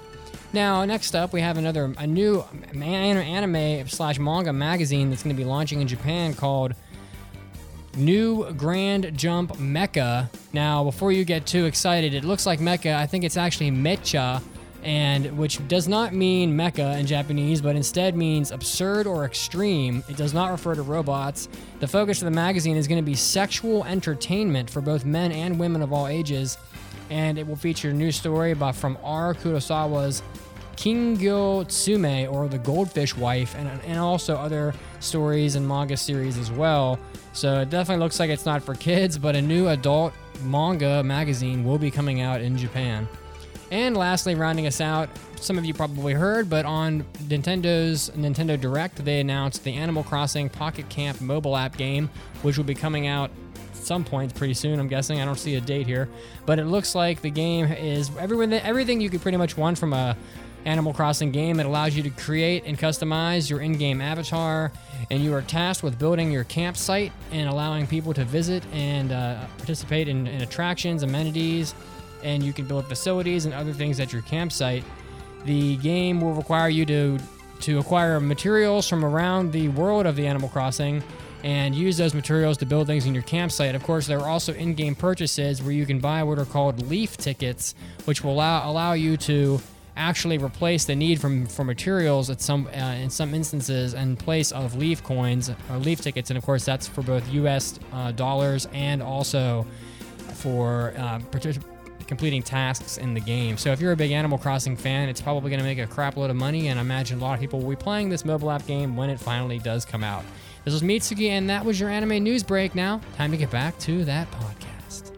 S1: Now, next up, we have another a new ma- anime slash manga magazine that's going to be launching in Japan called New Grand Jump Mecha. Now, before you get too excited, it looks like Mecha. I think it's actually Mecha, and which does not mean Mecha in Japanese, but instead means absurd or extreme. It does not refer to robots. The focus of the magazine is going to be sexual entertainment for both men and women of all ages, and it will feature a new story by from R. Kurosawa's Kingyo Tsume, or the Goldfish Wife, and, and also other stories and manga series as well. So it definitely looks like it's not for kids, but a new adult manga magazine will be coming out in Japan. And lastly, rounding us out, some of you probably heard, but on Nintendo's Nintendo Direct, they announced the Animal Crossing Pocket Camp mobile app game, which will be coming out at some point pretty soon. I'm guessing. I don't see a date here, but it looks like the game is everyone everything you could pretty much want from a Animal Crossing game. It allows you to create and customize your in game avatar, and you are tasked with building your campsite and allowing people to visit and uh, participate in, in attractions, amenities, and you can build facilities and other things at your campsite. The game will require you to to acquire materials from around the world of the Animal Crossing and use those materials to build things in your campsite. Of course, there are also in-game purchases where you can buy what are called leaf tickets, which will allow, allow you to actually replace the need from for materials at some uh, in some instances in place of leaf coins or leaf tickets. And of course, that's for both U.S. Uh, dollars and also for uh, partic- completing tasks in the game. So if you're a big Animal Crossing fan, it's probably going to make a crap load of money, and I imagine a lot of people will be playing this mobile app game when it finally does come out. This was Mitsuki, and that was your anime news break. Now, time to get back to that podcast.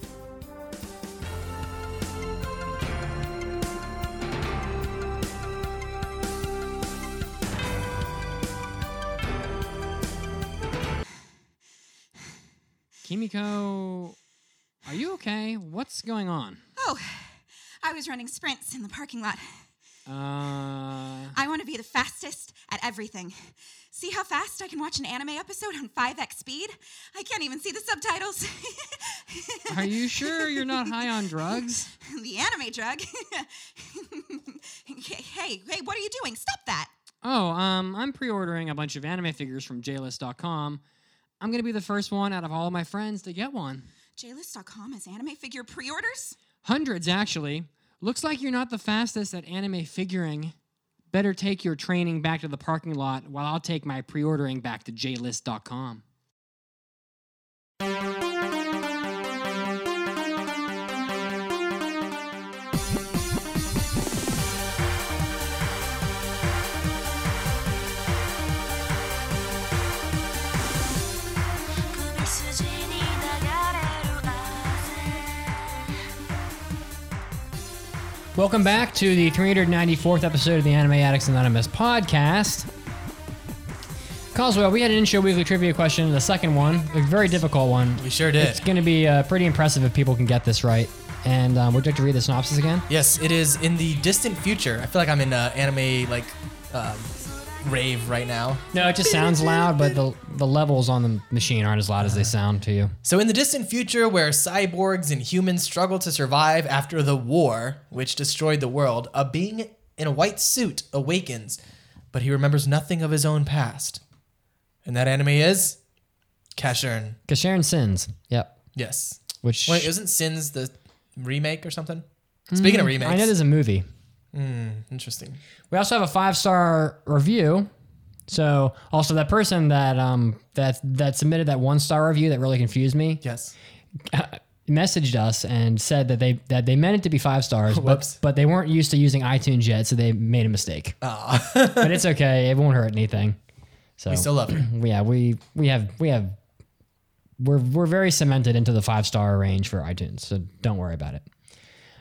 S1: Kimiko, are you okay? What's going on?
S9: Oh, I was running sprints in the parking lot.
S1: Uh,
S9: I want to be the fastest at everything. See how fast I can watch an anime episode on 5x speed? I can't even see the subtitles.
S1: are you sure you're not high on drugs?
S9: the anime drug. hey, hey, hey, what are you doing? Stop that.
S1: Oh, um, I'm pre-ordering a bunch of anime figures from JList.com. I'm gonna be the first one out of all my friends to get one.
S9: JList.com has anime figure pre orders?
S1: Hundreds, actually. Looks like you're not the fastest at anime figuring. Better take your training back to the parking lot while I'll take my pre-ordering back to JList.com. Welcome back to the 394th episode of the Anime Addicts Anonymous podcast. Coswell, we had an in-show weekly trivia question, the second one, a very difficult one.
S2: We sure did.
S1: It's going to be uh, pretty impressive if people can get this right. And um, would you like to read the synopsis again?
S2: Yes, it is in the distant future. I feel like I'm in uh, anime like um, rave right now.
S1: No, it just sounds loud, but the the levels on the machine aren't as loud as they sound to you.
S2: So, in the distant future, where cyborgs and humans struggle to survive after the war, which destroyed the world, a being in a white suit awakens, but he remembers nothing of his own past. And that anime is Cashern.
S1: Because Sharon sins. Yep.
S2: Yes.
S1: Which
S2: Wait, isn't Sins the remake or something? Speaking of remakes,
S1: I know there's a movie.
S2: interesting.
S1: We also have a five star review. So also that person that um that that submitted that one star review that really confused me
S2: Yes.
S1: messaged us and said that they that they meant it to be five stars, but
S2: Whoops.
S1: but they weren't used to using iTunes yet, so they made a mistake. but it's okay; it won't hurt anything. So
S2: We still love it.
S1: Oh. yeah, we we have we have we're we're very cemented into the five star range for iTunes, so don't worry about it.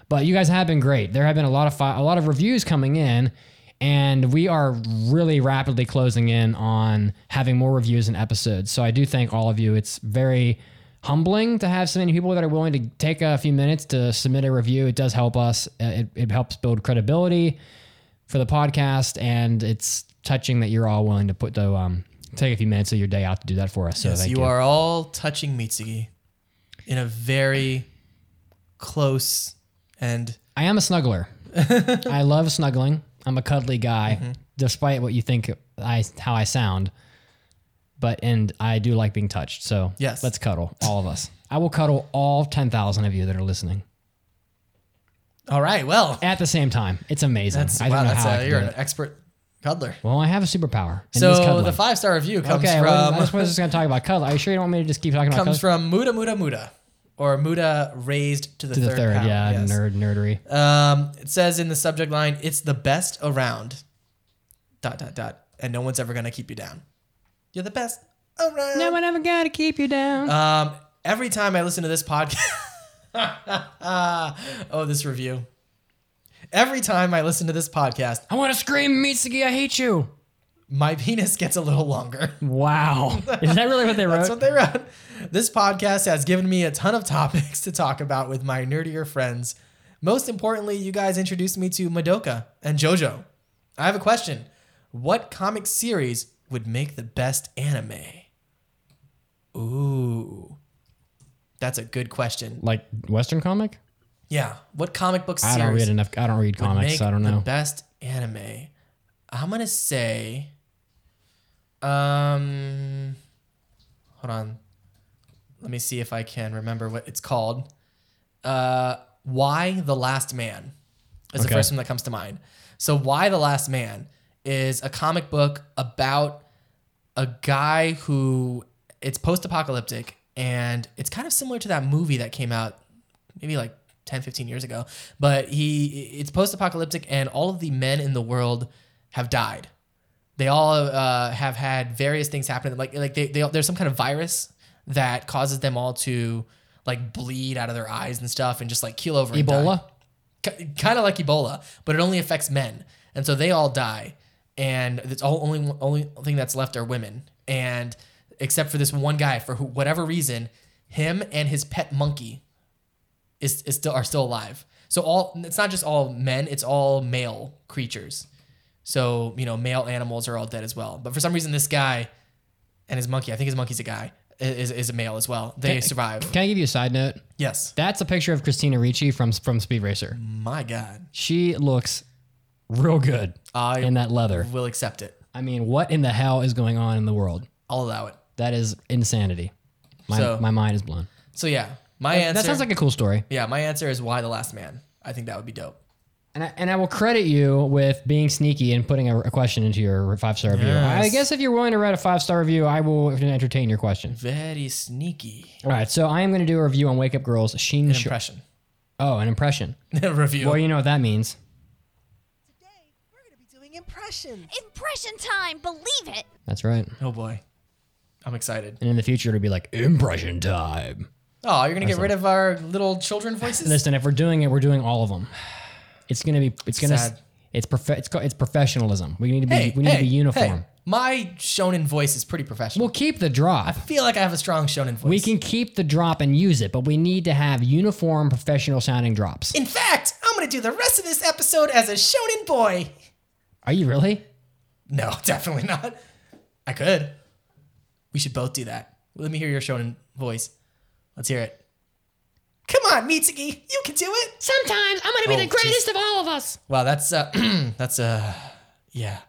S1: But you guys have been great. There have been a lot of fi- a lot of reviews coming in, and we are really rapidly closing in on having more reviews and episodes. So I do thank all of you. It's very humbling to have so many people that are willing to take a few minutes to submit a review. It does help us. Uh, It, it helps build credibility for the podcast, and it's touching that you're all willing to put the um take a few minutes of your day out to do that for us. So
S2: yes,
S1: thank
S2: you,
S1: you.
S2: are all touching Mitsugi in a very close and
S1: I am a snuggler. I love snuggling. I'm a cuddly guy,
S2: Mm-hmm.
S1: despite what you think I how I sound. But and I do like being touched. So
S2: Yes.
S1: let's cuddle, all of us. I will cuddle all ten thousand of you that are listening
S2: all right. Well,
S1: at the same time. It's amazing.
S2: that's
S1: I don't
S2: wow.
S1: know
S2: That's
S1: how I
S2: uh,
S1: can
S2: you're
S1: do
S2: an
S1: it.
S2: expert cuddler.
S1: Well, I have a superpower. And it's
S2: So
S1: cuddling.
S2: the five star review comes
S1: okay,
S2: from
S1: well, I was just going to talk about cuddle. Are you sure you don't want me to just keep talking about
S2: comes
S1: cuddle?
S2: from Muda Muda Muda, or Muda raised to the,
S1: to the
S2: third,
S1: third,
S2: power,
S1: yeah,
S2: yes.
S1: nerd nerdery.
S2: Um, it says in the subject line, "It's the best around." Dot dot dot, and no one's ever gonna keep you down. You're the best around.
S1: no one ever got to keep you down.
S2: Um, every time I listen to this podcast, oh, this review. Every time I listen to this podcast,
S1: I want to scream, Mitsuki, I hate you.
S2: my penis gets a little longer.
S1: Wow, is that really what they wrote?
S2: That's what they wrote. This podcast has given me a ton of topics to talk about with my nerdier friends. Most importantly, you guys introduced me to Madoka and JoJo. I have a question. What comic series would make the best anime? Ooh. That's a good question.
S1: like Western comic?
S2: Yeah. What comic book series?
S1: I don't read enough. I don't read
S2: would
S1: comics.
S2: make
S1: so I don't
S2: the
S1: know.
S2: best anime. I'm gonna say, um, hold on, let me see if I can remember what it's called. Uh, Why the Last Man is the
S1: Okay.
S2: first one that comes to mind. So Why the Last Man is a comic book about a guy who it's post-apocalyptic and it's kind of similar to that movie that came out maybe like 10 15 years ago but he it's post-apocalyptic and all of the men in the world have died they all uh, have had various things happen like like they, they all- there's some kind of virus that causes them all to like bleed out of their eyes and stuff and just like keel over and die
S1: Ebola.
S2: kind of like Ebola, but it only affects men, and so they all die, and it's all only only thing that's left are women, and except for this one guy, for who, whatever reason, him and his pet monkey is, is still are still alive. So all it's not just all men, it's all male creatures. So you know, male animals are all dead as well. But for some reason, this guy and his monkey, I think his monkey's a guy, is is a male as well. They survive.
S1: Can I give you a side note?
S2: Yes.
S1: That's a picture of Christina Ricci from from Speed Racer.
S2: My God,
S1: She looks real good
S2: I-
S1: in that leather.
S2: will accept it.
S1: I mean, what in the hell is going on in the world?
S2: I'll allow it.
S1: That is insanity. My
S2: So-
S1: my mind is blown.
S2: So yeah, my answer.
S1: That sounds like a cool story.
S2: yeah. My answer is why the last man. I think that would be dope.
S1: And I, and I will credit you with being sneaky and putting a, a question into your five star review. I
S2: Yes.
S1: guess if you're willing to write a five star review, I will entertain your question.
S2: Very sneaky
S1: All right, so I am going to do a review on Wake Up Girls. Sheen Sh-
S2: impression.
S1: Oh, an impression.
S2: Review.
S1: Well, you know what that means.
S10: Today, we're going to be doing impressions.
S7: Impression time, believe it.
S1: That's right.
S2: oh boy, I'm excited.
S1: And in the future, it'll be like impression time.
S2: Oh, you're gonna get rid of our little children voices.
S1: Listen, if we're doing it, we're doing all of them. It's gonna be. It's gonna.
S2: Sad.
S1: It's prof- It's co- it's professionalism. We need to be.
S2: hey,
S1: we need
S2: hey,
S1: to be uniform.
S2: hey, my shonen voice is pretty professional.
S1: We'll keep the drop.
S2: I feel like I have a strong shonen voice.
S1: We can keep the drop and use it, but we need to have uniform, professional sounding drops.
S2: In fact, I'm gonna do the rest of this episode as a shonen boy.
S1: Are you really?
S2: No, definitely not. I could. We should both do that. Let me hear your shonen voice. Let's hear it. Come on, Mitsuki, you can do it.
S1: Sometimes I'm gonna be
S2: Oh, the greatest
S1: of all of us.
S2: Wow, that's uh, that's uh, yeah.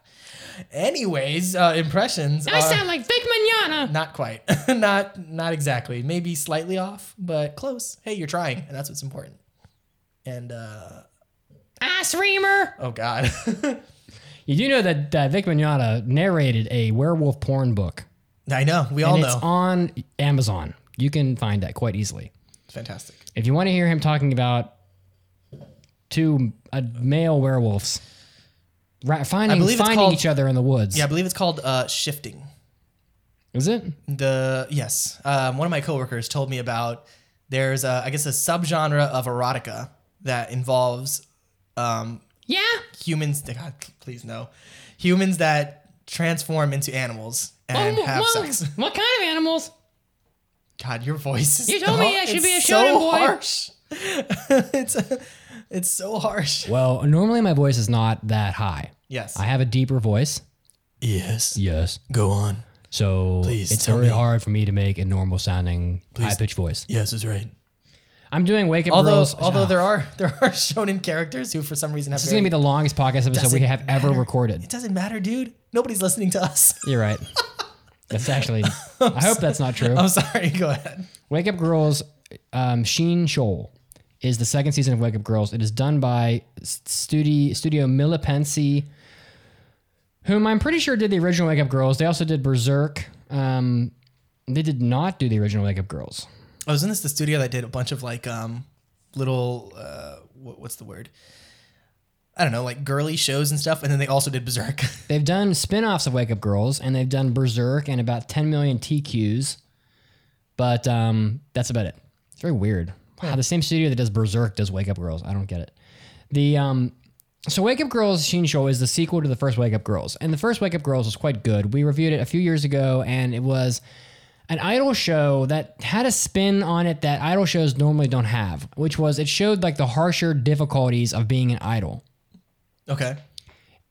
S2: Anyways, uh, impressions. are
S1: like Vic Mignogna.
S2: not quite, not not exactly. Maybe slightly off, but close. Hey, you're trying, and that's what's important. And uh,
S1: Ass Reamer.
S2: oh god,
S1: Ah, You do know that uh, Vic Mignogna narrated a werewolf porn book,
S2: I know. We all
S1: and it's
S2: know.
S1: on Amazon. You can find that quite easily.
S2: It's fantastic.
S1: If you want to hear him talking about two uh, male werewolves ra- finding
S2: believe it's
S1: finding
S2: called-
S1: each other in the woods,
S2: Yeah, I believe it's called uh, shifting.
S1: is it?
S2: The yes, um, one of my coworkers told me about. There's a, I guess, a subgenre of erotica that involves um,
S1: Yeah.
S2: humans God, please no humans that transform into animals and have sex
S1: Oh, What kind of animals?
S2: god your voice is
S1: You told me
S2: oh,
S1: I should
S2: it's
S1: be a shonen
S2: so
S1: boy.
S2: harsh it's it's so harsh
S1: Well, normally my voice is not that high.
S2: yes
S1: I have a deeper voice.
S2: yes
S1: Yes.
S2: go on
S1: So
S2: Please
S1: it's
S2: tell
S1: very
S2: me.
S1: hard for me to make a normal sounding high pitched voice.
S2: yes that's right
S1: I'm doing Wake Up
S2: although
S1: Girls.
S2: although there are there are shonen characters who for some reason have
S1: This is going to be the longest podcast episode we
S2: Doesn't
S1: have ever recorded.
S2: it doesn't matter dude nobody's listening to us
S1: You're right. That's actually, I hope that's not true.
S2: i'm sorry go ahead
S1: Wake Up Girls, um, Sheen Shoal is the second season of Wake Up Girls. It is done by studio, studio Milipensi, whom I'm pretty sure did the original Wake Up Girls. They also did Berserk. Um, they did not do the original Wake Up Girls.
S2: I was in this the studio that did a bunch of like um little uh what, what's the word? I don't know, like girly shows and stuff, and then they also did Berserk.
S1: They've done spin offs of Wake Up Girls, and they've done Berserk and about 10 million TQs. But um, that's about it. It's very weird. Wow, the same studio that does Berserk does Wake Up Girls. I don't get it. The um, so Wake Up Girls Shinsho is the sequel to the first Wake Up Girls, and the first Wake Up Girls was quite good. We reviewed it a few years ago, and it was an idol show that had a spin on it that idol shows normally don't have, which was it showed like the harsher difficulties of being an idol.
S2: okay.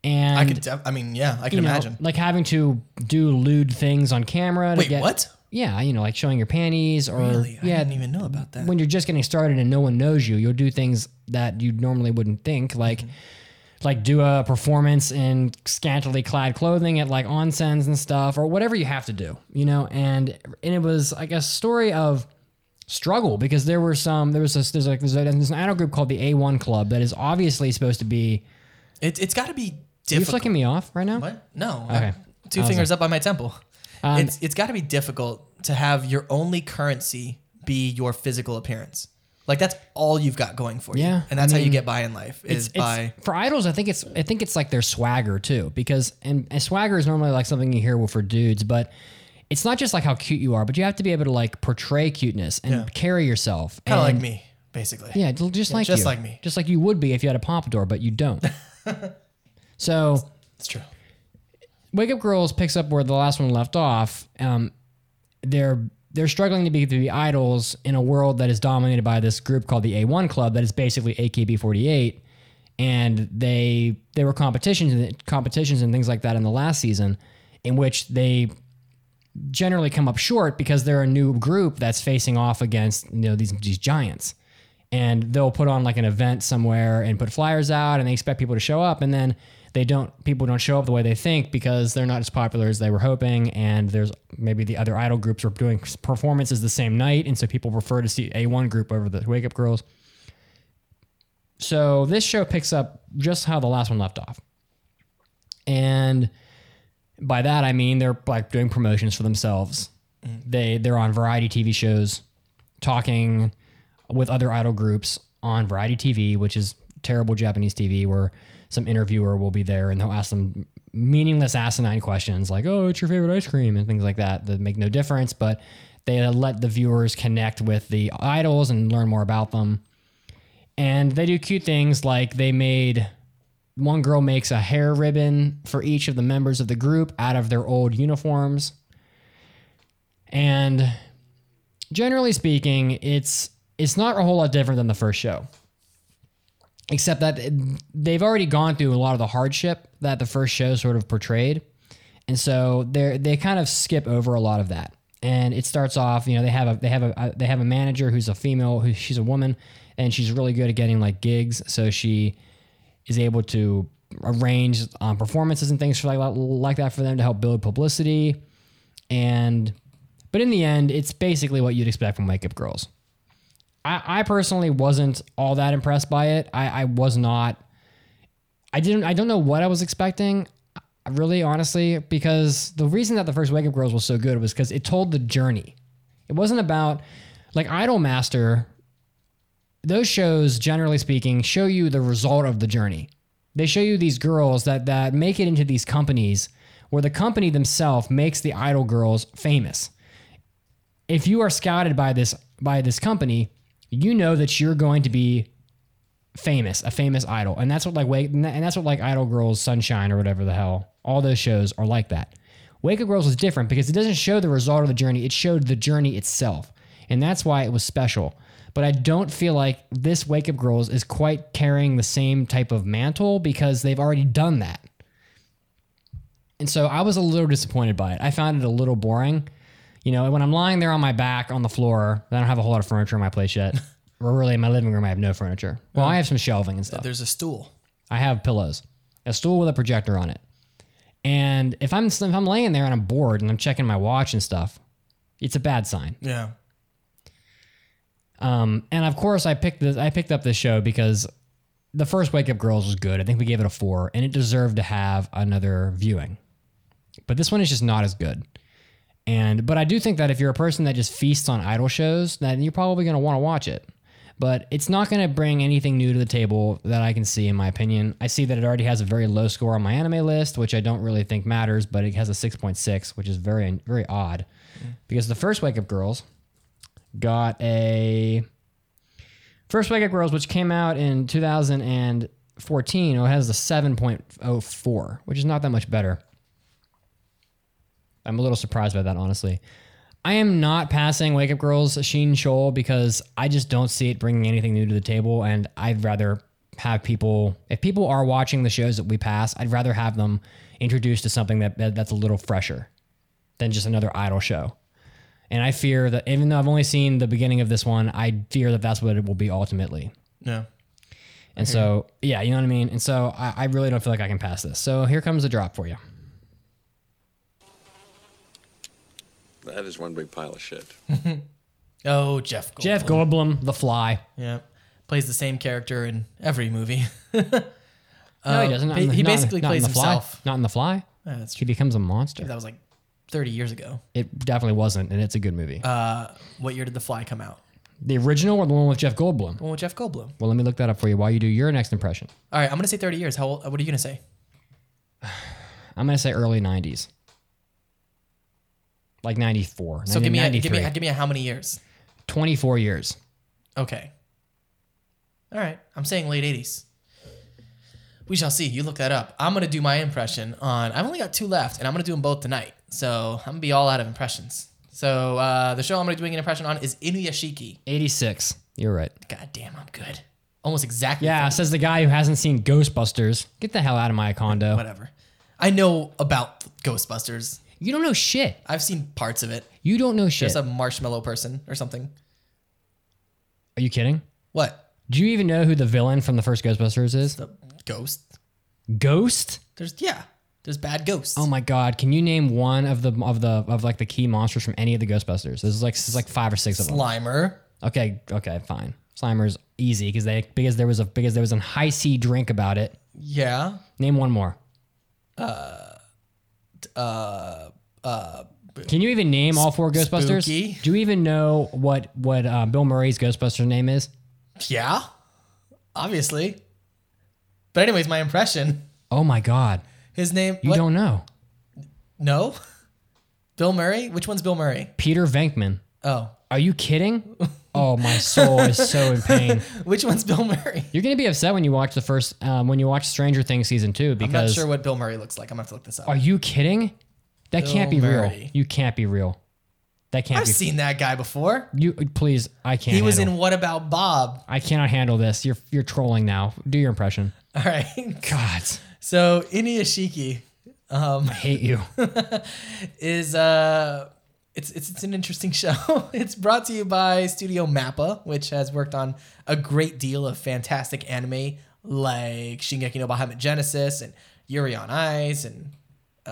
S1: And
S2: I could def- I mean, yeah, I can
S1: you know,
S2: imagine.
S1: like having to do lewd things on camera. To
S2: Wait,
S1: get,
S2: what?
S1: Yeah, you know, like showing your panties or
S2: Really? I
S1: yeah,
S2: didn't even know about that.
S1: when you're just getting started and no one knows you, you'll do things that you normally wouldn't think, like
S2: Mm-hmm.
S1: like do a performance in scantily clad clothing at like onsens and stuff or whatever you have to do, you know. And and it was like a story of struggle because there were some there was this there's like there's, a, there's an idol group called the A1 Club that is obviously supposed to be.
S2: It, it's got to be
S1: Are you
S2: difficult.
S1: flicking me off right now?
S2: What? No.
S1: Okay. Um,
S2: I- Two
S1: I was
S2: fingers up by my temple. it's it's got to be difficult to have your only currency be your physical appearance. Like that's all you've got going for you.
S1: Yeah,
S2: And that's
S1: I
S2: how you
S1: mean,
S2: get by in life is by
S1: for idols. I think it's I think it's like their swagger too, because and, and swagger is normally like something you hear well for dudes, but it's not just like how cute you are, but you have to be able to like portray cuteness and carry yourself.
S2: kind of like
S1: and-
S2: me, basically.
S1: Yeah, just just like
S2: just
S1: you.
S2: like me.
S1: just like you would be if you had a pompadour, but you don't. so
S2: It's true.
S1: Wake Up Girls picks up where the last one left off. Um, they're they're struggling to be to be idols in a world that is dominated by this group called the A1 Club that is basically AKB48, and they there were competitions competitions and things like that in the last season, in which they generally come up short because they're a new group that's facing off against you know these these giants and they'll put on like an event somewhere and put flyers out and they expect people to show up and then they don't people don't show up the way they think because they're not as popular as they were hoping and there's maybe the other idol groups are doing performances the same night and so people prefer to see a1 group over the wake up girls so this show picks up just how the last one left off and by that i mean they're like doing promotions for themselves they they're on variety tv shows talking with other idol groups on variety tv which is terrible japanese tv where some interviewer will be there and they'll ask them meaningless asinine questions like oh what's your favorite ice cream and things like that that make no difference but they let the viewers connect with the idols and learn more about them and they do cute things like they made one girl makes a hair ribbon for each of the members of the group out of their old uniforms and generally speaking, it's it's not a whole lot different than the first show, except that it- they've already gone through a lot of the hardship that the first show sort of portrayed, and so they they kind of skip over a lot of that. And it starts off, you know, they have a they have a they have a manager who's a female, who she's a woman, and she's really good at getting like gigs, so she is able to arrange um, performances and things for like, like that for them to help build publicity and but in the end it's basically what you'd expect from wake up girls i i personally wasn't all that impressed by it i i was not i didn't i don't know what i was expecting I- really honestly because the reason that the first wake up girls was so good was because it told the journey it wasn't about like idol master those shows generally speaking show you the result of the journey they show you these girls that that make it into these companies where the company themselves makes the idol girls famous if you are scouted by this by this company you know that you're going to be famous a famous idol and that's what like wake and that's what like idol girls sunshine or whatever the hell all those shows are like that wake up girls was different because it doesn't show the result of the journey it showed the journey itself and that's why it was special but i don't feel like this wake up girls is quite carrying the same type of mantle because they've already done that and so I was a little disappointed by it. I found it a little boring. You know, when I'm lying there on my back on the floor, I don't have a whole lot of furniture in my place yet. or really in my living room, I have no furniture. Well, I have some shelving and stuff.
S2: There's a stool.
S1: I have pillows, a stool with a projector on it. And if I'm if I'm laying there and I'm bored and I'm checking my watch and stuff, it's a bad sign.
S2: Yeah.
S1: Um, and of course, I picked this. I picked up this show because the first Wake Up Girls was good. I think we gave it a four, and it deserved to have another viewing. But this one is just not as good. And but I do think that if you're a person that just feasts on idol shows, then you're probably going to want to watch it. But it's not going to bring anything new to the table that I can see, in my opinion. I see that it already has a very low score on my anime list, which I don't really think matters, but it has a 6.6, which is very, very odd. Because the first Wake Up Girls, got a First Wake Up Girls, which came out in 2014. It oh, has a 7.04, which is not that much better. I'm a little surprised by that, honestly. I am not passing Wake Up Girls Sheen Shoal because I just don't see it bringing anything new to the table, and I'd rather have people. If people are watching the shows that we pass, I'd rather have them introduced to something that, that that's a little fresher than just another idol show. And I fear that even though I've only seen the beginning of this one, I fear that that's what it will be ultimately.
S2: Yeah.
S1: And so, yeah, you know what I mean? And so I, I really don't feel like I can pass this. So here comes a drop for you.
S11: That is one big pile of shit.
S2: Oh, Jeff. Goldblum.
S1: Jeff Goldblum, The Fly.
S2: Yeah, plays the same character in every movie.
S1: No, he doesn't. Not in the-
S2: Uh, he
S1: not in-
S2: basically
S1: not in
S2: plays
S1: the fly.
S2: himself.
S1: Not in The Fly.
S2: Yeah, that's
S1: He
S2: true.
S1: becomes a monster.
S2: That was like 30 years ago.
S1: It definitely wasn't, and it's a good movie.
S2: Uh, What year did The Fly come out?
S1: the original or the one with Jeff Goldblum?
S2: Well, with Jeff Goldblum.
S1: Well, let me look that up for you while you do your next impression.
S2: All right, I'm gonna say 30 years. How old? What are you gonna say?
S1: I'm gonna say early '90s, like '94.
S2: So give me a, give me a, give me a how many years?
S1: 24 years.
S2: Okay. All right, I'm saying late 80s. We shall see. You look that up. I'm gonna do my impression on. I've only got two left, and I'm gonna do them both tonight. So I'm gonna be all out of impressions. So uh, the show I'm gonna be doing an impression on is Inuyashiki.
S1: 86. You're right.
S2: God damn, I'm good. Almost exactly.
S1: Yeah, says the guy who hasn't seen Ghostbusters. Get the hell out of my condo.
S2: Whatever. I know about Ghostbusters.
S1: You don't know shit.
S2: I've seen parts of it.
S1: You don't know shit.
S2: There's a marshmallow person or something.
S1: Are you kidding?
S2: What?
S1: Do you even know who the villain from the first Ghostbusters is?
S2: The ghost?
S1: Ghost?
S2: There's yeah. There's bad ghosts.
S1: Oh my god! Can you name one of the of the of like the key monsters from any of the Ghostbusters? There's like there's like five or six of them.
S2: Slimer.
S1: Okay, okay, fine. Slimer's easy because they because there was a because there was an high C drink about it.
S2: Yeah.
S1: Name one more. Uh, uh, uh. Can you even name all four Ghostbusters?
S2: Spooky.
S1: Do you even know what what uh, Bill Murray's Ghostbuster name is?
S2: Yeah. Obviously. But anyways, my impression.
S1: Oh my god!
S2: His name
S1: You
S2: what?
S1: don't know
S2: No? Bill Murray? Which one's Bill Murray?
S1: Peter Venkman.
S2: Oh.
S1: Are you kidding? Oh, my soul is so in pain.
S2: Which one's Bill Murray?
S1: You're gonna be upset when you watch the first um, when you watch Stranger Things season two
S2: I'm not
S1: because
S2: sure what Bill Murray looks like. I'm gonna have to look this up.
S1: are you kidding? That can't
S2: Bill
S1: be real.
S2: Murray.
S1: You can't be real. That can't
S2: I've
S1: be.
S2: seen that guy before.
S1: you please, I can't.
S2: He was
S1: handle-
S2: in What About Bob?
S1: I cannot handle this. You're you're trolling now. Do your impression.
S2: All right.
S1: God,
S2: So Inuyashiki
S1: I hate you.
S2: is uh it's, it's, it's an interesting show. it's brought to you by Studio Mappa, which has worked on a great deal of fantastic anime like Shingeki no Bahama Genesis and Yuri on Ice and uh,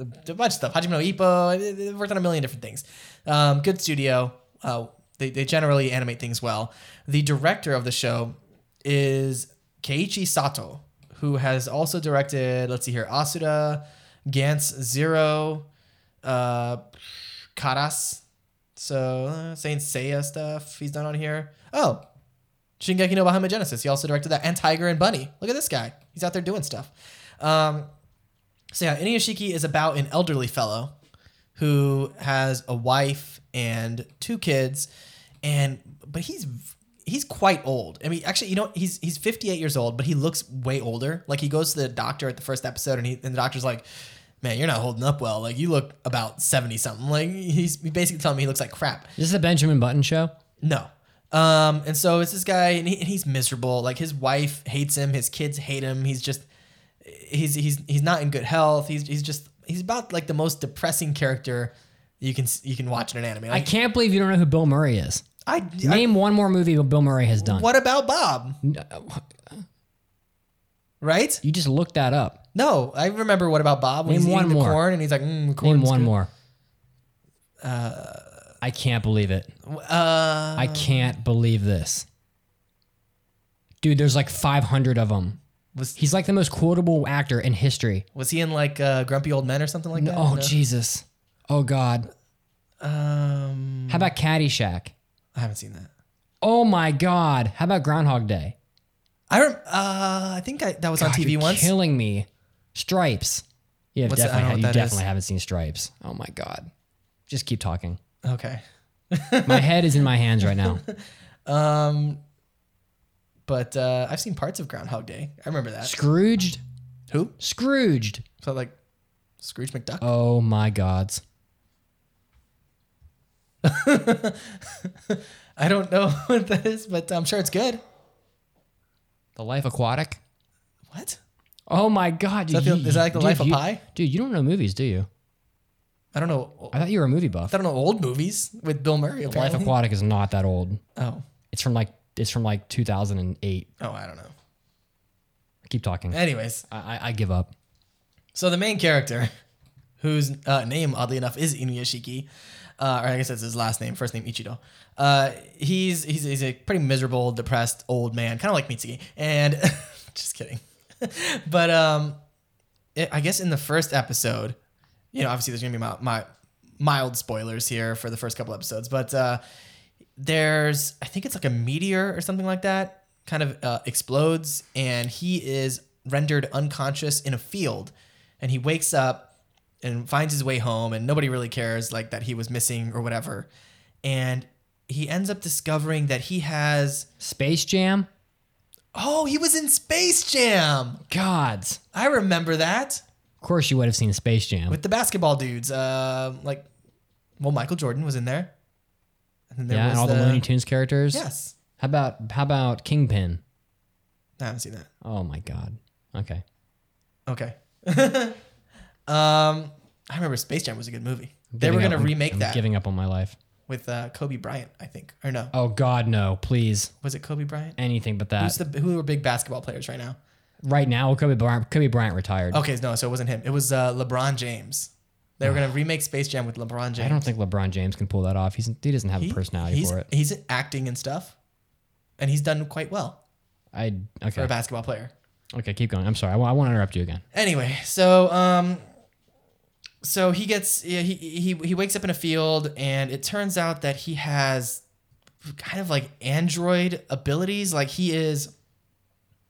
S2: a bunch of stuff. Hajime no Ippo. They- They've worked on a million different things. Um, good studio. Uh, they, they generally animate things well. The director of the show is Keiichi Sato, who has also directed, let's see here, Asuda, Gantz Zero, uh, Karas. So, uh, Saint Seiya stuff he's done on here. Oh, Shingeki no Bahama Genesis. He also directed that. And Tiger and Bunny. Look at this guy. He's out there doing stuff. Um, so yeah, Inuyashiki is about an elderly fellow who has a wife and two kids, and but he's he's quite old. I mean, actually, you know, he's he's 58 years old, but he looks way older. Like he goes to the doctor at the first episode, and he and the doctor's like. Man, you're not holding up well. Like you look about seventy something. Like he's basically telling me he looks like crap.
S1: This is a Benjamin Button show.
S2: No. Um, and so it's this guy, and, he, and he's miserable. Like his wife hates him, his kids hate him. He's just, he's he's he's not in good health. He's he's just he's about like the most depressing character you can you can watch in an anime.
S1: I
S2: Like,
S1: can't believe you don't know who Bill Murray is.
S2: I, I-
S1: Name one more movie Bill Murray has done.
S2: what about Bob?
S1: uh,
S2: Right?
S1: You just looked that up.
S2: No, I remember what about Bob when
S1: Name
S2: he's
S1: one
S2: eating
S1: more.
S2: the corn and he's like, mm, corn's
S1: Name one
S2: good.
S1: more. I can't believe it.
S2: Uh,
S1: I can't believe this. Dude, there's like 500 of them.
S2: Was-
S1: He's like the most quotable actor in history.
S2: was he in like uh, Grumpy Old Men or something like that?
S1: oh,
S2: No.
S1: Jesus. Oh, God.
S2: Um,
S1: How about Caddyshack?
S2: I haven't seen that.
S1: Oh, my God. How about Groundhog Day?
S2: I rem- uh, I think I, that was on
S1: God,
S2: TV
S1: you're
S2: once.
S1: killing me. Stripes. You have
S2: What's that? I
S1: definitely,
S2: don't know
S1: you
S2: what that
S1: definitely
S2: is.
S1: haven't seen Stripes. Oh, my God. Just keep talking.
S2: okay.
S1: My head is in my hands right now.
S2: but uh, I've seen parts of Groundhog Day. I remember that.
S1: Scrooged.
S2: Who?
S1: Scrooged.
S2: So like Scrooge McDuck.
S1: Oh, my gods.
S2: I don't know what that is, but I'm sure it's good.
S1: The Life Aquatic.
S2: What?
S1: Oh my god!
S2: that
S1: dude,
S2: the- is that like the
S1: dude,
S2: Life of
S1: you-
S2: Pi?
S1: Dude, you don't know movies, do you?
S2: I don't know.
S1: I thought you were a movie buff.
S2: I don't know old movies with Bill Murray.
S1: Life
S2: Apparently.
S1: Aquatic is not that old.
S2: Oh,
S1: It's from like It's from like 2008.
S2: Oh, I don't know.
S1: Keep talking.
S2: Anyways,
S1: I, I- I give up.
S2: So the main character, whose uh, name oddly enough is Inuyashiki, uh, or I guess that's his last name, first name Ichido. Uh, he's, he's he's a pretty miserable, depressed old man, kind of like Mitsuki. And just kidding. but um, it, I guess in the first episode, you know, obviously there's gonna be my, my mild spoilers here for the first couple episodes, but uh, there's I think it's like a meteor or something like that kind of uh, explodes and he is rendered unconscious in a field and he wakes up and finds his way home and nobody really cares like that he was missing or whatever and he ends up discovering that he has
S1: Space Jam.
S2: oh he was in space jam
S1: Gods.
S2: i remember that
S1: Of course you would have seen Space Jam.
S2: with the basketball dudes uh, like well michael jordan was in there and then
S1: yeah, and all the, Looney Tunes characters.
S2: yes
S1: How about how about Kingpin?
S2: i haven't seen that
S1: Oh my God. Okay.
S2: Okay. um, I remember Space Jam was a good movie. They were
S1: Giving
S2: gonna
S1: up. I'm-
S2: remake
S1: I'm
S2: that
S1: Giving up on my life.
S2: with uh, Kobe Bryant, I think, or no?
S1: Oh God, no! Please,
S2: Was it Kobe Bryant?
S1: anything but
S2: Who's
S1: that.
S2: the who are big basketball players right now?
S1: right now, Kobe Bryant. Kobe Bryant retired.
S2: Okay, no, so it wasn't him. It was uh, LeBron James. They were gonna remake Space Jam with LeBron James.
S1: I don't think LeBron James can pull that off. He's he doesn't have a personality
S2: he's,
S1: for it.
S2: He's acting and stuff, and he's done quite well
S1: I
S2: for
S1: okay.
S2: a basketball player.
S1: Okay, keep going. I'm sorry. I, wa- I want to interrupt you again.
S2: anyway, so um, so he gets yeah, he he he wakes up in a field, and it turns out that he has kind of like android abilities. Like he is,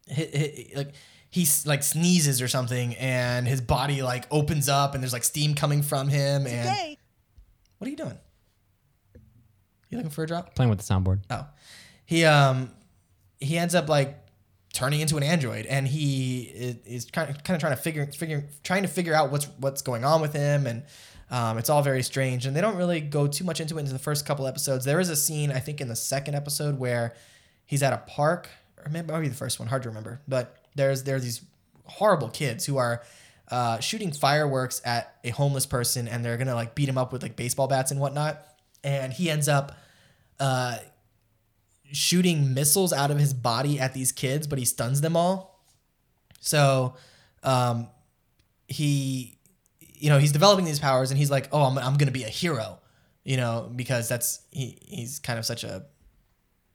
S2: he, he- like he s- like sneezes or something, and his body like opens up, and there's like steam coming from him. And
S10: Today,
S2: what are you doing? You looking for a drop?
S1: Playing with the soundboard.
S2: Oh, he um he ends up like turning into an android, and he i- is kind of kind of trying to figure figuring trying to figure out what's what's going on with him, and um, it's all very strange. And they don't really go too much into it in the first couple episodes. There is a scene I think in the second episode where he's at a park, or maybe, maybe the first one, hard to remember, but there's there are these horrible kids who are. Uh, shooting fireworks at a homeless person, and they're gonna like beat him up with like baseball bats and whatnot. And he ends up uh, shooting missiles out of his body at these kids, but he stuns them all. So, um, he, you know, he's developing these powers, and he's like, "Oh, I'm, I'm gonna be a hero," you know, because that's he, he's kind of such a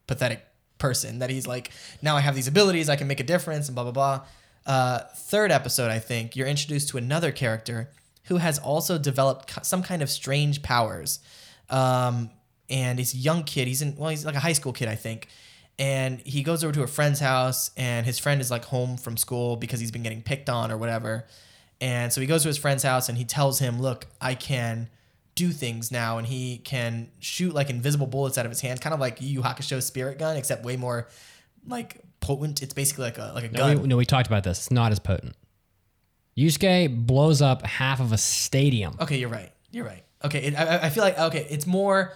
S2: pathetic person that he's like, "Now I have these abilities, I can make a difference," and blah blah blah. Uh, third episode, I think you're introduced to another character who has also developed ki- some kind of strange powers um, and he's a young kid. He's in well, he's like a high school kid, I think. And he goes over to a friend's house, and his friend is like home from school because he's been getting picked on or whatever. And so he goes to his friend's house, and he tells him, "Look, I can do things now," and he can shoot like invisible bullets out of his hand, kind of like Yu Yu Hakusho's spirit gun, except way more like potent. It's basically like a like a
S1: No
S2: gun.
S1: we, no, we talked about this. It's not as potent. Yusuke blows up half of a stadium.
S2: okay, you're right. You're right. Okay, it, I, I- I feel like okay, it's more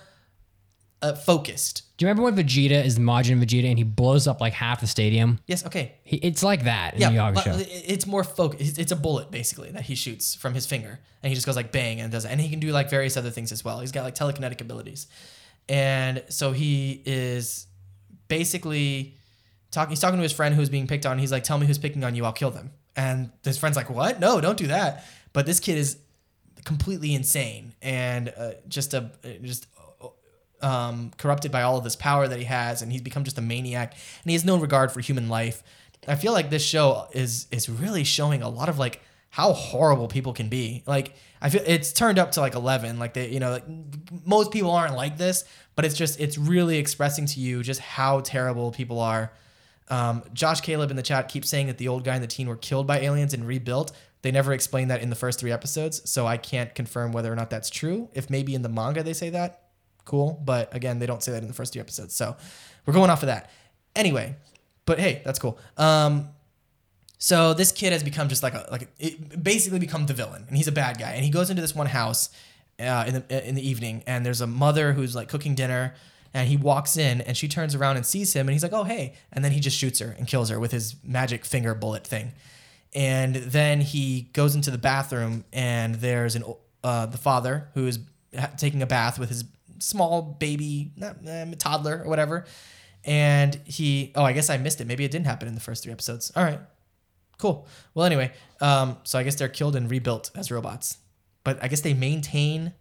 S2: uh, focused.
S1: Do you remember when Vegeta is Majin Vegeta and he blows up like half the stadium?
S2: Yes. Okay.
S1: He, it's like that in Yu Yu
S2: Yeah, but uh,
S1: Hakusho.
S2: it- it's more focused. It's a bullet basically that he shoots from his finger, and he just goes like bang and does it. And he can do like various other things as well. He's got like telekinetic abilities, and so he is basically talking. He's talking to his friend who's being picked on. He's like, "Tell me who's picking on you. I'll kill them." And his friend's like, "What? No, don't do that." But this kid is completely insane and uh, just a just um, corrupted by all of this power that he has, and he's become just a maniac, and he has no regard for human life. I feel like this show is is really showing a lot of like how horrible people can be. Like I feel it's turned up to like eleven. Like they, you know, like most people aren't like this, but it's just it's really expressing to you just how terrible people are. Um, Josh Caleb in the chat keeps saying that the old guy and the teen were killed by aliens and rebuilt. They never explained that in the first three episodes, so I can't confirm whether or not that's true. If maybe in the manga they say that, cool. But again, they don't say that in the first two episodes. So we're going off of that. Anyway, but hey, that's cool. Um, so this kid has become just like a like a- it basically become the villain, and he's a bad guy. And he goes into this one house uh, in the in the evening, and there's a mother who's like cooking dinner, and he walks in, and she turns around and sees him, and he's like, "Oh hey!" And then he just shoots her and kills her with his magic finger bullet thing. And then he goes into the bathroom, and there's an o- uh, the father who is ha- taking a bath with his small baby, not, eh, toddler um, or whatever, And he, oh, I guess I missed it. Maybe it didn't happen in the first three episodes. All right, cool. Well, anyway, um, so I guess they're killed and rebuilt as robots, but I guess they maintain.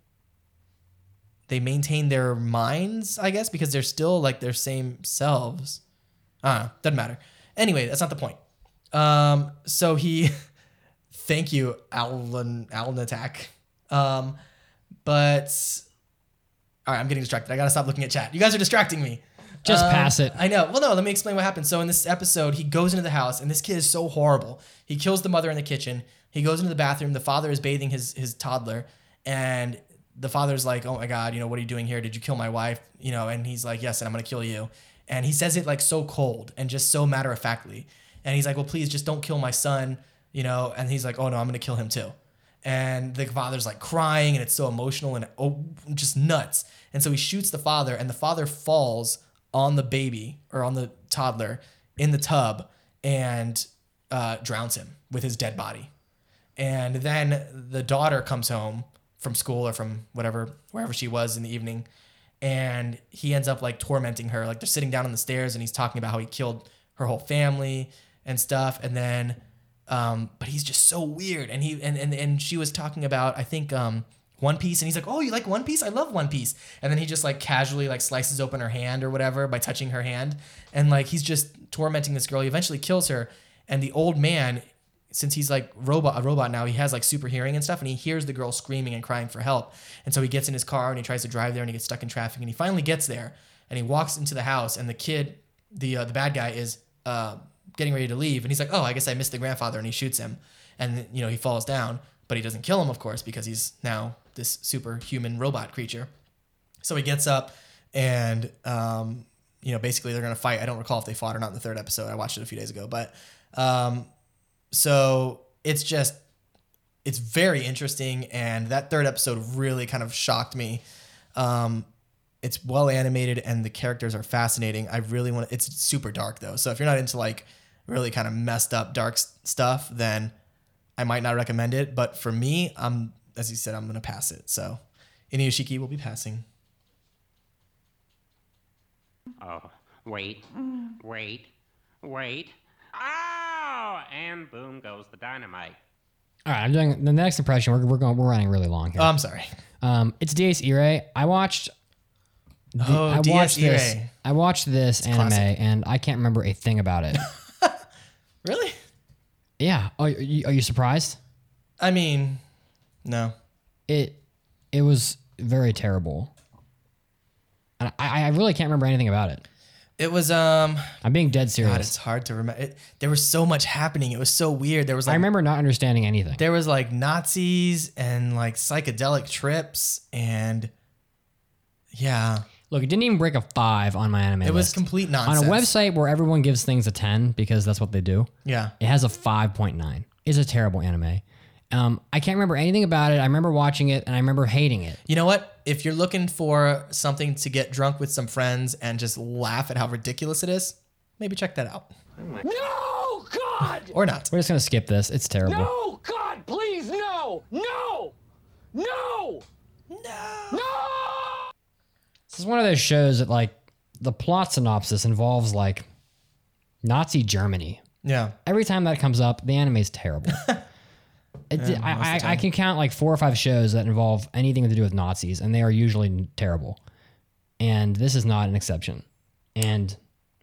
S2: They maintain their minds, I guess, because they're still like their same selves. I don't know. Doesn't matter. Anyway, that's not the point. Um, so he, thank you, Alan Alan Attack. Um, but all right, I'm getting distracted. I gotta stop looking at chat. You guys are distracting me.
S1: Just pass it.
S2: I know. Well, no, let me explain what happens. So in this episode, he goes into the house, and this kid is so horrible. He kills the mother in the kitchen. He goes into the bathroom. The father is bathing his his toddler, and the father's like, "Oh my god, you know what are you doing here? Did you kill my wife?" You know, and he's like, "Yes, and I'm gonna kill you." And he says it like so cold and just so matter of factly. And he's like, "Well, please just don't kill my son," you know. And he's like, "Oh no, I'm gonna kill him too." and the father's like crying and it's so emotional and oh, just nuts. And so he shoots the father, and the father falls on the baby or on the toddler in the tub and uh, drowns him with his dead body. And then the daughter comes home from school or from whatever, wherever she was in the evening. And he ends up like tormenting her. Like they're sitting down on the stairs and he's talking about how he killed her whole family and stuff. And then, um, but he's just so weird. And he, and, and, and she was talking about, I think, um, one Piece, and he's like, "Oh, you like One Piece? I love One Piece." And then he just like casually like slices open her hand or whatever by touching her hand, and like he's just tormenting this girl. He eventually kills her, and the old man, since he's like robot a robot now, he has like super hearing and stuff, and he hears the girl screaming and crying for help, and so he gets in his car and he tries to drive there, and he gets stuck in traffic, and he finally gets there, and he walks into the house, and the kid, the uh, the bad guy, is uh, getting ready to leave, and he's like, "Oh, I guess I missed the grandfather," and he shoots him, and you know he falls down, but he doesn't kill him, of course, because he's now this superhuman robot creature. So he gets up, and um, you know, basically they're gonna fight. I don't recall if they fought or not in the third episode. I watched it a few days ago, but um, so it's just it's very interesting, and that third episode really kind of shocked me. Um, it's well animated, and the characters are fascinating. I really want. It's super dark though, so if you're not into like really kind of messed up dark s- stuff, then I might not recommend it. But for me, I'm as you said, I'm gonna pass it. So Inuyashiki will be passing.
S12: Oh, wait, wait, wait. Oh, and boom goes the dynamite.
S1: All right, I'm doing the next impression. We're we're going, we're running really long here. Oh,
S2: I'm sorry.
S1: Um, it's Dace Ire. I watched. the-
S2: Oh,
S1: I
S2: DS
S1: watched this.
S2: Ire.
S1: I watched this anime, and I can't remember a thing about it.
S2: Really?
S1: yeah. Oh, Are you, are you surprised?
S2: I mean, no.
S1: It it was very terrible. And I, I really can't remember anything about it.
S2: It was um.
S1: I'm being dead serious.
S2: God, it's hard to remember. It, there was so much happening. It was so weird. There was like
S1: I remember not understanding anything.
S2: there was like Nazis and like psychedelic trips and yeah.
S1: Look, it didn't even break a five on my anime.
S2: It was
S1: list.
S2: complete
S1: on
S2: nonsense.
S1: a website where everyone gives things a ten because that's what they do.
S2: Yeah.
S1: It has a 5.9. It's a terrible anime. Um, I can't remember anything about it. I remember watching it and I remember hating it.
S2: You know what? If you're looking for something to get drunk with some friends and just laugh at how ridiculous it is, maybe check that out.
S13: No, God!
S2: Or not.
S1: We're just going to skip this. It's terrible.
S13: No, God, please, no! No! No!
S1: This is one of those shows that, like, the plot synopsis involves, like, Nazi Germany.
S2: Yeah.
S1: Every time that comes up, the anime is terrible. It-
S2: Yeah, most
S1: I,
S2: of the
S1: I, I
S2: time.
S1: can count like four or five shows that involve anything to do with Nazis, and they are usually n- terrible. And this is not an exception. And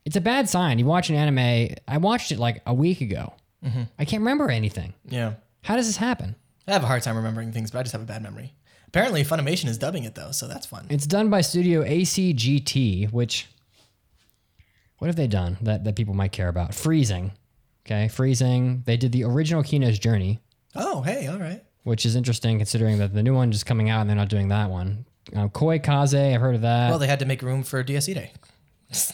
S1: it's a bad sign. You watch an anime. I watched it like a week ago.
S2: Mhm.
S1: I can't remember anything.
S2: Yeah.
S1: How does this happen?
S2: I have a hard time remembering things, but I just have a bad memory. Apparently, Funimation is dubbing it though, so that's fun.
S1: It's done by Studio ACGT, which what have they done that, that people might care about? Freezing. Okay, freezing. They did the original Kino's Journey,
S2: Oh, hey, all right.
S1: which is interesting considering that the new one just coming out and they're not doing that one. Um, Koi Kaze, I've heard of that.
S2: Well, they had to make room for DSE Day.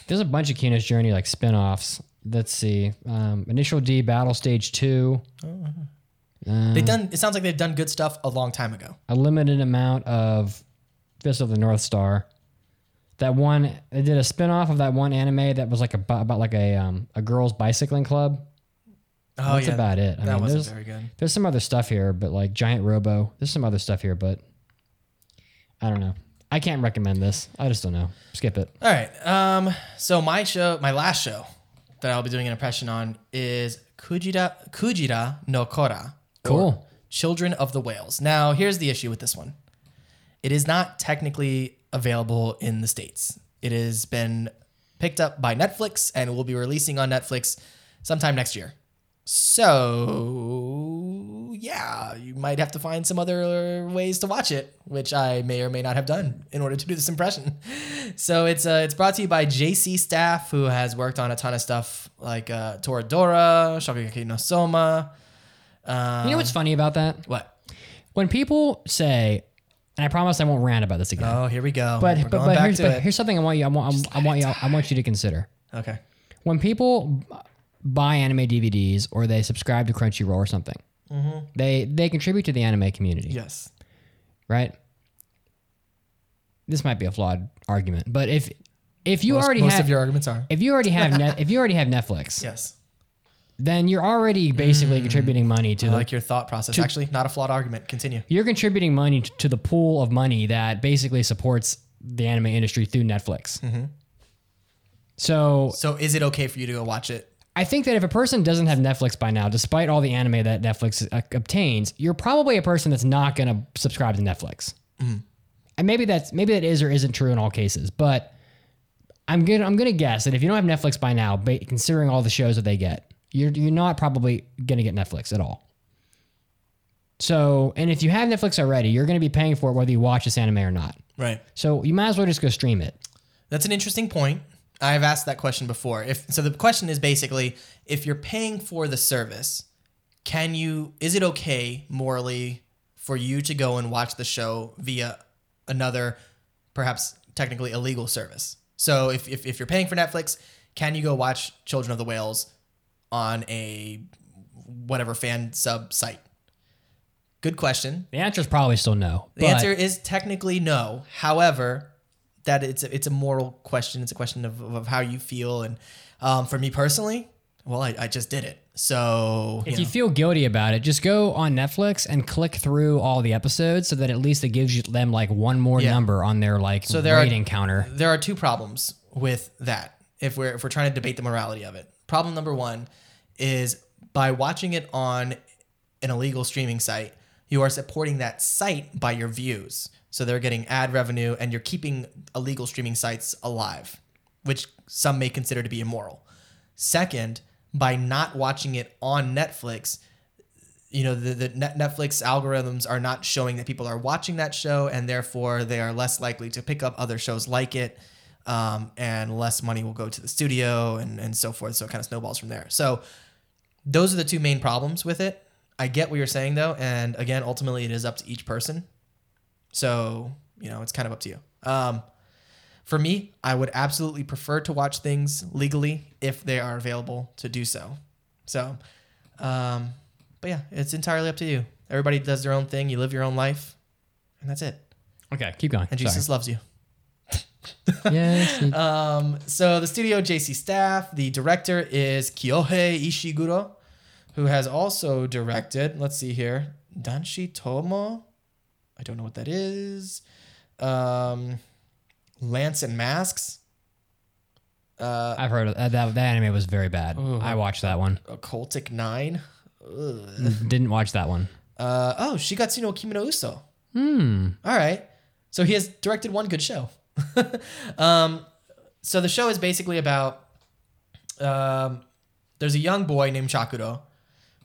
S1: There's a bunch of Kino's Journey like spin-offs. Let's see. Um, Initial D Battle Stage 2. Uh,
S2: They've done. It sounds like they've done good stuff a long time ago.
S1: a limited amount of Fist of the North Star. That one they did a spin-off of that one anime that was like about, about like a um, a girls bicycling club.
S2: Oh,
S1: That's
S2: yeah.
S1: about it.
S2: That wasn't
S1: there's-
S2: very good.
S1: There's some other stuff here, but like Giant Robo. There's some other stuff here, but I don't know. I can't recommend this. I just don't know. Skip it.
S2: All right. Um, so my show, my last show that I'll be doing an impression on is Kujira Kujira no Kora.
S1: Cool.
S2: Children of the Whales. Now, here's the issue with this one. It is not technically available in the states. It has been picked up by Netflix and will be releasing on Netflix sometime next year. So, yeah, you might have to find some other ways to watch it, which I may or may not have done in order to do this impression. So it's uh, it's brought to you by JC Staff, who has worked on a ton of stuff like uh, Toradora, Shokugeki no Soma. Um,
S1: you know what's funny about that?
S2: What?
S1: When people say, and I promise I won't rant about this again.
S2: Oh, here we go.
S1: But
S2: We're
S1: but,
S2: going
S1: but,
S2: back
S1: here's,
S2: to
S1: but
S2: it.
S1: here's something I want you I want I want you I want you to consider.
S2: Okay.
S1: When people b- buy anime DVDs or they subscribe to Crunchyroll or something,
S2: Mhm.
S1: they they contribute to the anime community.
S2: Yes.
S1: Right. This might be a flawed argument, but if if you
S2: Most-
S1: already
S2: most
S1: have
S2: of your arguments are.
S1: if you already have net if you already have Netflix,
S2: yes,
S1: then you're already
S2: Mm-hmm.
S1: basically contributing money to
S2: I
S1: the,
S2: like your thought process.
S1: to-
S2: Actually, not a flawed argument. Continue.
S1: you're contributing money t- to the pool of money that basically supports the anime industry through Netflix.
S2: Mhm.
S1: So
S2: So, is it okay for you to go watch it?
S1: I think that if a person doesn't have Netflix by now, despite all the anime that Netflix uh, obtains, you're probably a person that's not going to subscribe to Netflix.
S2: Mhm.
S1: And maybe that's maybe that is or isn't true in all cases, but I'm gonna I'm gonna guess that if you don't have Netflix by now, ba- considering all the shows that they get, you're you're not probably gonna get Netflix at all. So, and if you have Netflix already, you're gonna be paying for it whether you watch this anime or not.
S2: Right.
S1: So you might as well just go stream it.
S2: That's an interesting point. I've asked that question before. If so, the question is basically: if you're paying for the service, can you? Is it okay morally for you to go and watch the show via another, perhaps technically illegal service? So, if if, if you're paying for Netflix, can you go watch Children of the Whales on a whatever fan sub site? Good question.
S1: The answer is probably still no.
S2: The
S1: but-
S2: answer is technically no. However, that it's a, it's a moral question. It's a question of, of how you feel. And um, for me personally, well, I, I just did it. So
S1: If
S2: you
S1: you
S2: know,
S1: feel guilty about it, just go on Netflix and click through all the episodes so that at least it gives you them like one more
S2: Yeah.
S1: number on their like
S2: So there are-
S1: rating counter.
S2: there are two problems with that. If we're if we're trying to debate the morality of it, problem number one is by watching it on an illegal streaming site, you are supporting that site by your views. So they're getting ad revenue, and you're keeping illegal streaming sites alive, which some may consider to be immoral. Second, by not watching it on Netflix, you know the, the Net- Netflix algorithms are not showing that people are watching that show, and therefore they are less likely to pick up other shows like it, um, and less money will go to the studio and and so forth. So it kind of snowballs from there. So those are the two main problems with it. I get what you're saying though, and again, ultimately it is up to each person. So you know it's kind of up to you. Um, for me, I would absolutely prefer to watch things legally if they are available to do so. So, um, but yeah, it's entirely up to you. Everybody does their own thing. You live your own life, and that's it.
S1: Okay, keep going.
S2: And
S1: Sorry.
S2: Jesus loves you.
S1: yes.
S2: Um, so the studio JC staff, the director is Kyohei Ishiguro, who has also directed, let's see here, Danshi Tomo. I don't know what that is. Um, Lance and Masks. Uh,
S1: I've heard of, that, that anime was very bad.
S2: Oh.
S1: I watched that one.
S2: Occultic Nine. Ugh.
S1: Didn't watch that one.
S2: Uh, oh, Shigatsu no Kimi no Uso.
S1: Hmm.
S2: All right. So he has directed one good show. um, so the show is basically about um, there's a young boy named Chakuro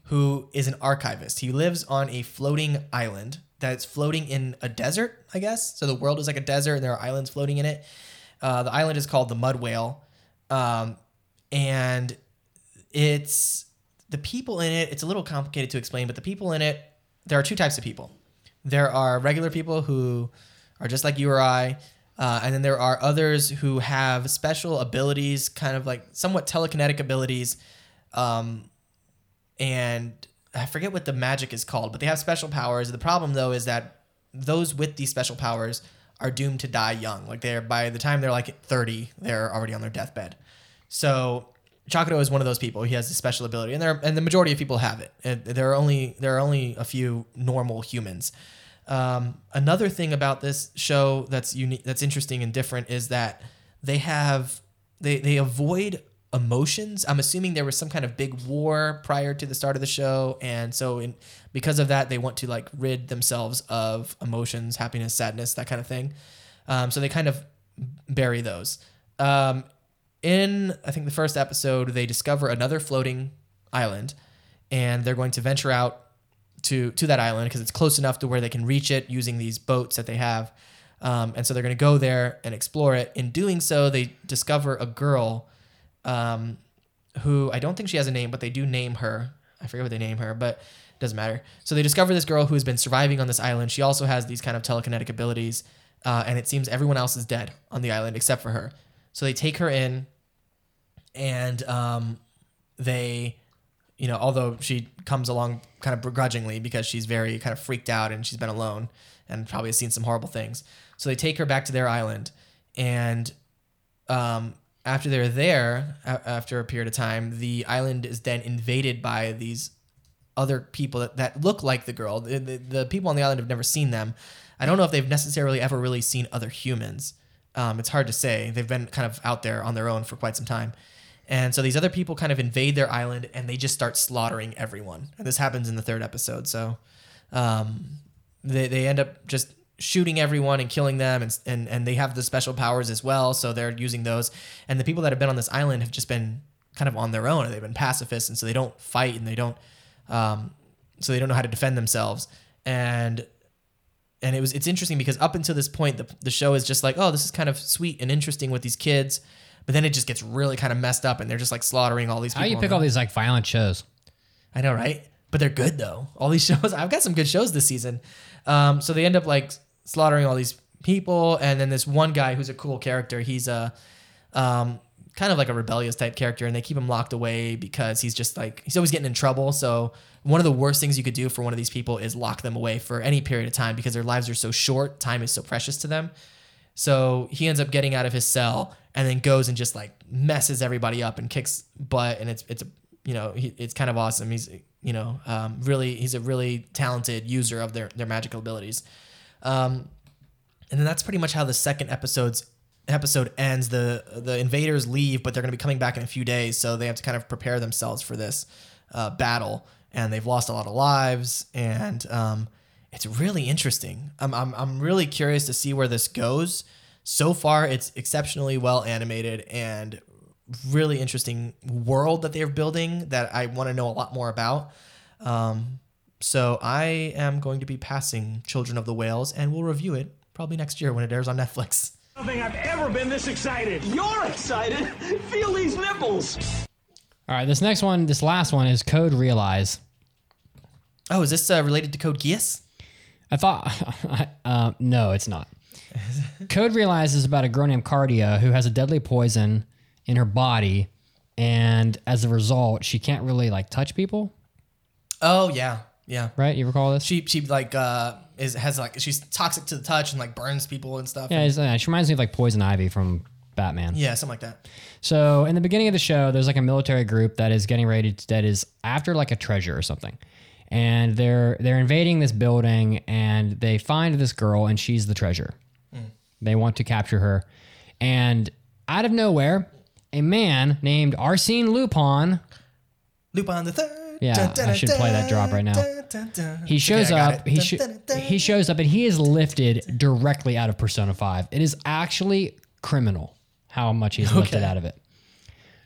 S2: who is an archivist. He lives on a floating island that's floating in a desert, I guess. So the world is like a desert and there are islands floating in it. Uh, the island is called the Mud Whale. Um, and it's the people in it, it's a little complicated to explain, but the people in it, there are two types of people there are regular people who are just like you or I, uh, and then there are others who have special abilities, kind of like somewhat telekinetic abilities, um, and I forget what the magic is called, but they have special powers. The problem though is that those with these special powers are doomed to die young. Like they're by the time they're like thirty, they're already on their deathbed. So Chakuro is one of those people. He has a special ability, and there and the majority of people have it. And there are only there are only a few normal humans. Um, another thing about this show that's unique, that's interesting and different is that they have they they avoid emotions. I'm assuming there was some kind of big war prior to the start of the show, and so in because of that, they want to like rid themselves of emotions, happiness, sadness, that kind of thing. Um, so they kind of bury those. Um, in I think the first episode, they discover another floating island, and they're going to venture out to to that island because it's close enough to where they can reach it using these boats that they have. Um, and so they're going to go there and explore it. In doing so, they discover a girl um, who I don't think she has a name, but they do name her. I forget what they name her, but it doesn't matter. So they discover this girl who has been surviving on this island. She also has these kind of telekinetic abilities, uh, and it seems everyone else is dead on the island except for her. So they take her in, and um, they, you know, although she comes along kind of begrudgingly because she's very kind of freaked out and she's been alone and probably has seen some horrible things. So they take her back to their island, and um, after they're there, a- after a period of time, the island is then invaded by these other people that, that look like the girl. The, the, the people on the island have never seen them. I don't know if they've necessarily ever really seen other humans. Um, it's hard to say. They've been kind of out there on their own for quite some time. And so these other people kind of invade their island and they just start slaughtering everyone. And this happens in the third episode. So um, they, they end up just shooting everyone and killing them and, and and they have the special powers as well so they're using those and the people that have been on this island have just been kind of on their own they've been pacifists and so they don't fight and they don't um, so they don't know how to defend themselves and and it was it's interesting because up until this point the, the show is just like oh this is kind of sweet and interesting with these kids but then it just gets really kind of messed up and they're just like slaughtering all these
S1: How
S2: people
S1: you
S2: on
S1: pick
S2: the-
S1: all these like violent shows?
S2: I know, right? But they're good though. All these shows, I've got some good shows this season. Um, so they end up like slaughtering all these people, and then this one guy who's a cool character. He's a um, kind of like a rebellious type character, and they keep him locked away because he's just like he's always getting in trouble. So one of the worst things you could do for one of these people is lock them away for any period of time because their lives are so short. Time is so precious to them. So he ends up getting out of his cell and then goes and just like messes everybody up and kicks butt. And it's, it's, a you know, he, it's kind of awesome. He's, you know, um, really, he's a really talented user of their, their magical abilities. Um, and then that's pretty much how the second episode's episode ends. The, the invaders leave, but they're going to be coming back in a few days. So they have to kind of prepare themselves for this, uh, battle and they've lost a lot of lives and, um, it's really interesting. I'm, I'm, I'm really curious to see where this goes. So far, it's exceptionally well animated and really interesting world that they're building that I want to know a lot more about. Um, so I am going to be passing Children of the Whales and we'll review it probably next year when it airs on Netflix.
S13: I don't think I've ever been this excited. You're excited? Feel these nipples.
S1: All right, this next one, this last one is Code Realize.
S2: Oh, is this uh, related to Code Geass?
S1: I thought, uh, no, it's not. Code Realize is about a girl named Cardia who has a deadly poison in her body, and as a result, she can't really like touch people.
S2: Oh yeah, yeah.
S1: Right? You recall this?
S2: She she like uh is has like she's toxic to the touch and like burns people and stuff.
S1: Yeah, it's, uh, she reminds me of like Poison Ivy from Batman.
S2: yeah, something like that.
S1: So in the beginning of the show, there's like a military group that is getting ready to, that is after like a treasure or something. And they're they're invading this building and they find this girl and she's the treasure. They want to capture her. And out of nowhere, a man named Arsene Lupin,
S2: Lupin the Third.
S1: Yeah, I should play that drop right now. he shows
S2: Okay, I got
S1: up,
S2: it.
S1: he sh- he shows up and he is lifted directly out of Persona 5. It is actually criminal how much he's lifted
S2: Okay.
S1: out of it.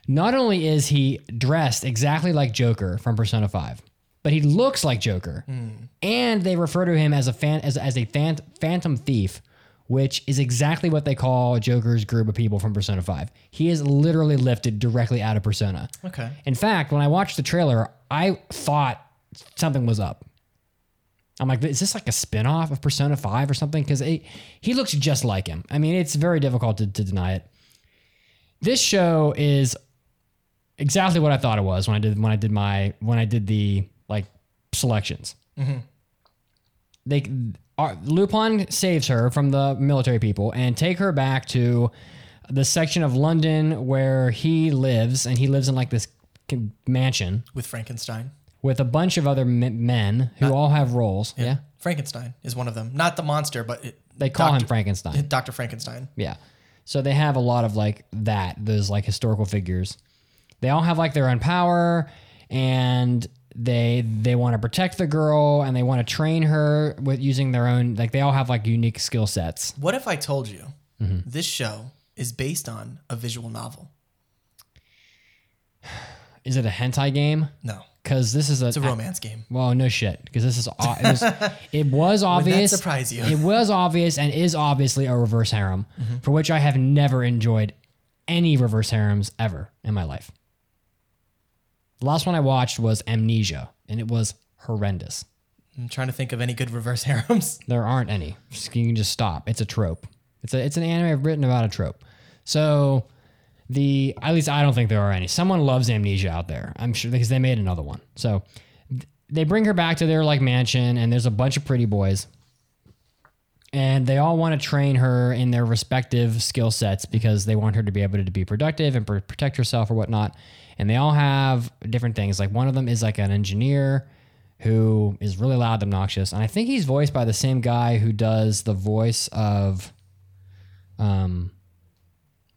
S1: Not only is he dressed exactly like Joker from Persona 5, but he looks like Joker.
S2: Hmm.
S1: And they refer to him as a fan as, as a fan, phantom thief, which is exactly what they call Joker's group of people from Persona 5. He is literally lifted directly out of Persona.
S2: Okay.
S1: In fact, when I watched the trailer, I thought something was up. I'm like, is this like a spinoff of Persona 5 or something? Because he looks just like him. I mean, it's very difficult to, to deny it. This show is exactly what I thought it was when I did when I did my when I did the like selections. Mm-hmm.
S2: Mhm.
S1: They are, Lupin saves her from the military people and take her back to the section of London where he lives, and he lives in like this mansion
S2: With Frankenstein.
S1: with a bunch of other me- men who all have roles. Yeah.
S2: Frankenstein is one of them. Not the monster, but it,
S1: They call him
S2: Dr.
S1: Frankenstein.
S2: Dr. Frankenstein.
S1: Yeah. So they have a lot of like that, those like historical figures. They all have like their own power and they they want to protect the girl and they want to train her with using their own like they all have like unique skill sets.
S2: What if I told you
S1: Mm-hmm.
S2: this show is based on a visual novel?
S1: Is it a hentai game?
S2: No.
S1: Cuz this is a
S2: It's a romance game.
S1: Well, no shit, cuz this is o- it was, it was
S2: Would that
S1: obvious.
S2: surprise you? Mm-hmm.
S1: It was obvious and is obviously a reverse harem, for which I have never enjoyed any reverse harems ever in my life. The last one I watched was Amnesia, and it was horrendous.
S2: I'm trying to think of any good reverse harems.
S1: There aren't any. Just- You can just stop. It's a trope. It's a, it's an anime I've written about a trope. So the at least I don't think there are any. Someone loves Amnesia out there. I'm sure because they made another one. So th- they bring her back to their like mansion, and there's a bunch of pretty boys, and they all want to train her in their respective skill sets because they want her to be able to be productive and pr- protect herself or whatnot. And they all have different things. Like one of them is like an engineer who is really loud, and obnoxious, and I think he's voiced by the same guy who does the voice of, um,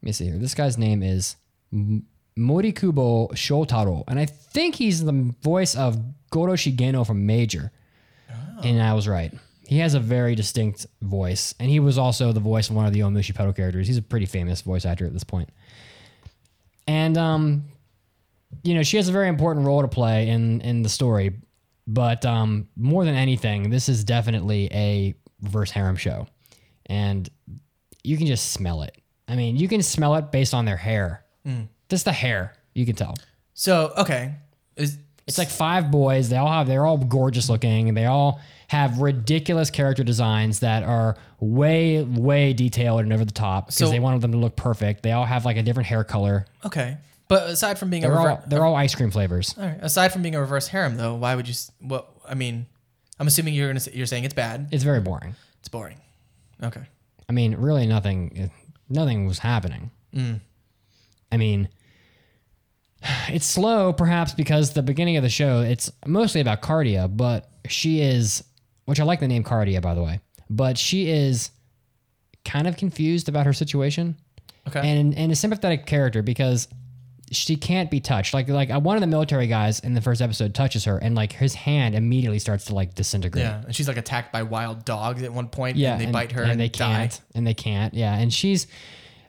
S1: let me see here. This guy's name is M- Morikubo Shotaro, and I think he's the voice of Goro Shigeno from Major. And I was right. He has a very distinct voice, and he was also the voice of one of the Omushi Pedal characters. He's a pretty famous voice actor at this point. And um, you know, she has a very important role to play in in the story, but um, more than anything, this is definitely a reverse harem show, and you can just smell it. I mean, you can smell it based on their hair.
S2: Mm.
S1: Just the hair, you can tell.
S2: So okay, is
S1: It's like five boys. They all have. They're all gorgeous looking. and They all have ridiculous character designs that are way, way detailed and over the top because
S2: So-
S1: they wanted them to look perfect. They all have like a different hair color.
S2: okay. But aside from being a
S1: They're
S2: reverse,
S1: all they're all ice cream flavors.
S2: All right. Aside from being a reverse harem, though, why would you? s- What I mean, I'm assuming you're gonna say, you're saying it's bad.
S1: It's very boring.
S2: It's boring. Okay.
S1: I mean, really, nothing, nothing was happening.
S2: Mm.
S1: I mean, it's slow, perhaps because the beginning of the show it's mostly about Cardia, but she is, which I like the name Cardia by the way, but she is kind of confused about her situation.
S2: Okay.
S1: And and a sympathetic character because she can't be touched. Like like uh, one of the military guys in the first episode touches her, and like his hand immediately starts to like disintegrate.
S2: Yeah, and she's like attacked by wild dogs at one point,
S1: Yeah,
S2: and they bite her and,
S1: they
S2: die.
S1: can't, and they can't. Yeah, and she's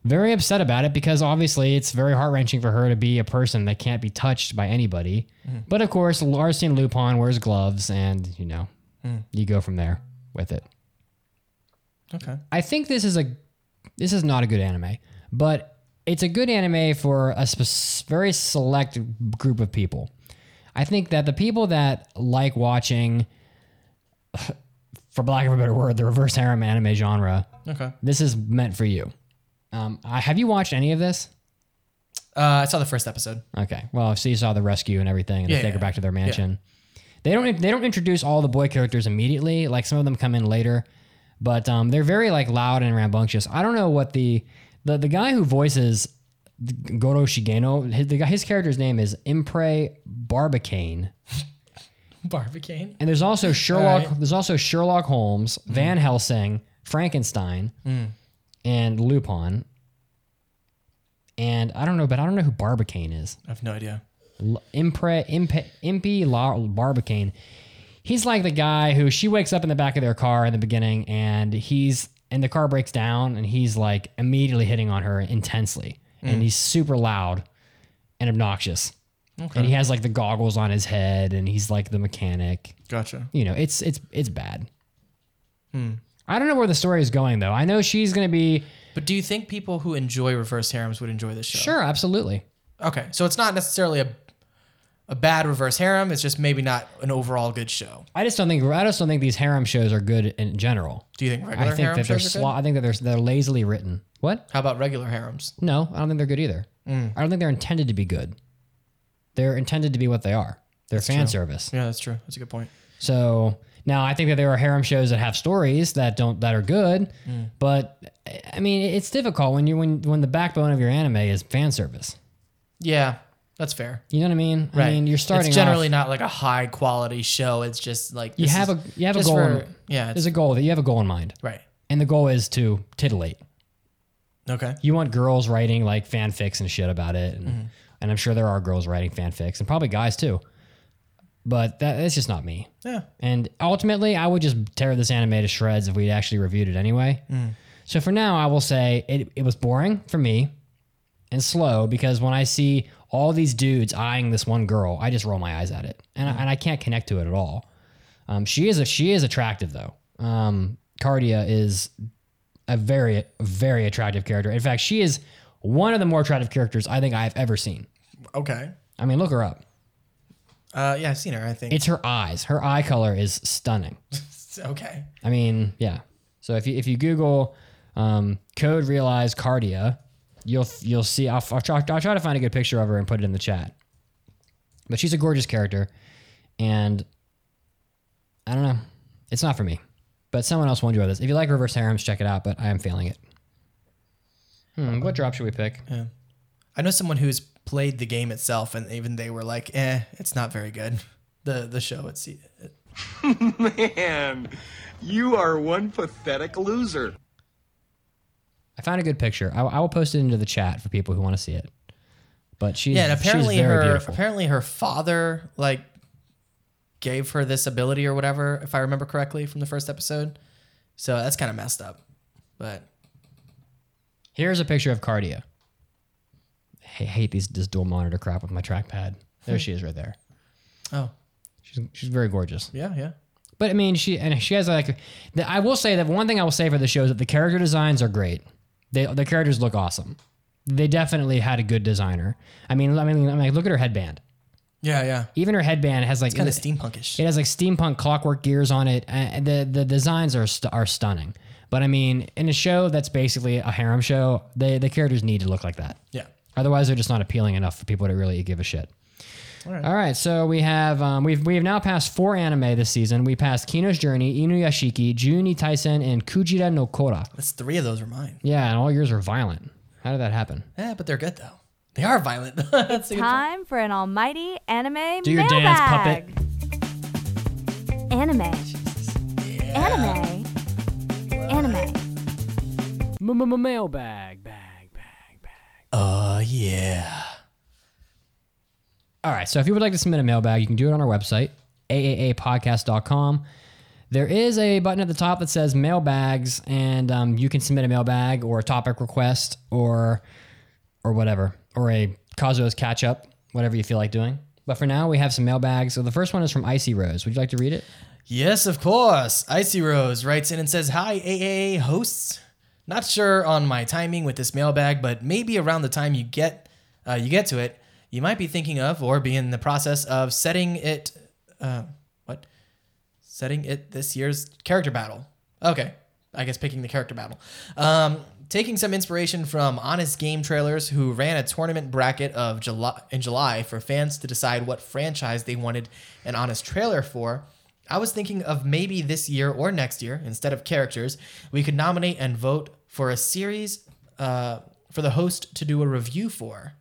S1: very upset about it because obviously it's very heart wrenching for her to be a person that can't be touched by anybody.
S2: Mhm.
S1: But of course, Larson Lupin wears gloves, and you know,
S2: Mm.
S1: you go from there with it.
S2: Okay.
S1: I think this is a this is not a good anime, but it's a good anime for a spec- very select group of people. I think that the people that like watching, for lack of a better word, the reverse harem anime genre,
S2: Okay.
S1: this is meant for you. Um, I, have you watched any of this?
S2: Uh, I saw the first episode.
S1: Okay. Well, so you saw the rescue and everything, and
S2: Yeah,
S1: they take
S2: yeah,
S1: her back to their
S2: yeah.
S1: mansion. They don't. They don't introduce all the boy characters immediately. Like some of them come in later, but um, they're very like loud and rambunctious. I don't know what the the, the guy who voices Goro Shigeno. His, the guy, his character's name is Impre Barbicane.
S2: Barbicane.
S1: And there's also Sherlock.
S2: right.
S1: There's also Sherlock Holmes, Van Helsing, Frankenstein,
S2: Mm.
S1: and Lupin. And I don't know, but I don't know who Barbicane is.
S2: I have no idea.
S1: L- Impre Impe, Impy La, Barbicane. He's like the guy who she wakes up in the back of their car in the beginning, and he's and the car breaks down, and he's like immediately hitting on her intensely,
S2: Mm.
S1: and he's super loud and obnoxious, and he has like the goggles on his head, and he's like the mechanic.
S2: Gotcha.
S1: You know, it's it's it's bad.
S2: Hmm.
S1: I don't know where the story is going though. I know she's gonna be
S2: But do you think people who enjoy reverse harems would enjoy this show?
S1: sure, absolutely.
S2: Okay, so it's not necessarily a a bad reverse harem. It's just maybe not an overall good show.
S1: I just don't think I just don't think these harem shows are good in general.
S2: Do you think
S1: I
S2: regular
S1: think
S2: harem
S1: that they're
S2: shows are
S1: slo-
S2: good?
S1: I think that they're they're lazily written. What?
S2: How about regular harems?
S1: No, I don't think they're good either.
S2: Hmm.
S1: I don't think they're intended to be good. They're intended to be what they are. They're
S2: That's
S1: fan
S2: true.
S1: service.
S2: Yeah, that's true. That's a good point.
S1: So now I think that there are harem shows that have stories that don't that are good,
S2: Hmm.
S1: but I mean it's difficult when you when when the backbone of your anime is fan service.
S2: Yeah, That's fair.
S1: You know what I mean?
S2: Right.
S1: I mean, you're starting.
S2: It's generally
S1: off-
S2: not like a high quality show. It's just like
S1: you
S2: this
S1: have
S2: is
S1: a you have a
S2: just
S1: goal.
S2: for-
S1: in-
S2: yeah.
S1: there's
S2: It's,
S1: a goal that you have a goal in mind,
S2: right?
S1: And the goal is to titillate.
S2: Okay.
S1: You want girls writing like fanfics and shit about it, and, and I'm sure there are girls writing fanfics and probably guys too. But that that's just not me.
S2: Yeah.
S1: And ultimately, I would just tear this anime to shreds if we'd actually reviewed it anyway. So for now, I will say it, it was boring for me and slow because when I see all these dudes eyeing this one girl, I just roll my eyes at it and, I, and I can't connect to it at all. Um, she is a, she is attractive though. Um, Cardia is a very very attractive character. In fact, she is one of the more attractive characters I think I've ever seen.
S2: Okay.
S1: I mean, look her up.
S2: Uh, yeah, I've seen her. I think
S1: It's her eyes. Her eye color is stunning.
S2: okay.
S1: I mean, yeah. So if you if you Google um, code realize cardia, you'll you'll see. I'll, I'll, try, I'll try to find a good picture of her and put it in the chat. But she's a gorgeous character, and I don't know. It's not for me, but someone else will enjoy this. If you like reverse harems, check it out. But I am failing it. Hmm, what drop should we pick?
S2: Yeah. I know someone who's played the game itself, and even they were like, "Eh, it's not very good." The the show. It's it,
S14: Man, you are one pathetic loser.
S1: I found a good picture. I, I will post it into the chat for people who want to see it. But she's
S2: yeah, and apparently
S1: she's very
S2: her
S1: beautiful.
S2: apparently her father like gave her this ability or whatever, if I remember correctly from the first episode. So that's kind of messed up. But
S1: Here's a picture of Cardia. I hate these this dual monitor crap with my trackpad. There she is right there.
S2: Oh.
S1: She's she's very gorgeous.
S2: yeah, yeah.
S1: But I mean she and she has like the, I will say that one thing I will say for the show is that the character designs are great. They the characters look awesome. They definitely had a good designer. I mean I mean I mean look at her headband.
S2: Yeah, yeah.
S1: Even her headband has like
S2: It's kind of steampunkish.
S1: It has like steampunk clockwork gears on it. Uh, the the designs are st- are stunning. But I mean, in a show that's basically a harem show, they, the characters need to look like that.
S2: Yeah.
S1: Otherwise, they're just not appealing enough for people to really give a shit. All right. so we have um, we've we have now passed four anime this season. We passed Kino's Journey, Inuyashiki, Juni Tyson, and Kujira no Kora.
S2: That's three of those are mine.
S1: Yeah, and all yours are violent. How did that happen?
S2: Yeah, but they're good though. They are violent. That's a good point.
S15: Time for an almighty anime
S1: Do your
S15: mailbag.
S1: dance,
S15: Anime. Anime. Anime.
S1: Mailbag.
S2: Oh yeah.
S1: All right. So if you would like to submit a mailbag, you can do it on our website, aaapodcast.com. There is a button at the top that says mailbags, and um, you can submit a mailbag or a topic request or or whatever, or a Cosmos catch up, whatever you feel like doing. But for now, we have some mailbags. So the first one is from Icy Rose. Would you like to read it?
S2: Yes, of course. Icy Rose writes in and says, Hi, AAA hosts. Not sure on my timing with this mailbag, but maybe around the time you get uh, you get to it, you might be thinking of or be in the process of setting it. Uh, what? Setting it this year's character battle. Okay, I guess picking the character battle. Um, taking some inspiration from Honest Game Trailers, who ran a tournament bracket of July in July for fans to decide what franchise they wanted an Honest trailer for. I was thinking of maybe this year or next year, instead of characters, we could nominate and vote for a series uh, for the host to do a review for.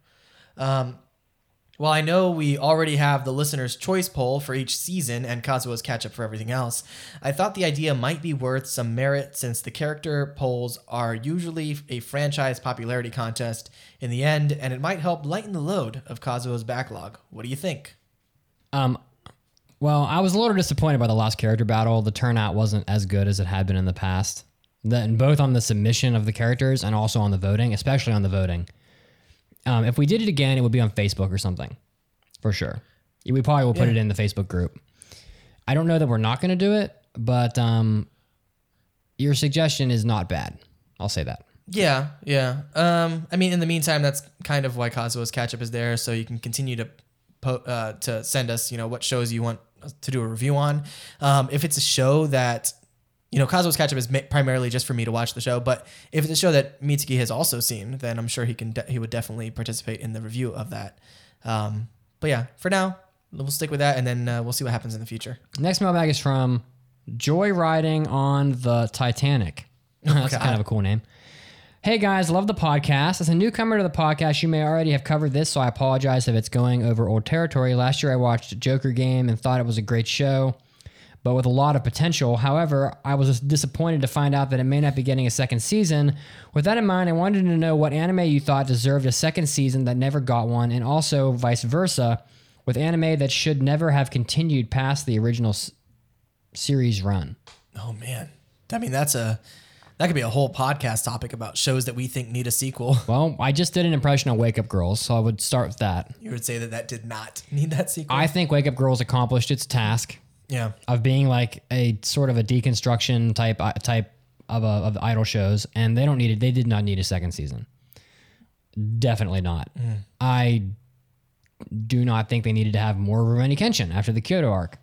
S2: Um, while I know we already have the listener's choice poll for each season and Kazuo's catch up for everything else, I thought the idea might be worth some merit since the character polls are usually a franchise popularity contest in the end, and it might help lighten the load of Kazuo's backlog. What do you think?
S1: Um, well, I was a little disappointed by the last character battle. The turnout wasn't as good as it had been in the past. Then both on the submission of the characters and also on the voting, especially on the voting. Um, if we did it again, it would be on Facebook or something, for sure. We probably will put
S2: Yeah.
S1: it in the Facebook group. I don't know that we're not going to do it, but um, your suggestion is not bad. I'll say that.
S2: Yeah, yeah. Um, I mean, in the meantime, that's kind of why Kazuo's catch up is there, so you can continue to po- uh, to send us, you know, what shows you want us to do a review on. Um, if it's a show that, you know, Kazuo's catch up is ma- primarily just for me to watch the show, but if it's a show that Mitsuki has also seen, then I'm sure he can de- he would definitely participate in the review of that. Um, but yeah, for now, we'll stick with that, and then uh, we'll see what happens in the future.
S1: Next mailbag is from Joyriding on the Titanic. That's
S2: God.
S1: kind of a cool name. Hey guys, love the podcast. As a newcomer to the podcast, you may already have covered this, so I apologize if it's going over old territory. Last year I watched Joker Game and thought it was a great show, but with a lot of potential. However, I was disappointed to find out that it may not be getting a second season. With that in mind, I wanted to know what anime you thought deserved a second season that never got one, and also vice versa, with anime that should never have continued past the original s- series run.
S2: Oh man, I mean that's a that could be a whole podcast topic about shows that we think need a sequel.
S1: Well, I just did an impression of Wake Up Girls, so I would start with that.
S2: You would say that that did not need that sequel.
S1: I think Wake Up Girls accomplished its task
S2: yeah,
S1: of being like a sort of a deconstruction type uh, type of a, of idol shows, and they don't need it. They did not need a second season. Definitely not.
S2: Mm.
S1: I do not think they needed to have more Rurouni Kenshin after the Kyoto arc.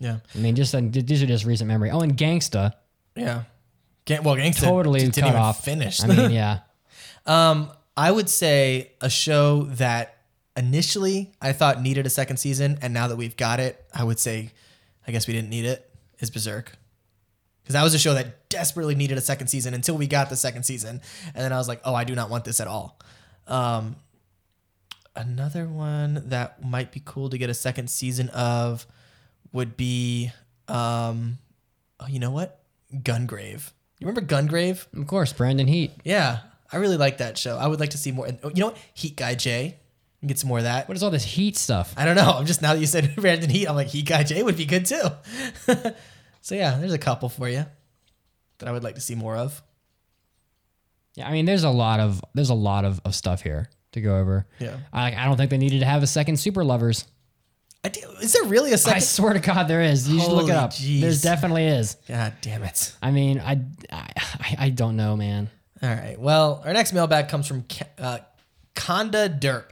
S2: yeah,
S1: I mean, just uh, these are just recent memory. Oh, and Gangsta
S2: yeah. Gan- well, Gangsta
S1: totally
S2: didn't
S1: cut
S2: even
S1: off.
S2: Finish.
S1: I mean, yeah.
S2: Um, I would say a show that initially I thought needed a second season, and now that we've got it, I would say, I guess we didn't need it. Is Berserk, because that was a show that desperately needed a second season until we got the second season, and then I was like, oh, I do not want this at all. Um, another one that might be cool to get a second season of would be, um, oh, you know what, Gungrave. You remember Gungrave?
S1: Of course, Brandon Heat.
S2: Yeah, I really like that show. I would like to see more. And oh, you know what? Heat Guy J. You Get some more of that.
S1: What is all this heat stuff?
S2: I don't know. I'm just now that you said Brandon Heat, I'm like Heat Guy J would be good too. so yeah, there's a couple for you that I would like to see more of.
S1: Yeah, I mean, there's a lot of there's a lot of, of stuff here to go over.
S2: Yeah.
S1: I, I don't think they needed to have a second Super Lovers.
S2: I do, is there really a second?
S1: I swear to God, there is. You should look
S2: Holy
S1: it up.
S2: jeez.
S1: There definitely is.
S2: God damn it!
S1: I mean, I, I I- I don't know, man.
S2: All right. Well, our next mailbag comes from Ka- uh, Conda Derp.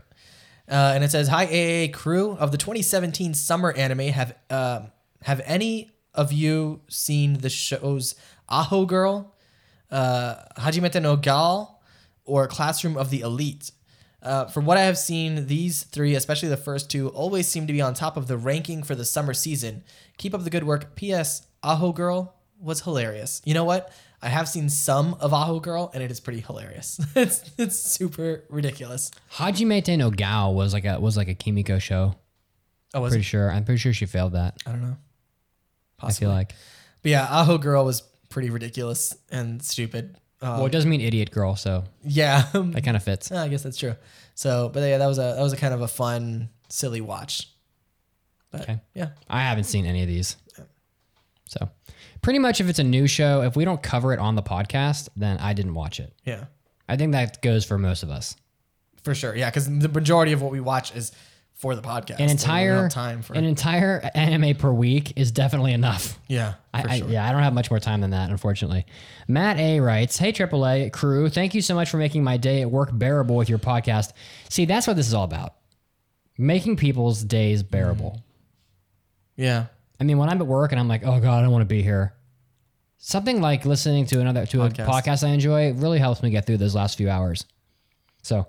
S2: Uh, and it says, "Hi AA crew of the 2017 summer anime. Have um have any of you seen the shows Aho Girl, uh, Hajimete no Gal, or Classroom of the Elite? Uh, from what I have seen, these three, especially the first two, always seem to be on top of the ranking for the summer season. Keep up the good work. P.S. Aho Girl was hilarious. You know what? I have seen some of Aho Girl, and it is pretty hilarious. it's it's super ridiculous.
S1: Hajime no Gao was like a was like a Kimiko show.
S2: Oh, was
S1: pretty
S2: it?
S1: sure. I'm pretty sure she failed that.
S2: I don't know.
S1: I feel like.
S2: But yeah, Aho Girl was pretty ridiculous and stupid. Um,
S1: well, it does mean idiot girl, so
S2: yeah,
S1: that kind of fits.
S2: I guess that's true. So, but yeah, that was a that was a kind of a fun, silly watch. But
S1: Okay.
S2: yeah,
S1: I haven't seen any of these. So, pretty much if it's a new show, if we don't cover it on the podcast, then I didn't watch it.
S2: yeah,
S1: I think that goes for most of us.
S2: for sure. Yeah, because the majority of what we watch is for the podcast.
S1: An
S2: So we don't have
S1: entire
S2: time for
S1: an entire anime per week is definitely enough.
S2: yeah, for
S1: I,
S2: sure.
S1: I, yeah, I don't have much more time than that, unfortunately. Matt A writes, "Hey AAA crew, thank you so much for making my day at work bearable with your podcast. See, that's what this is all about, making people's days bearable.
S2: yeah.
S1: I mean, when I'm at work and I'm like, oh god, I don't want to be here. Something like listening to another to
S2: Podcast.
S1: a podcast I enjoy really helps me get through those last few hours. So,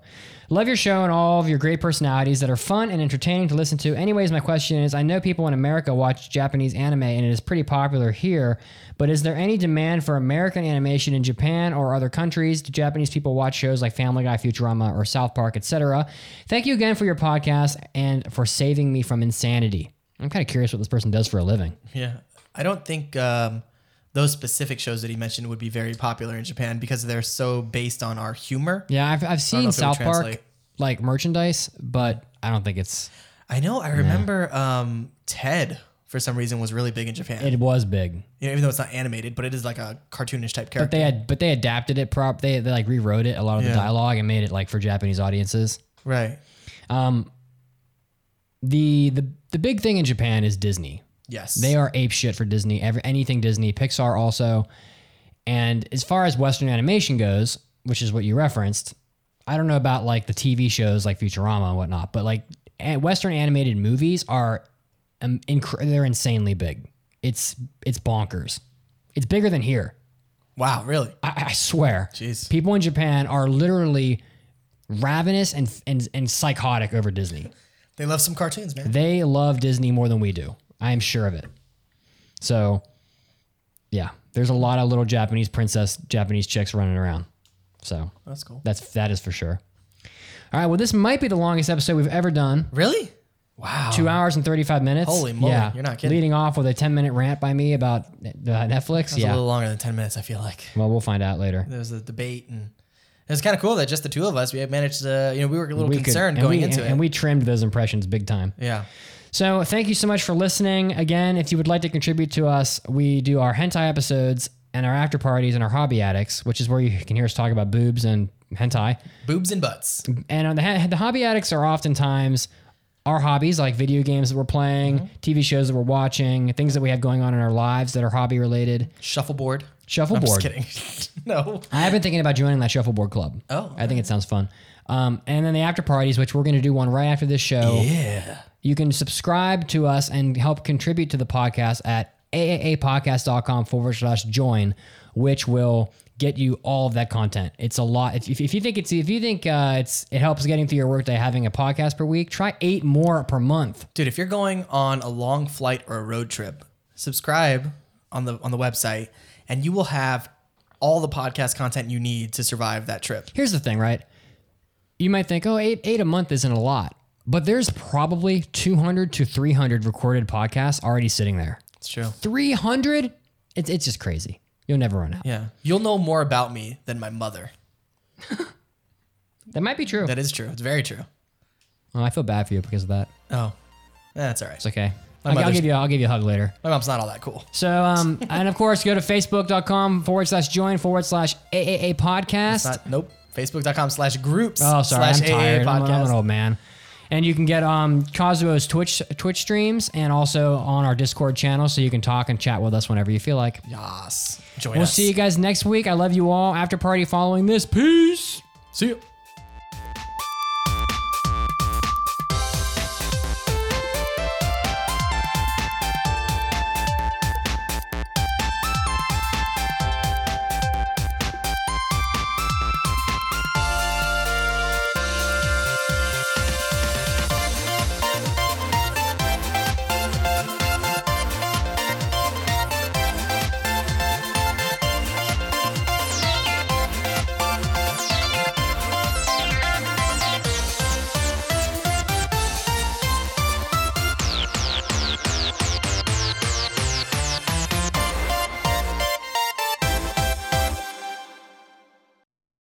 S1: love your show and all of your great personalities that are fun and entertaining to listen to. Anyways, my question is I know people in America watch Japanese anime and it is pretty popular here, but is there any demand for American animation in Japan or other countries? Do Japanese people watch shows like Family Guy, Futurama, or South Park, etc.? Thank you again for your podcast and for saving me from insanity. I'm kind of curious what this person does for a living.
S2: Yeah. I don't think um, those specific shows that he mentioned would be very popular in Japan because they're so based on our humor.
S1: Yeah, I've, I've
S2: know
S1: seen
S2: if it would
S1: South Park
S2: translate.
S1: like merchandise, but I don't think it's
S2: I know. I remember um, Ted, for some reason, was really big in Japan.
S1: it was big.
S2: you know, even though it's not animated, but it is like a cartoonish type
S1: But
S2: character.
S1: they had but they adapted it prop they, they like rewrote it a lot of
S2: Yeah.
S1: the dialogue and made it like for Japanese audiences.
S2: right.
S1: Um the the the big thing in Japan is Disney.
S2: Yes.
S1: They are ape shit for Disney. Every anything Disney, Pixar also. And as far as Western animation goes, which is what you referenced, I don't know about like the TV shows like Futurama and whatnot, but like a- Western animated movies are um, incre- they're insanely big. It's it's bonkers. It's bigger than here.
S2: Wow, really?
S1: I, I swear.
S2: Jeez.
S1: People in Japan are literally ravenous and and, and psychotic over Disney.
S2: They love some cartoons, man.
S1: They love Disney more than we do. I am sure of it. So, yeah, there's a lot of little Japanese princess, Japanese chicks running around. So
S2: That's cool.
S1: That's that is for sure. All right. Well, this might be the longest episode we've ever done.
S2: Really? Wow.
S1: Two hours and thirty-five minutes.
S2: Holy moly, you're not kidding.
S1: Leading off with a ten-minute rant by me about uh, Netflix.
S2: That's
S1: yeah.
S2: a little longer than 10 minutes, I feel like.
S1: well, we'll find out later.
S2: There was a debate, and it was kind of cool that just the two of us, we had managed to, you know, we were a little
S1: We could-
S2: concerned
S1: and
S2: going
S1: we-
S2: into
S1: and,
S2: it.
S1: and we trimmed those impressions big time.
S2: yeah.
S1: So thank you so much for listening. Again, if you would like to contribute to us, we do our hentai episodes and our after parties and our hobby addicts, which is where you can hear us talk about boobs and hentai.
S2: Boobs and butts.
S1: And on the, he- the hobby addicts are oftentimes our hobbies, like video games that we're playing,
S2: Mm-hmm.
S1: TV shows that we're watching, things that we have going on in our lives that are hobby related.
S2: Shuffleboard.
S1: Shuffleboard.
S2: I'm just kidding. no.
S1: I have been thinking about joining that shuffleboard club.
S2: Oh,
S1: I think it sounds fun. Um, and then the after parties, which we're going to do one right after this show.
S2: Yeah.
S1: You can subscribe to us and help contribute to the podcast at aaapodcast.com forward slash join, which will get you all of that content. It's a lot. If, if, if you think it's, if you think uh, it's, it helps getting through your workday having a podcast per week, try eight more per month.
S2: Dude, if you're going on a long flight or a road trip, subscribe on the on the website and you will have all the podcast content you need to survive that trip.
S1: Here's the thing, right? You might think, oh, eight, eight a month isn't a lot, but there's probably 200 to 300 recorded podcasts already sitting there.
S2: It's true.
S1: 300? It's, it's just crazy. You'll never run out.
S2: Yeah. You'll know more about me than my mother.
S1: That might be true.
S2: That is true. It's very true.
S1: Oh, I feel bad for you because of that.
S2: Oh. That's all right.
S1: It's okay. I'll,
S2: My
S1: I'll
S2: mother's-
S1: give you. I'll give you a hug later.
S2: My mom's not all that cool.
S1: So, um, and of course, go to facebook.com forward slash join forward slash AAA
S2: It's
S1: podcast.
S2: not nope. Facebook.com slash groups
S1: oh, sorry, I'm
S2: slash AA
S1: tired. I'm,
S2: podcast.
S1: an- I'm an old man. And you can get um, Kazuo's Twitch Twitch streams and also on our Discord channel, so you can talk and chat with us whenever you feel like.
S2: Yas. Join
S1: We'll
S2: us.
S1: see you guys next week. I love you all. After party following this. Peace.
S2: See you.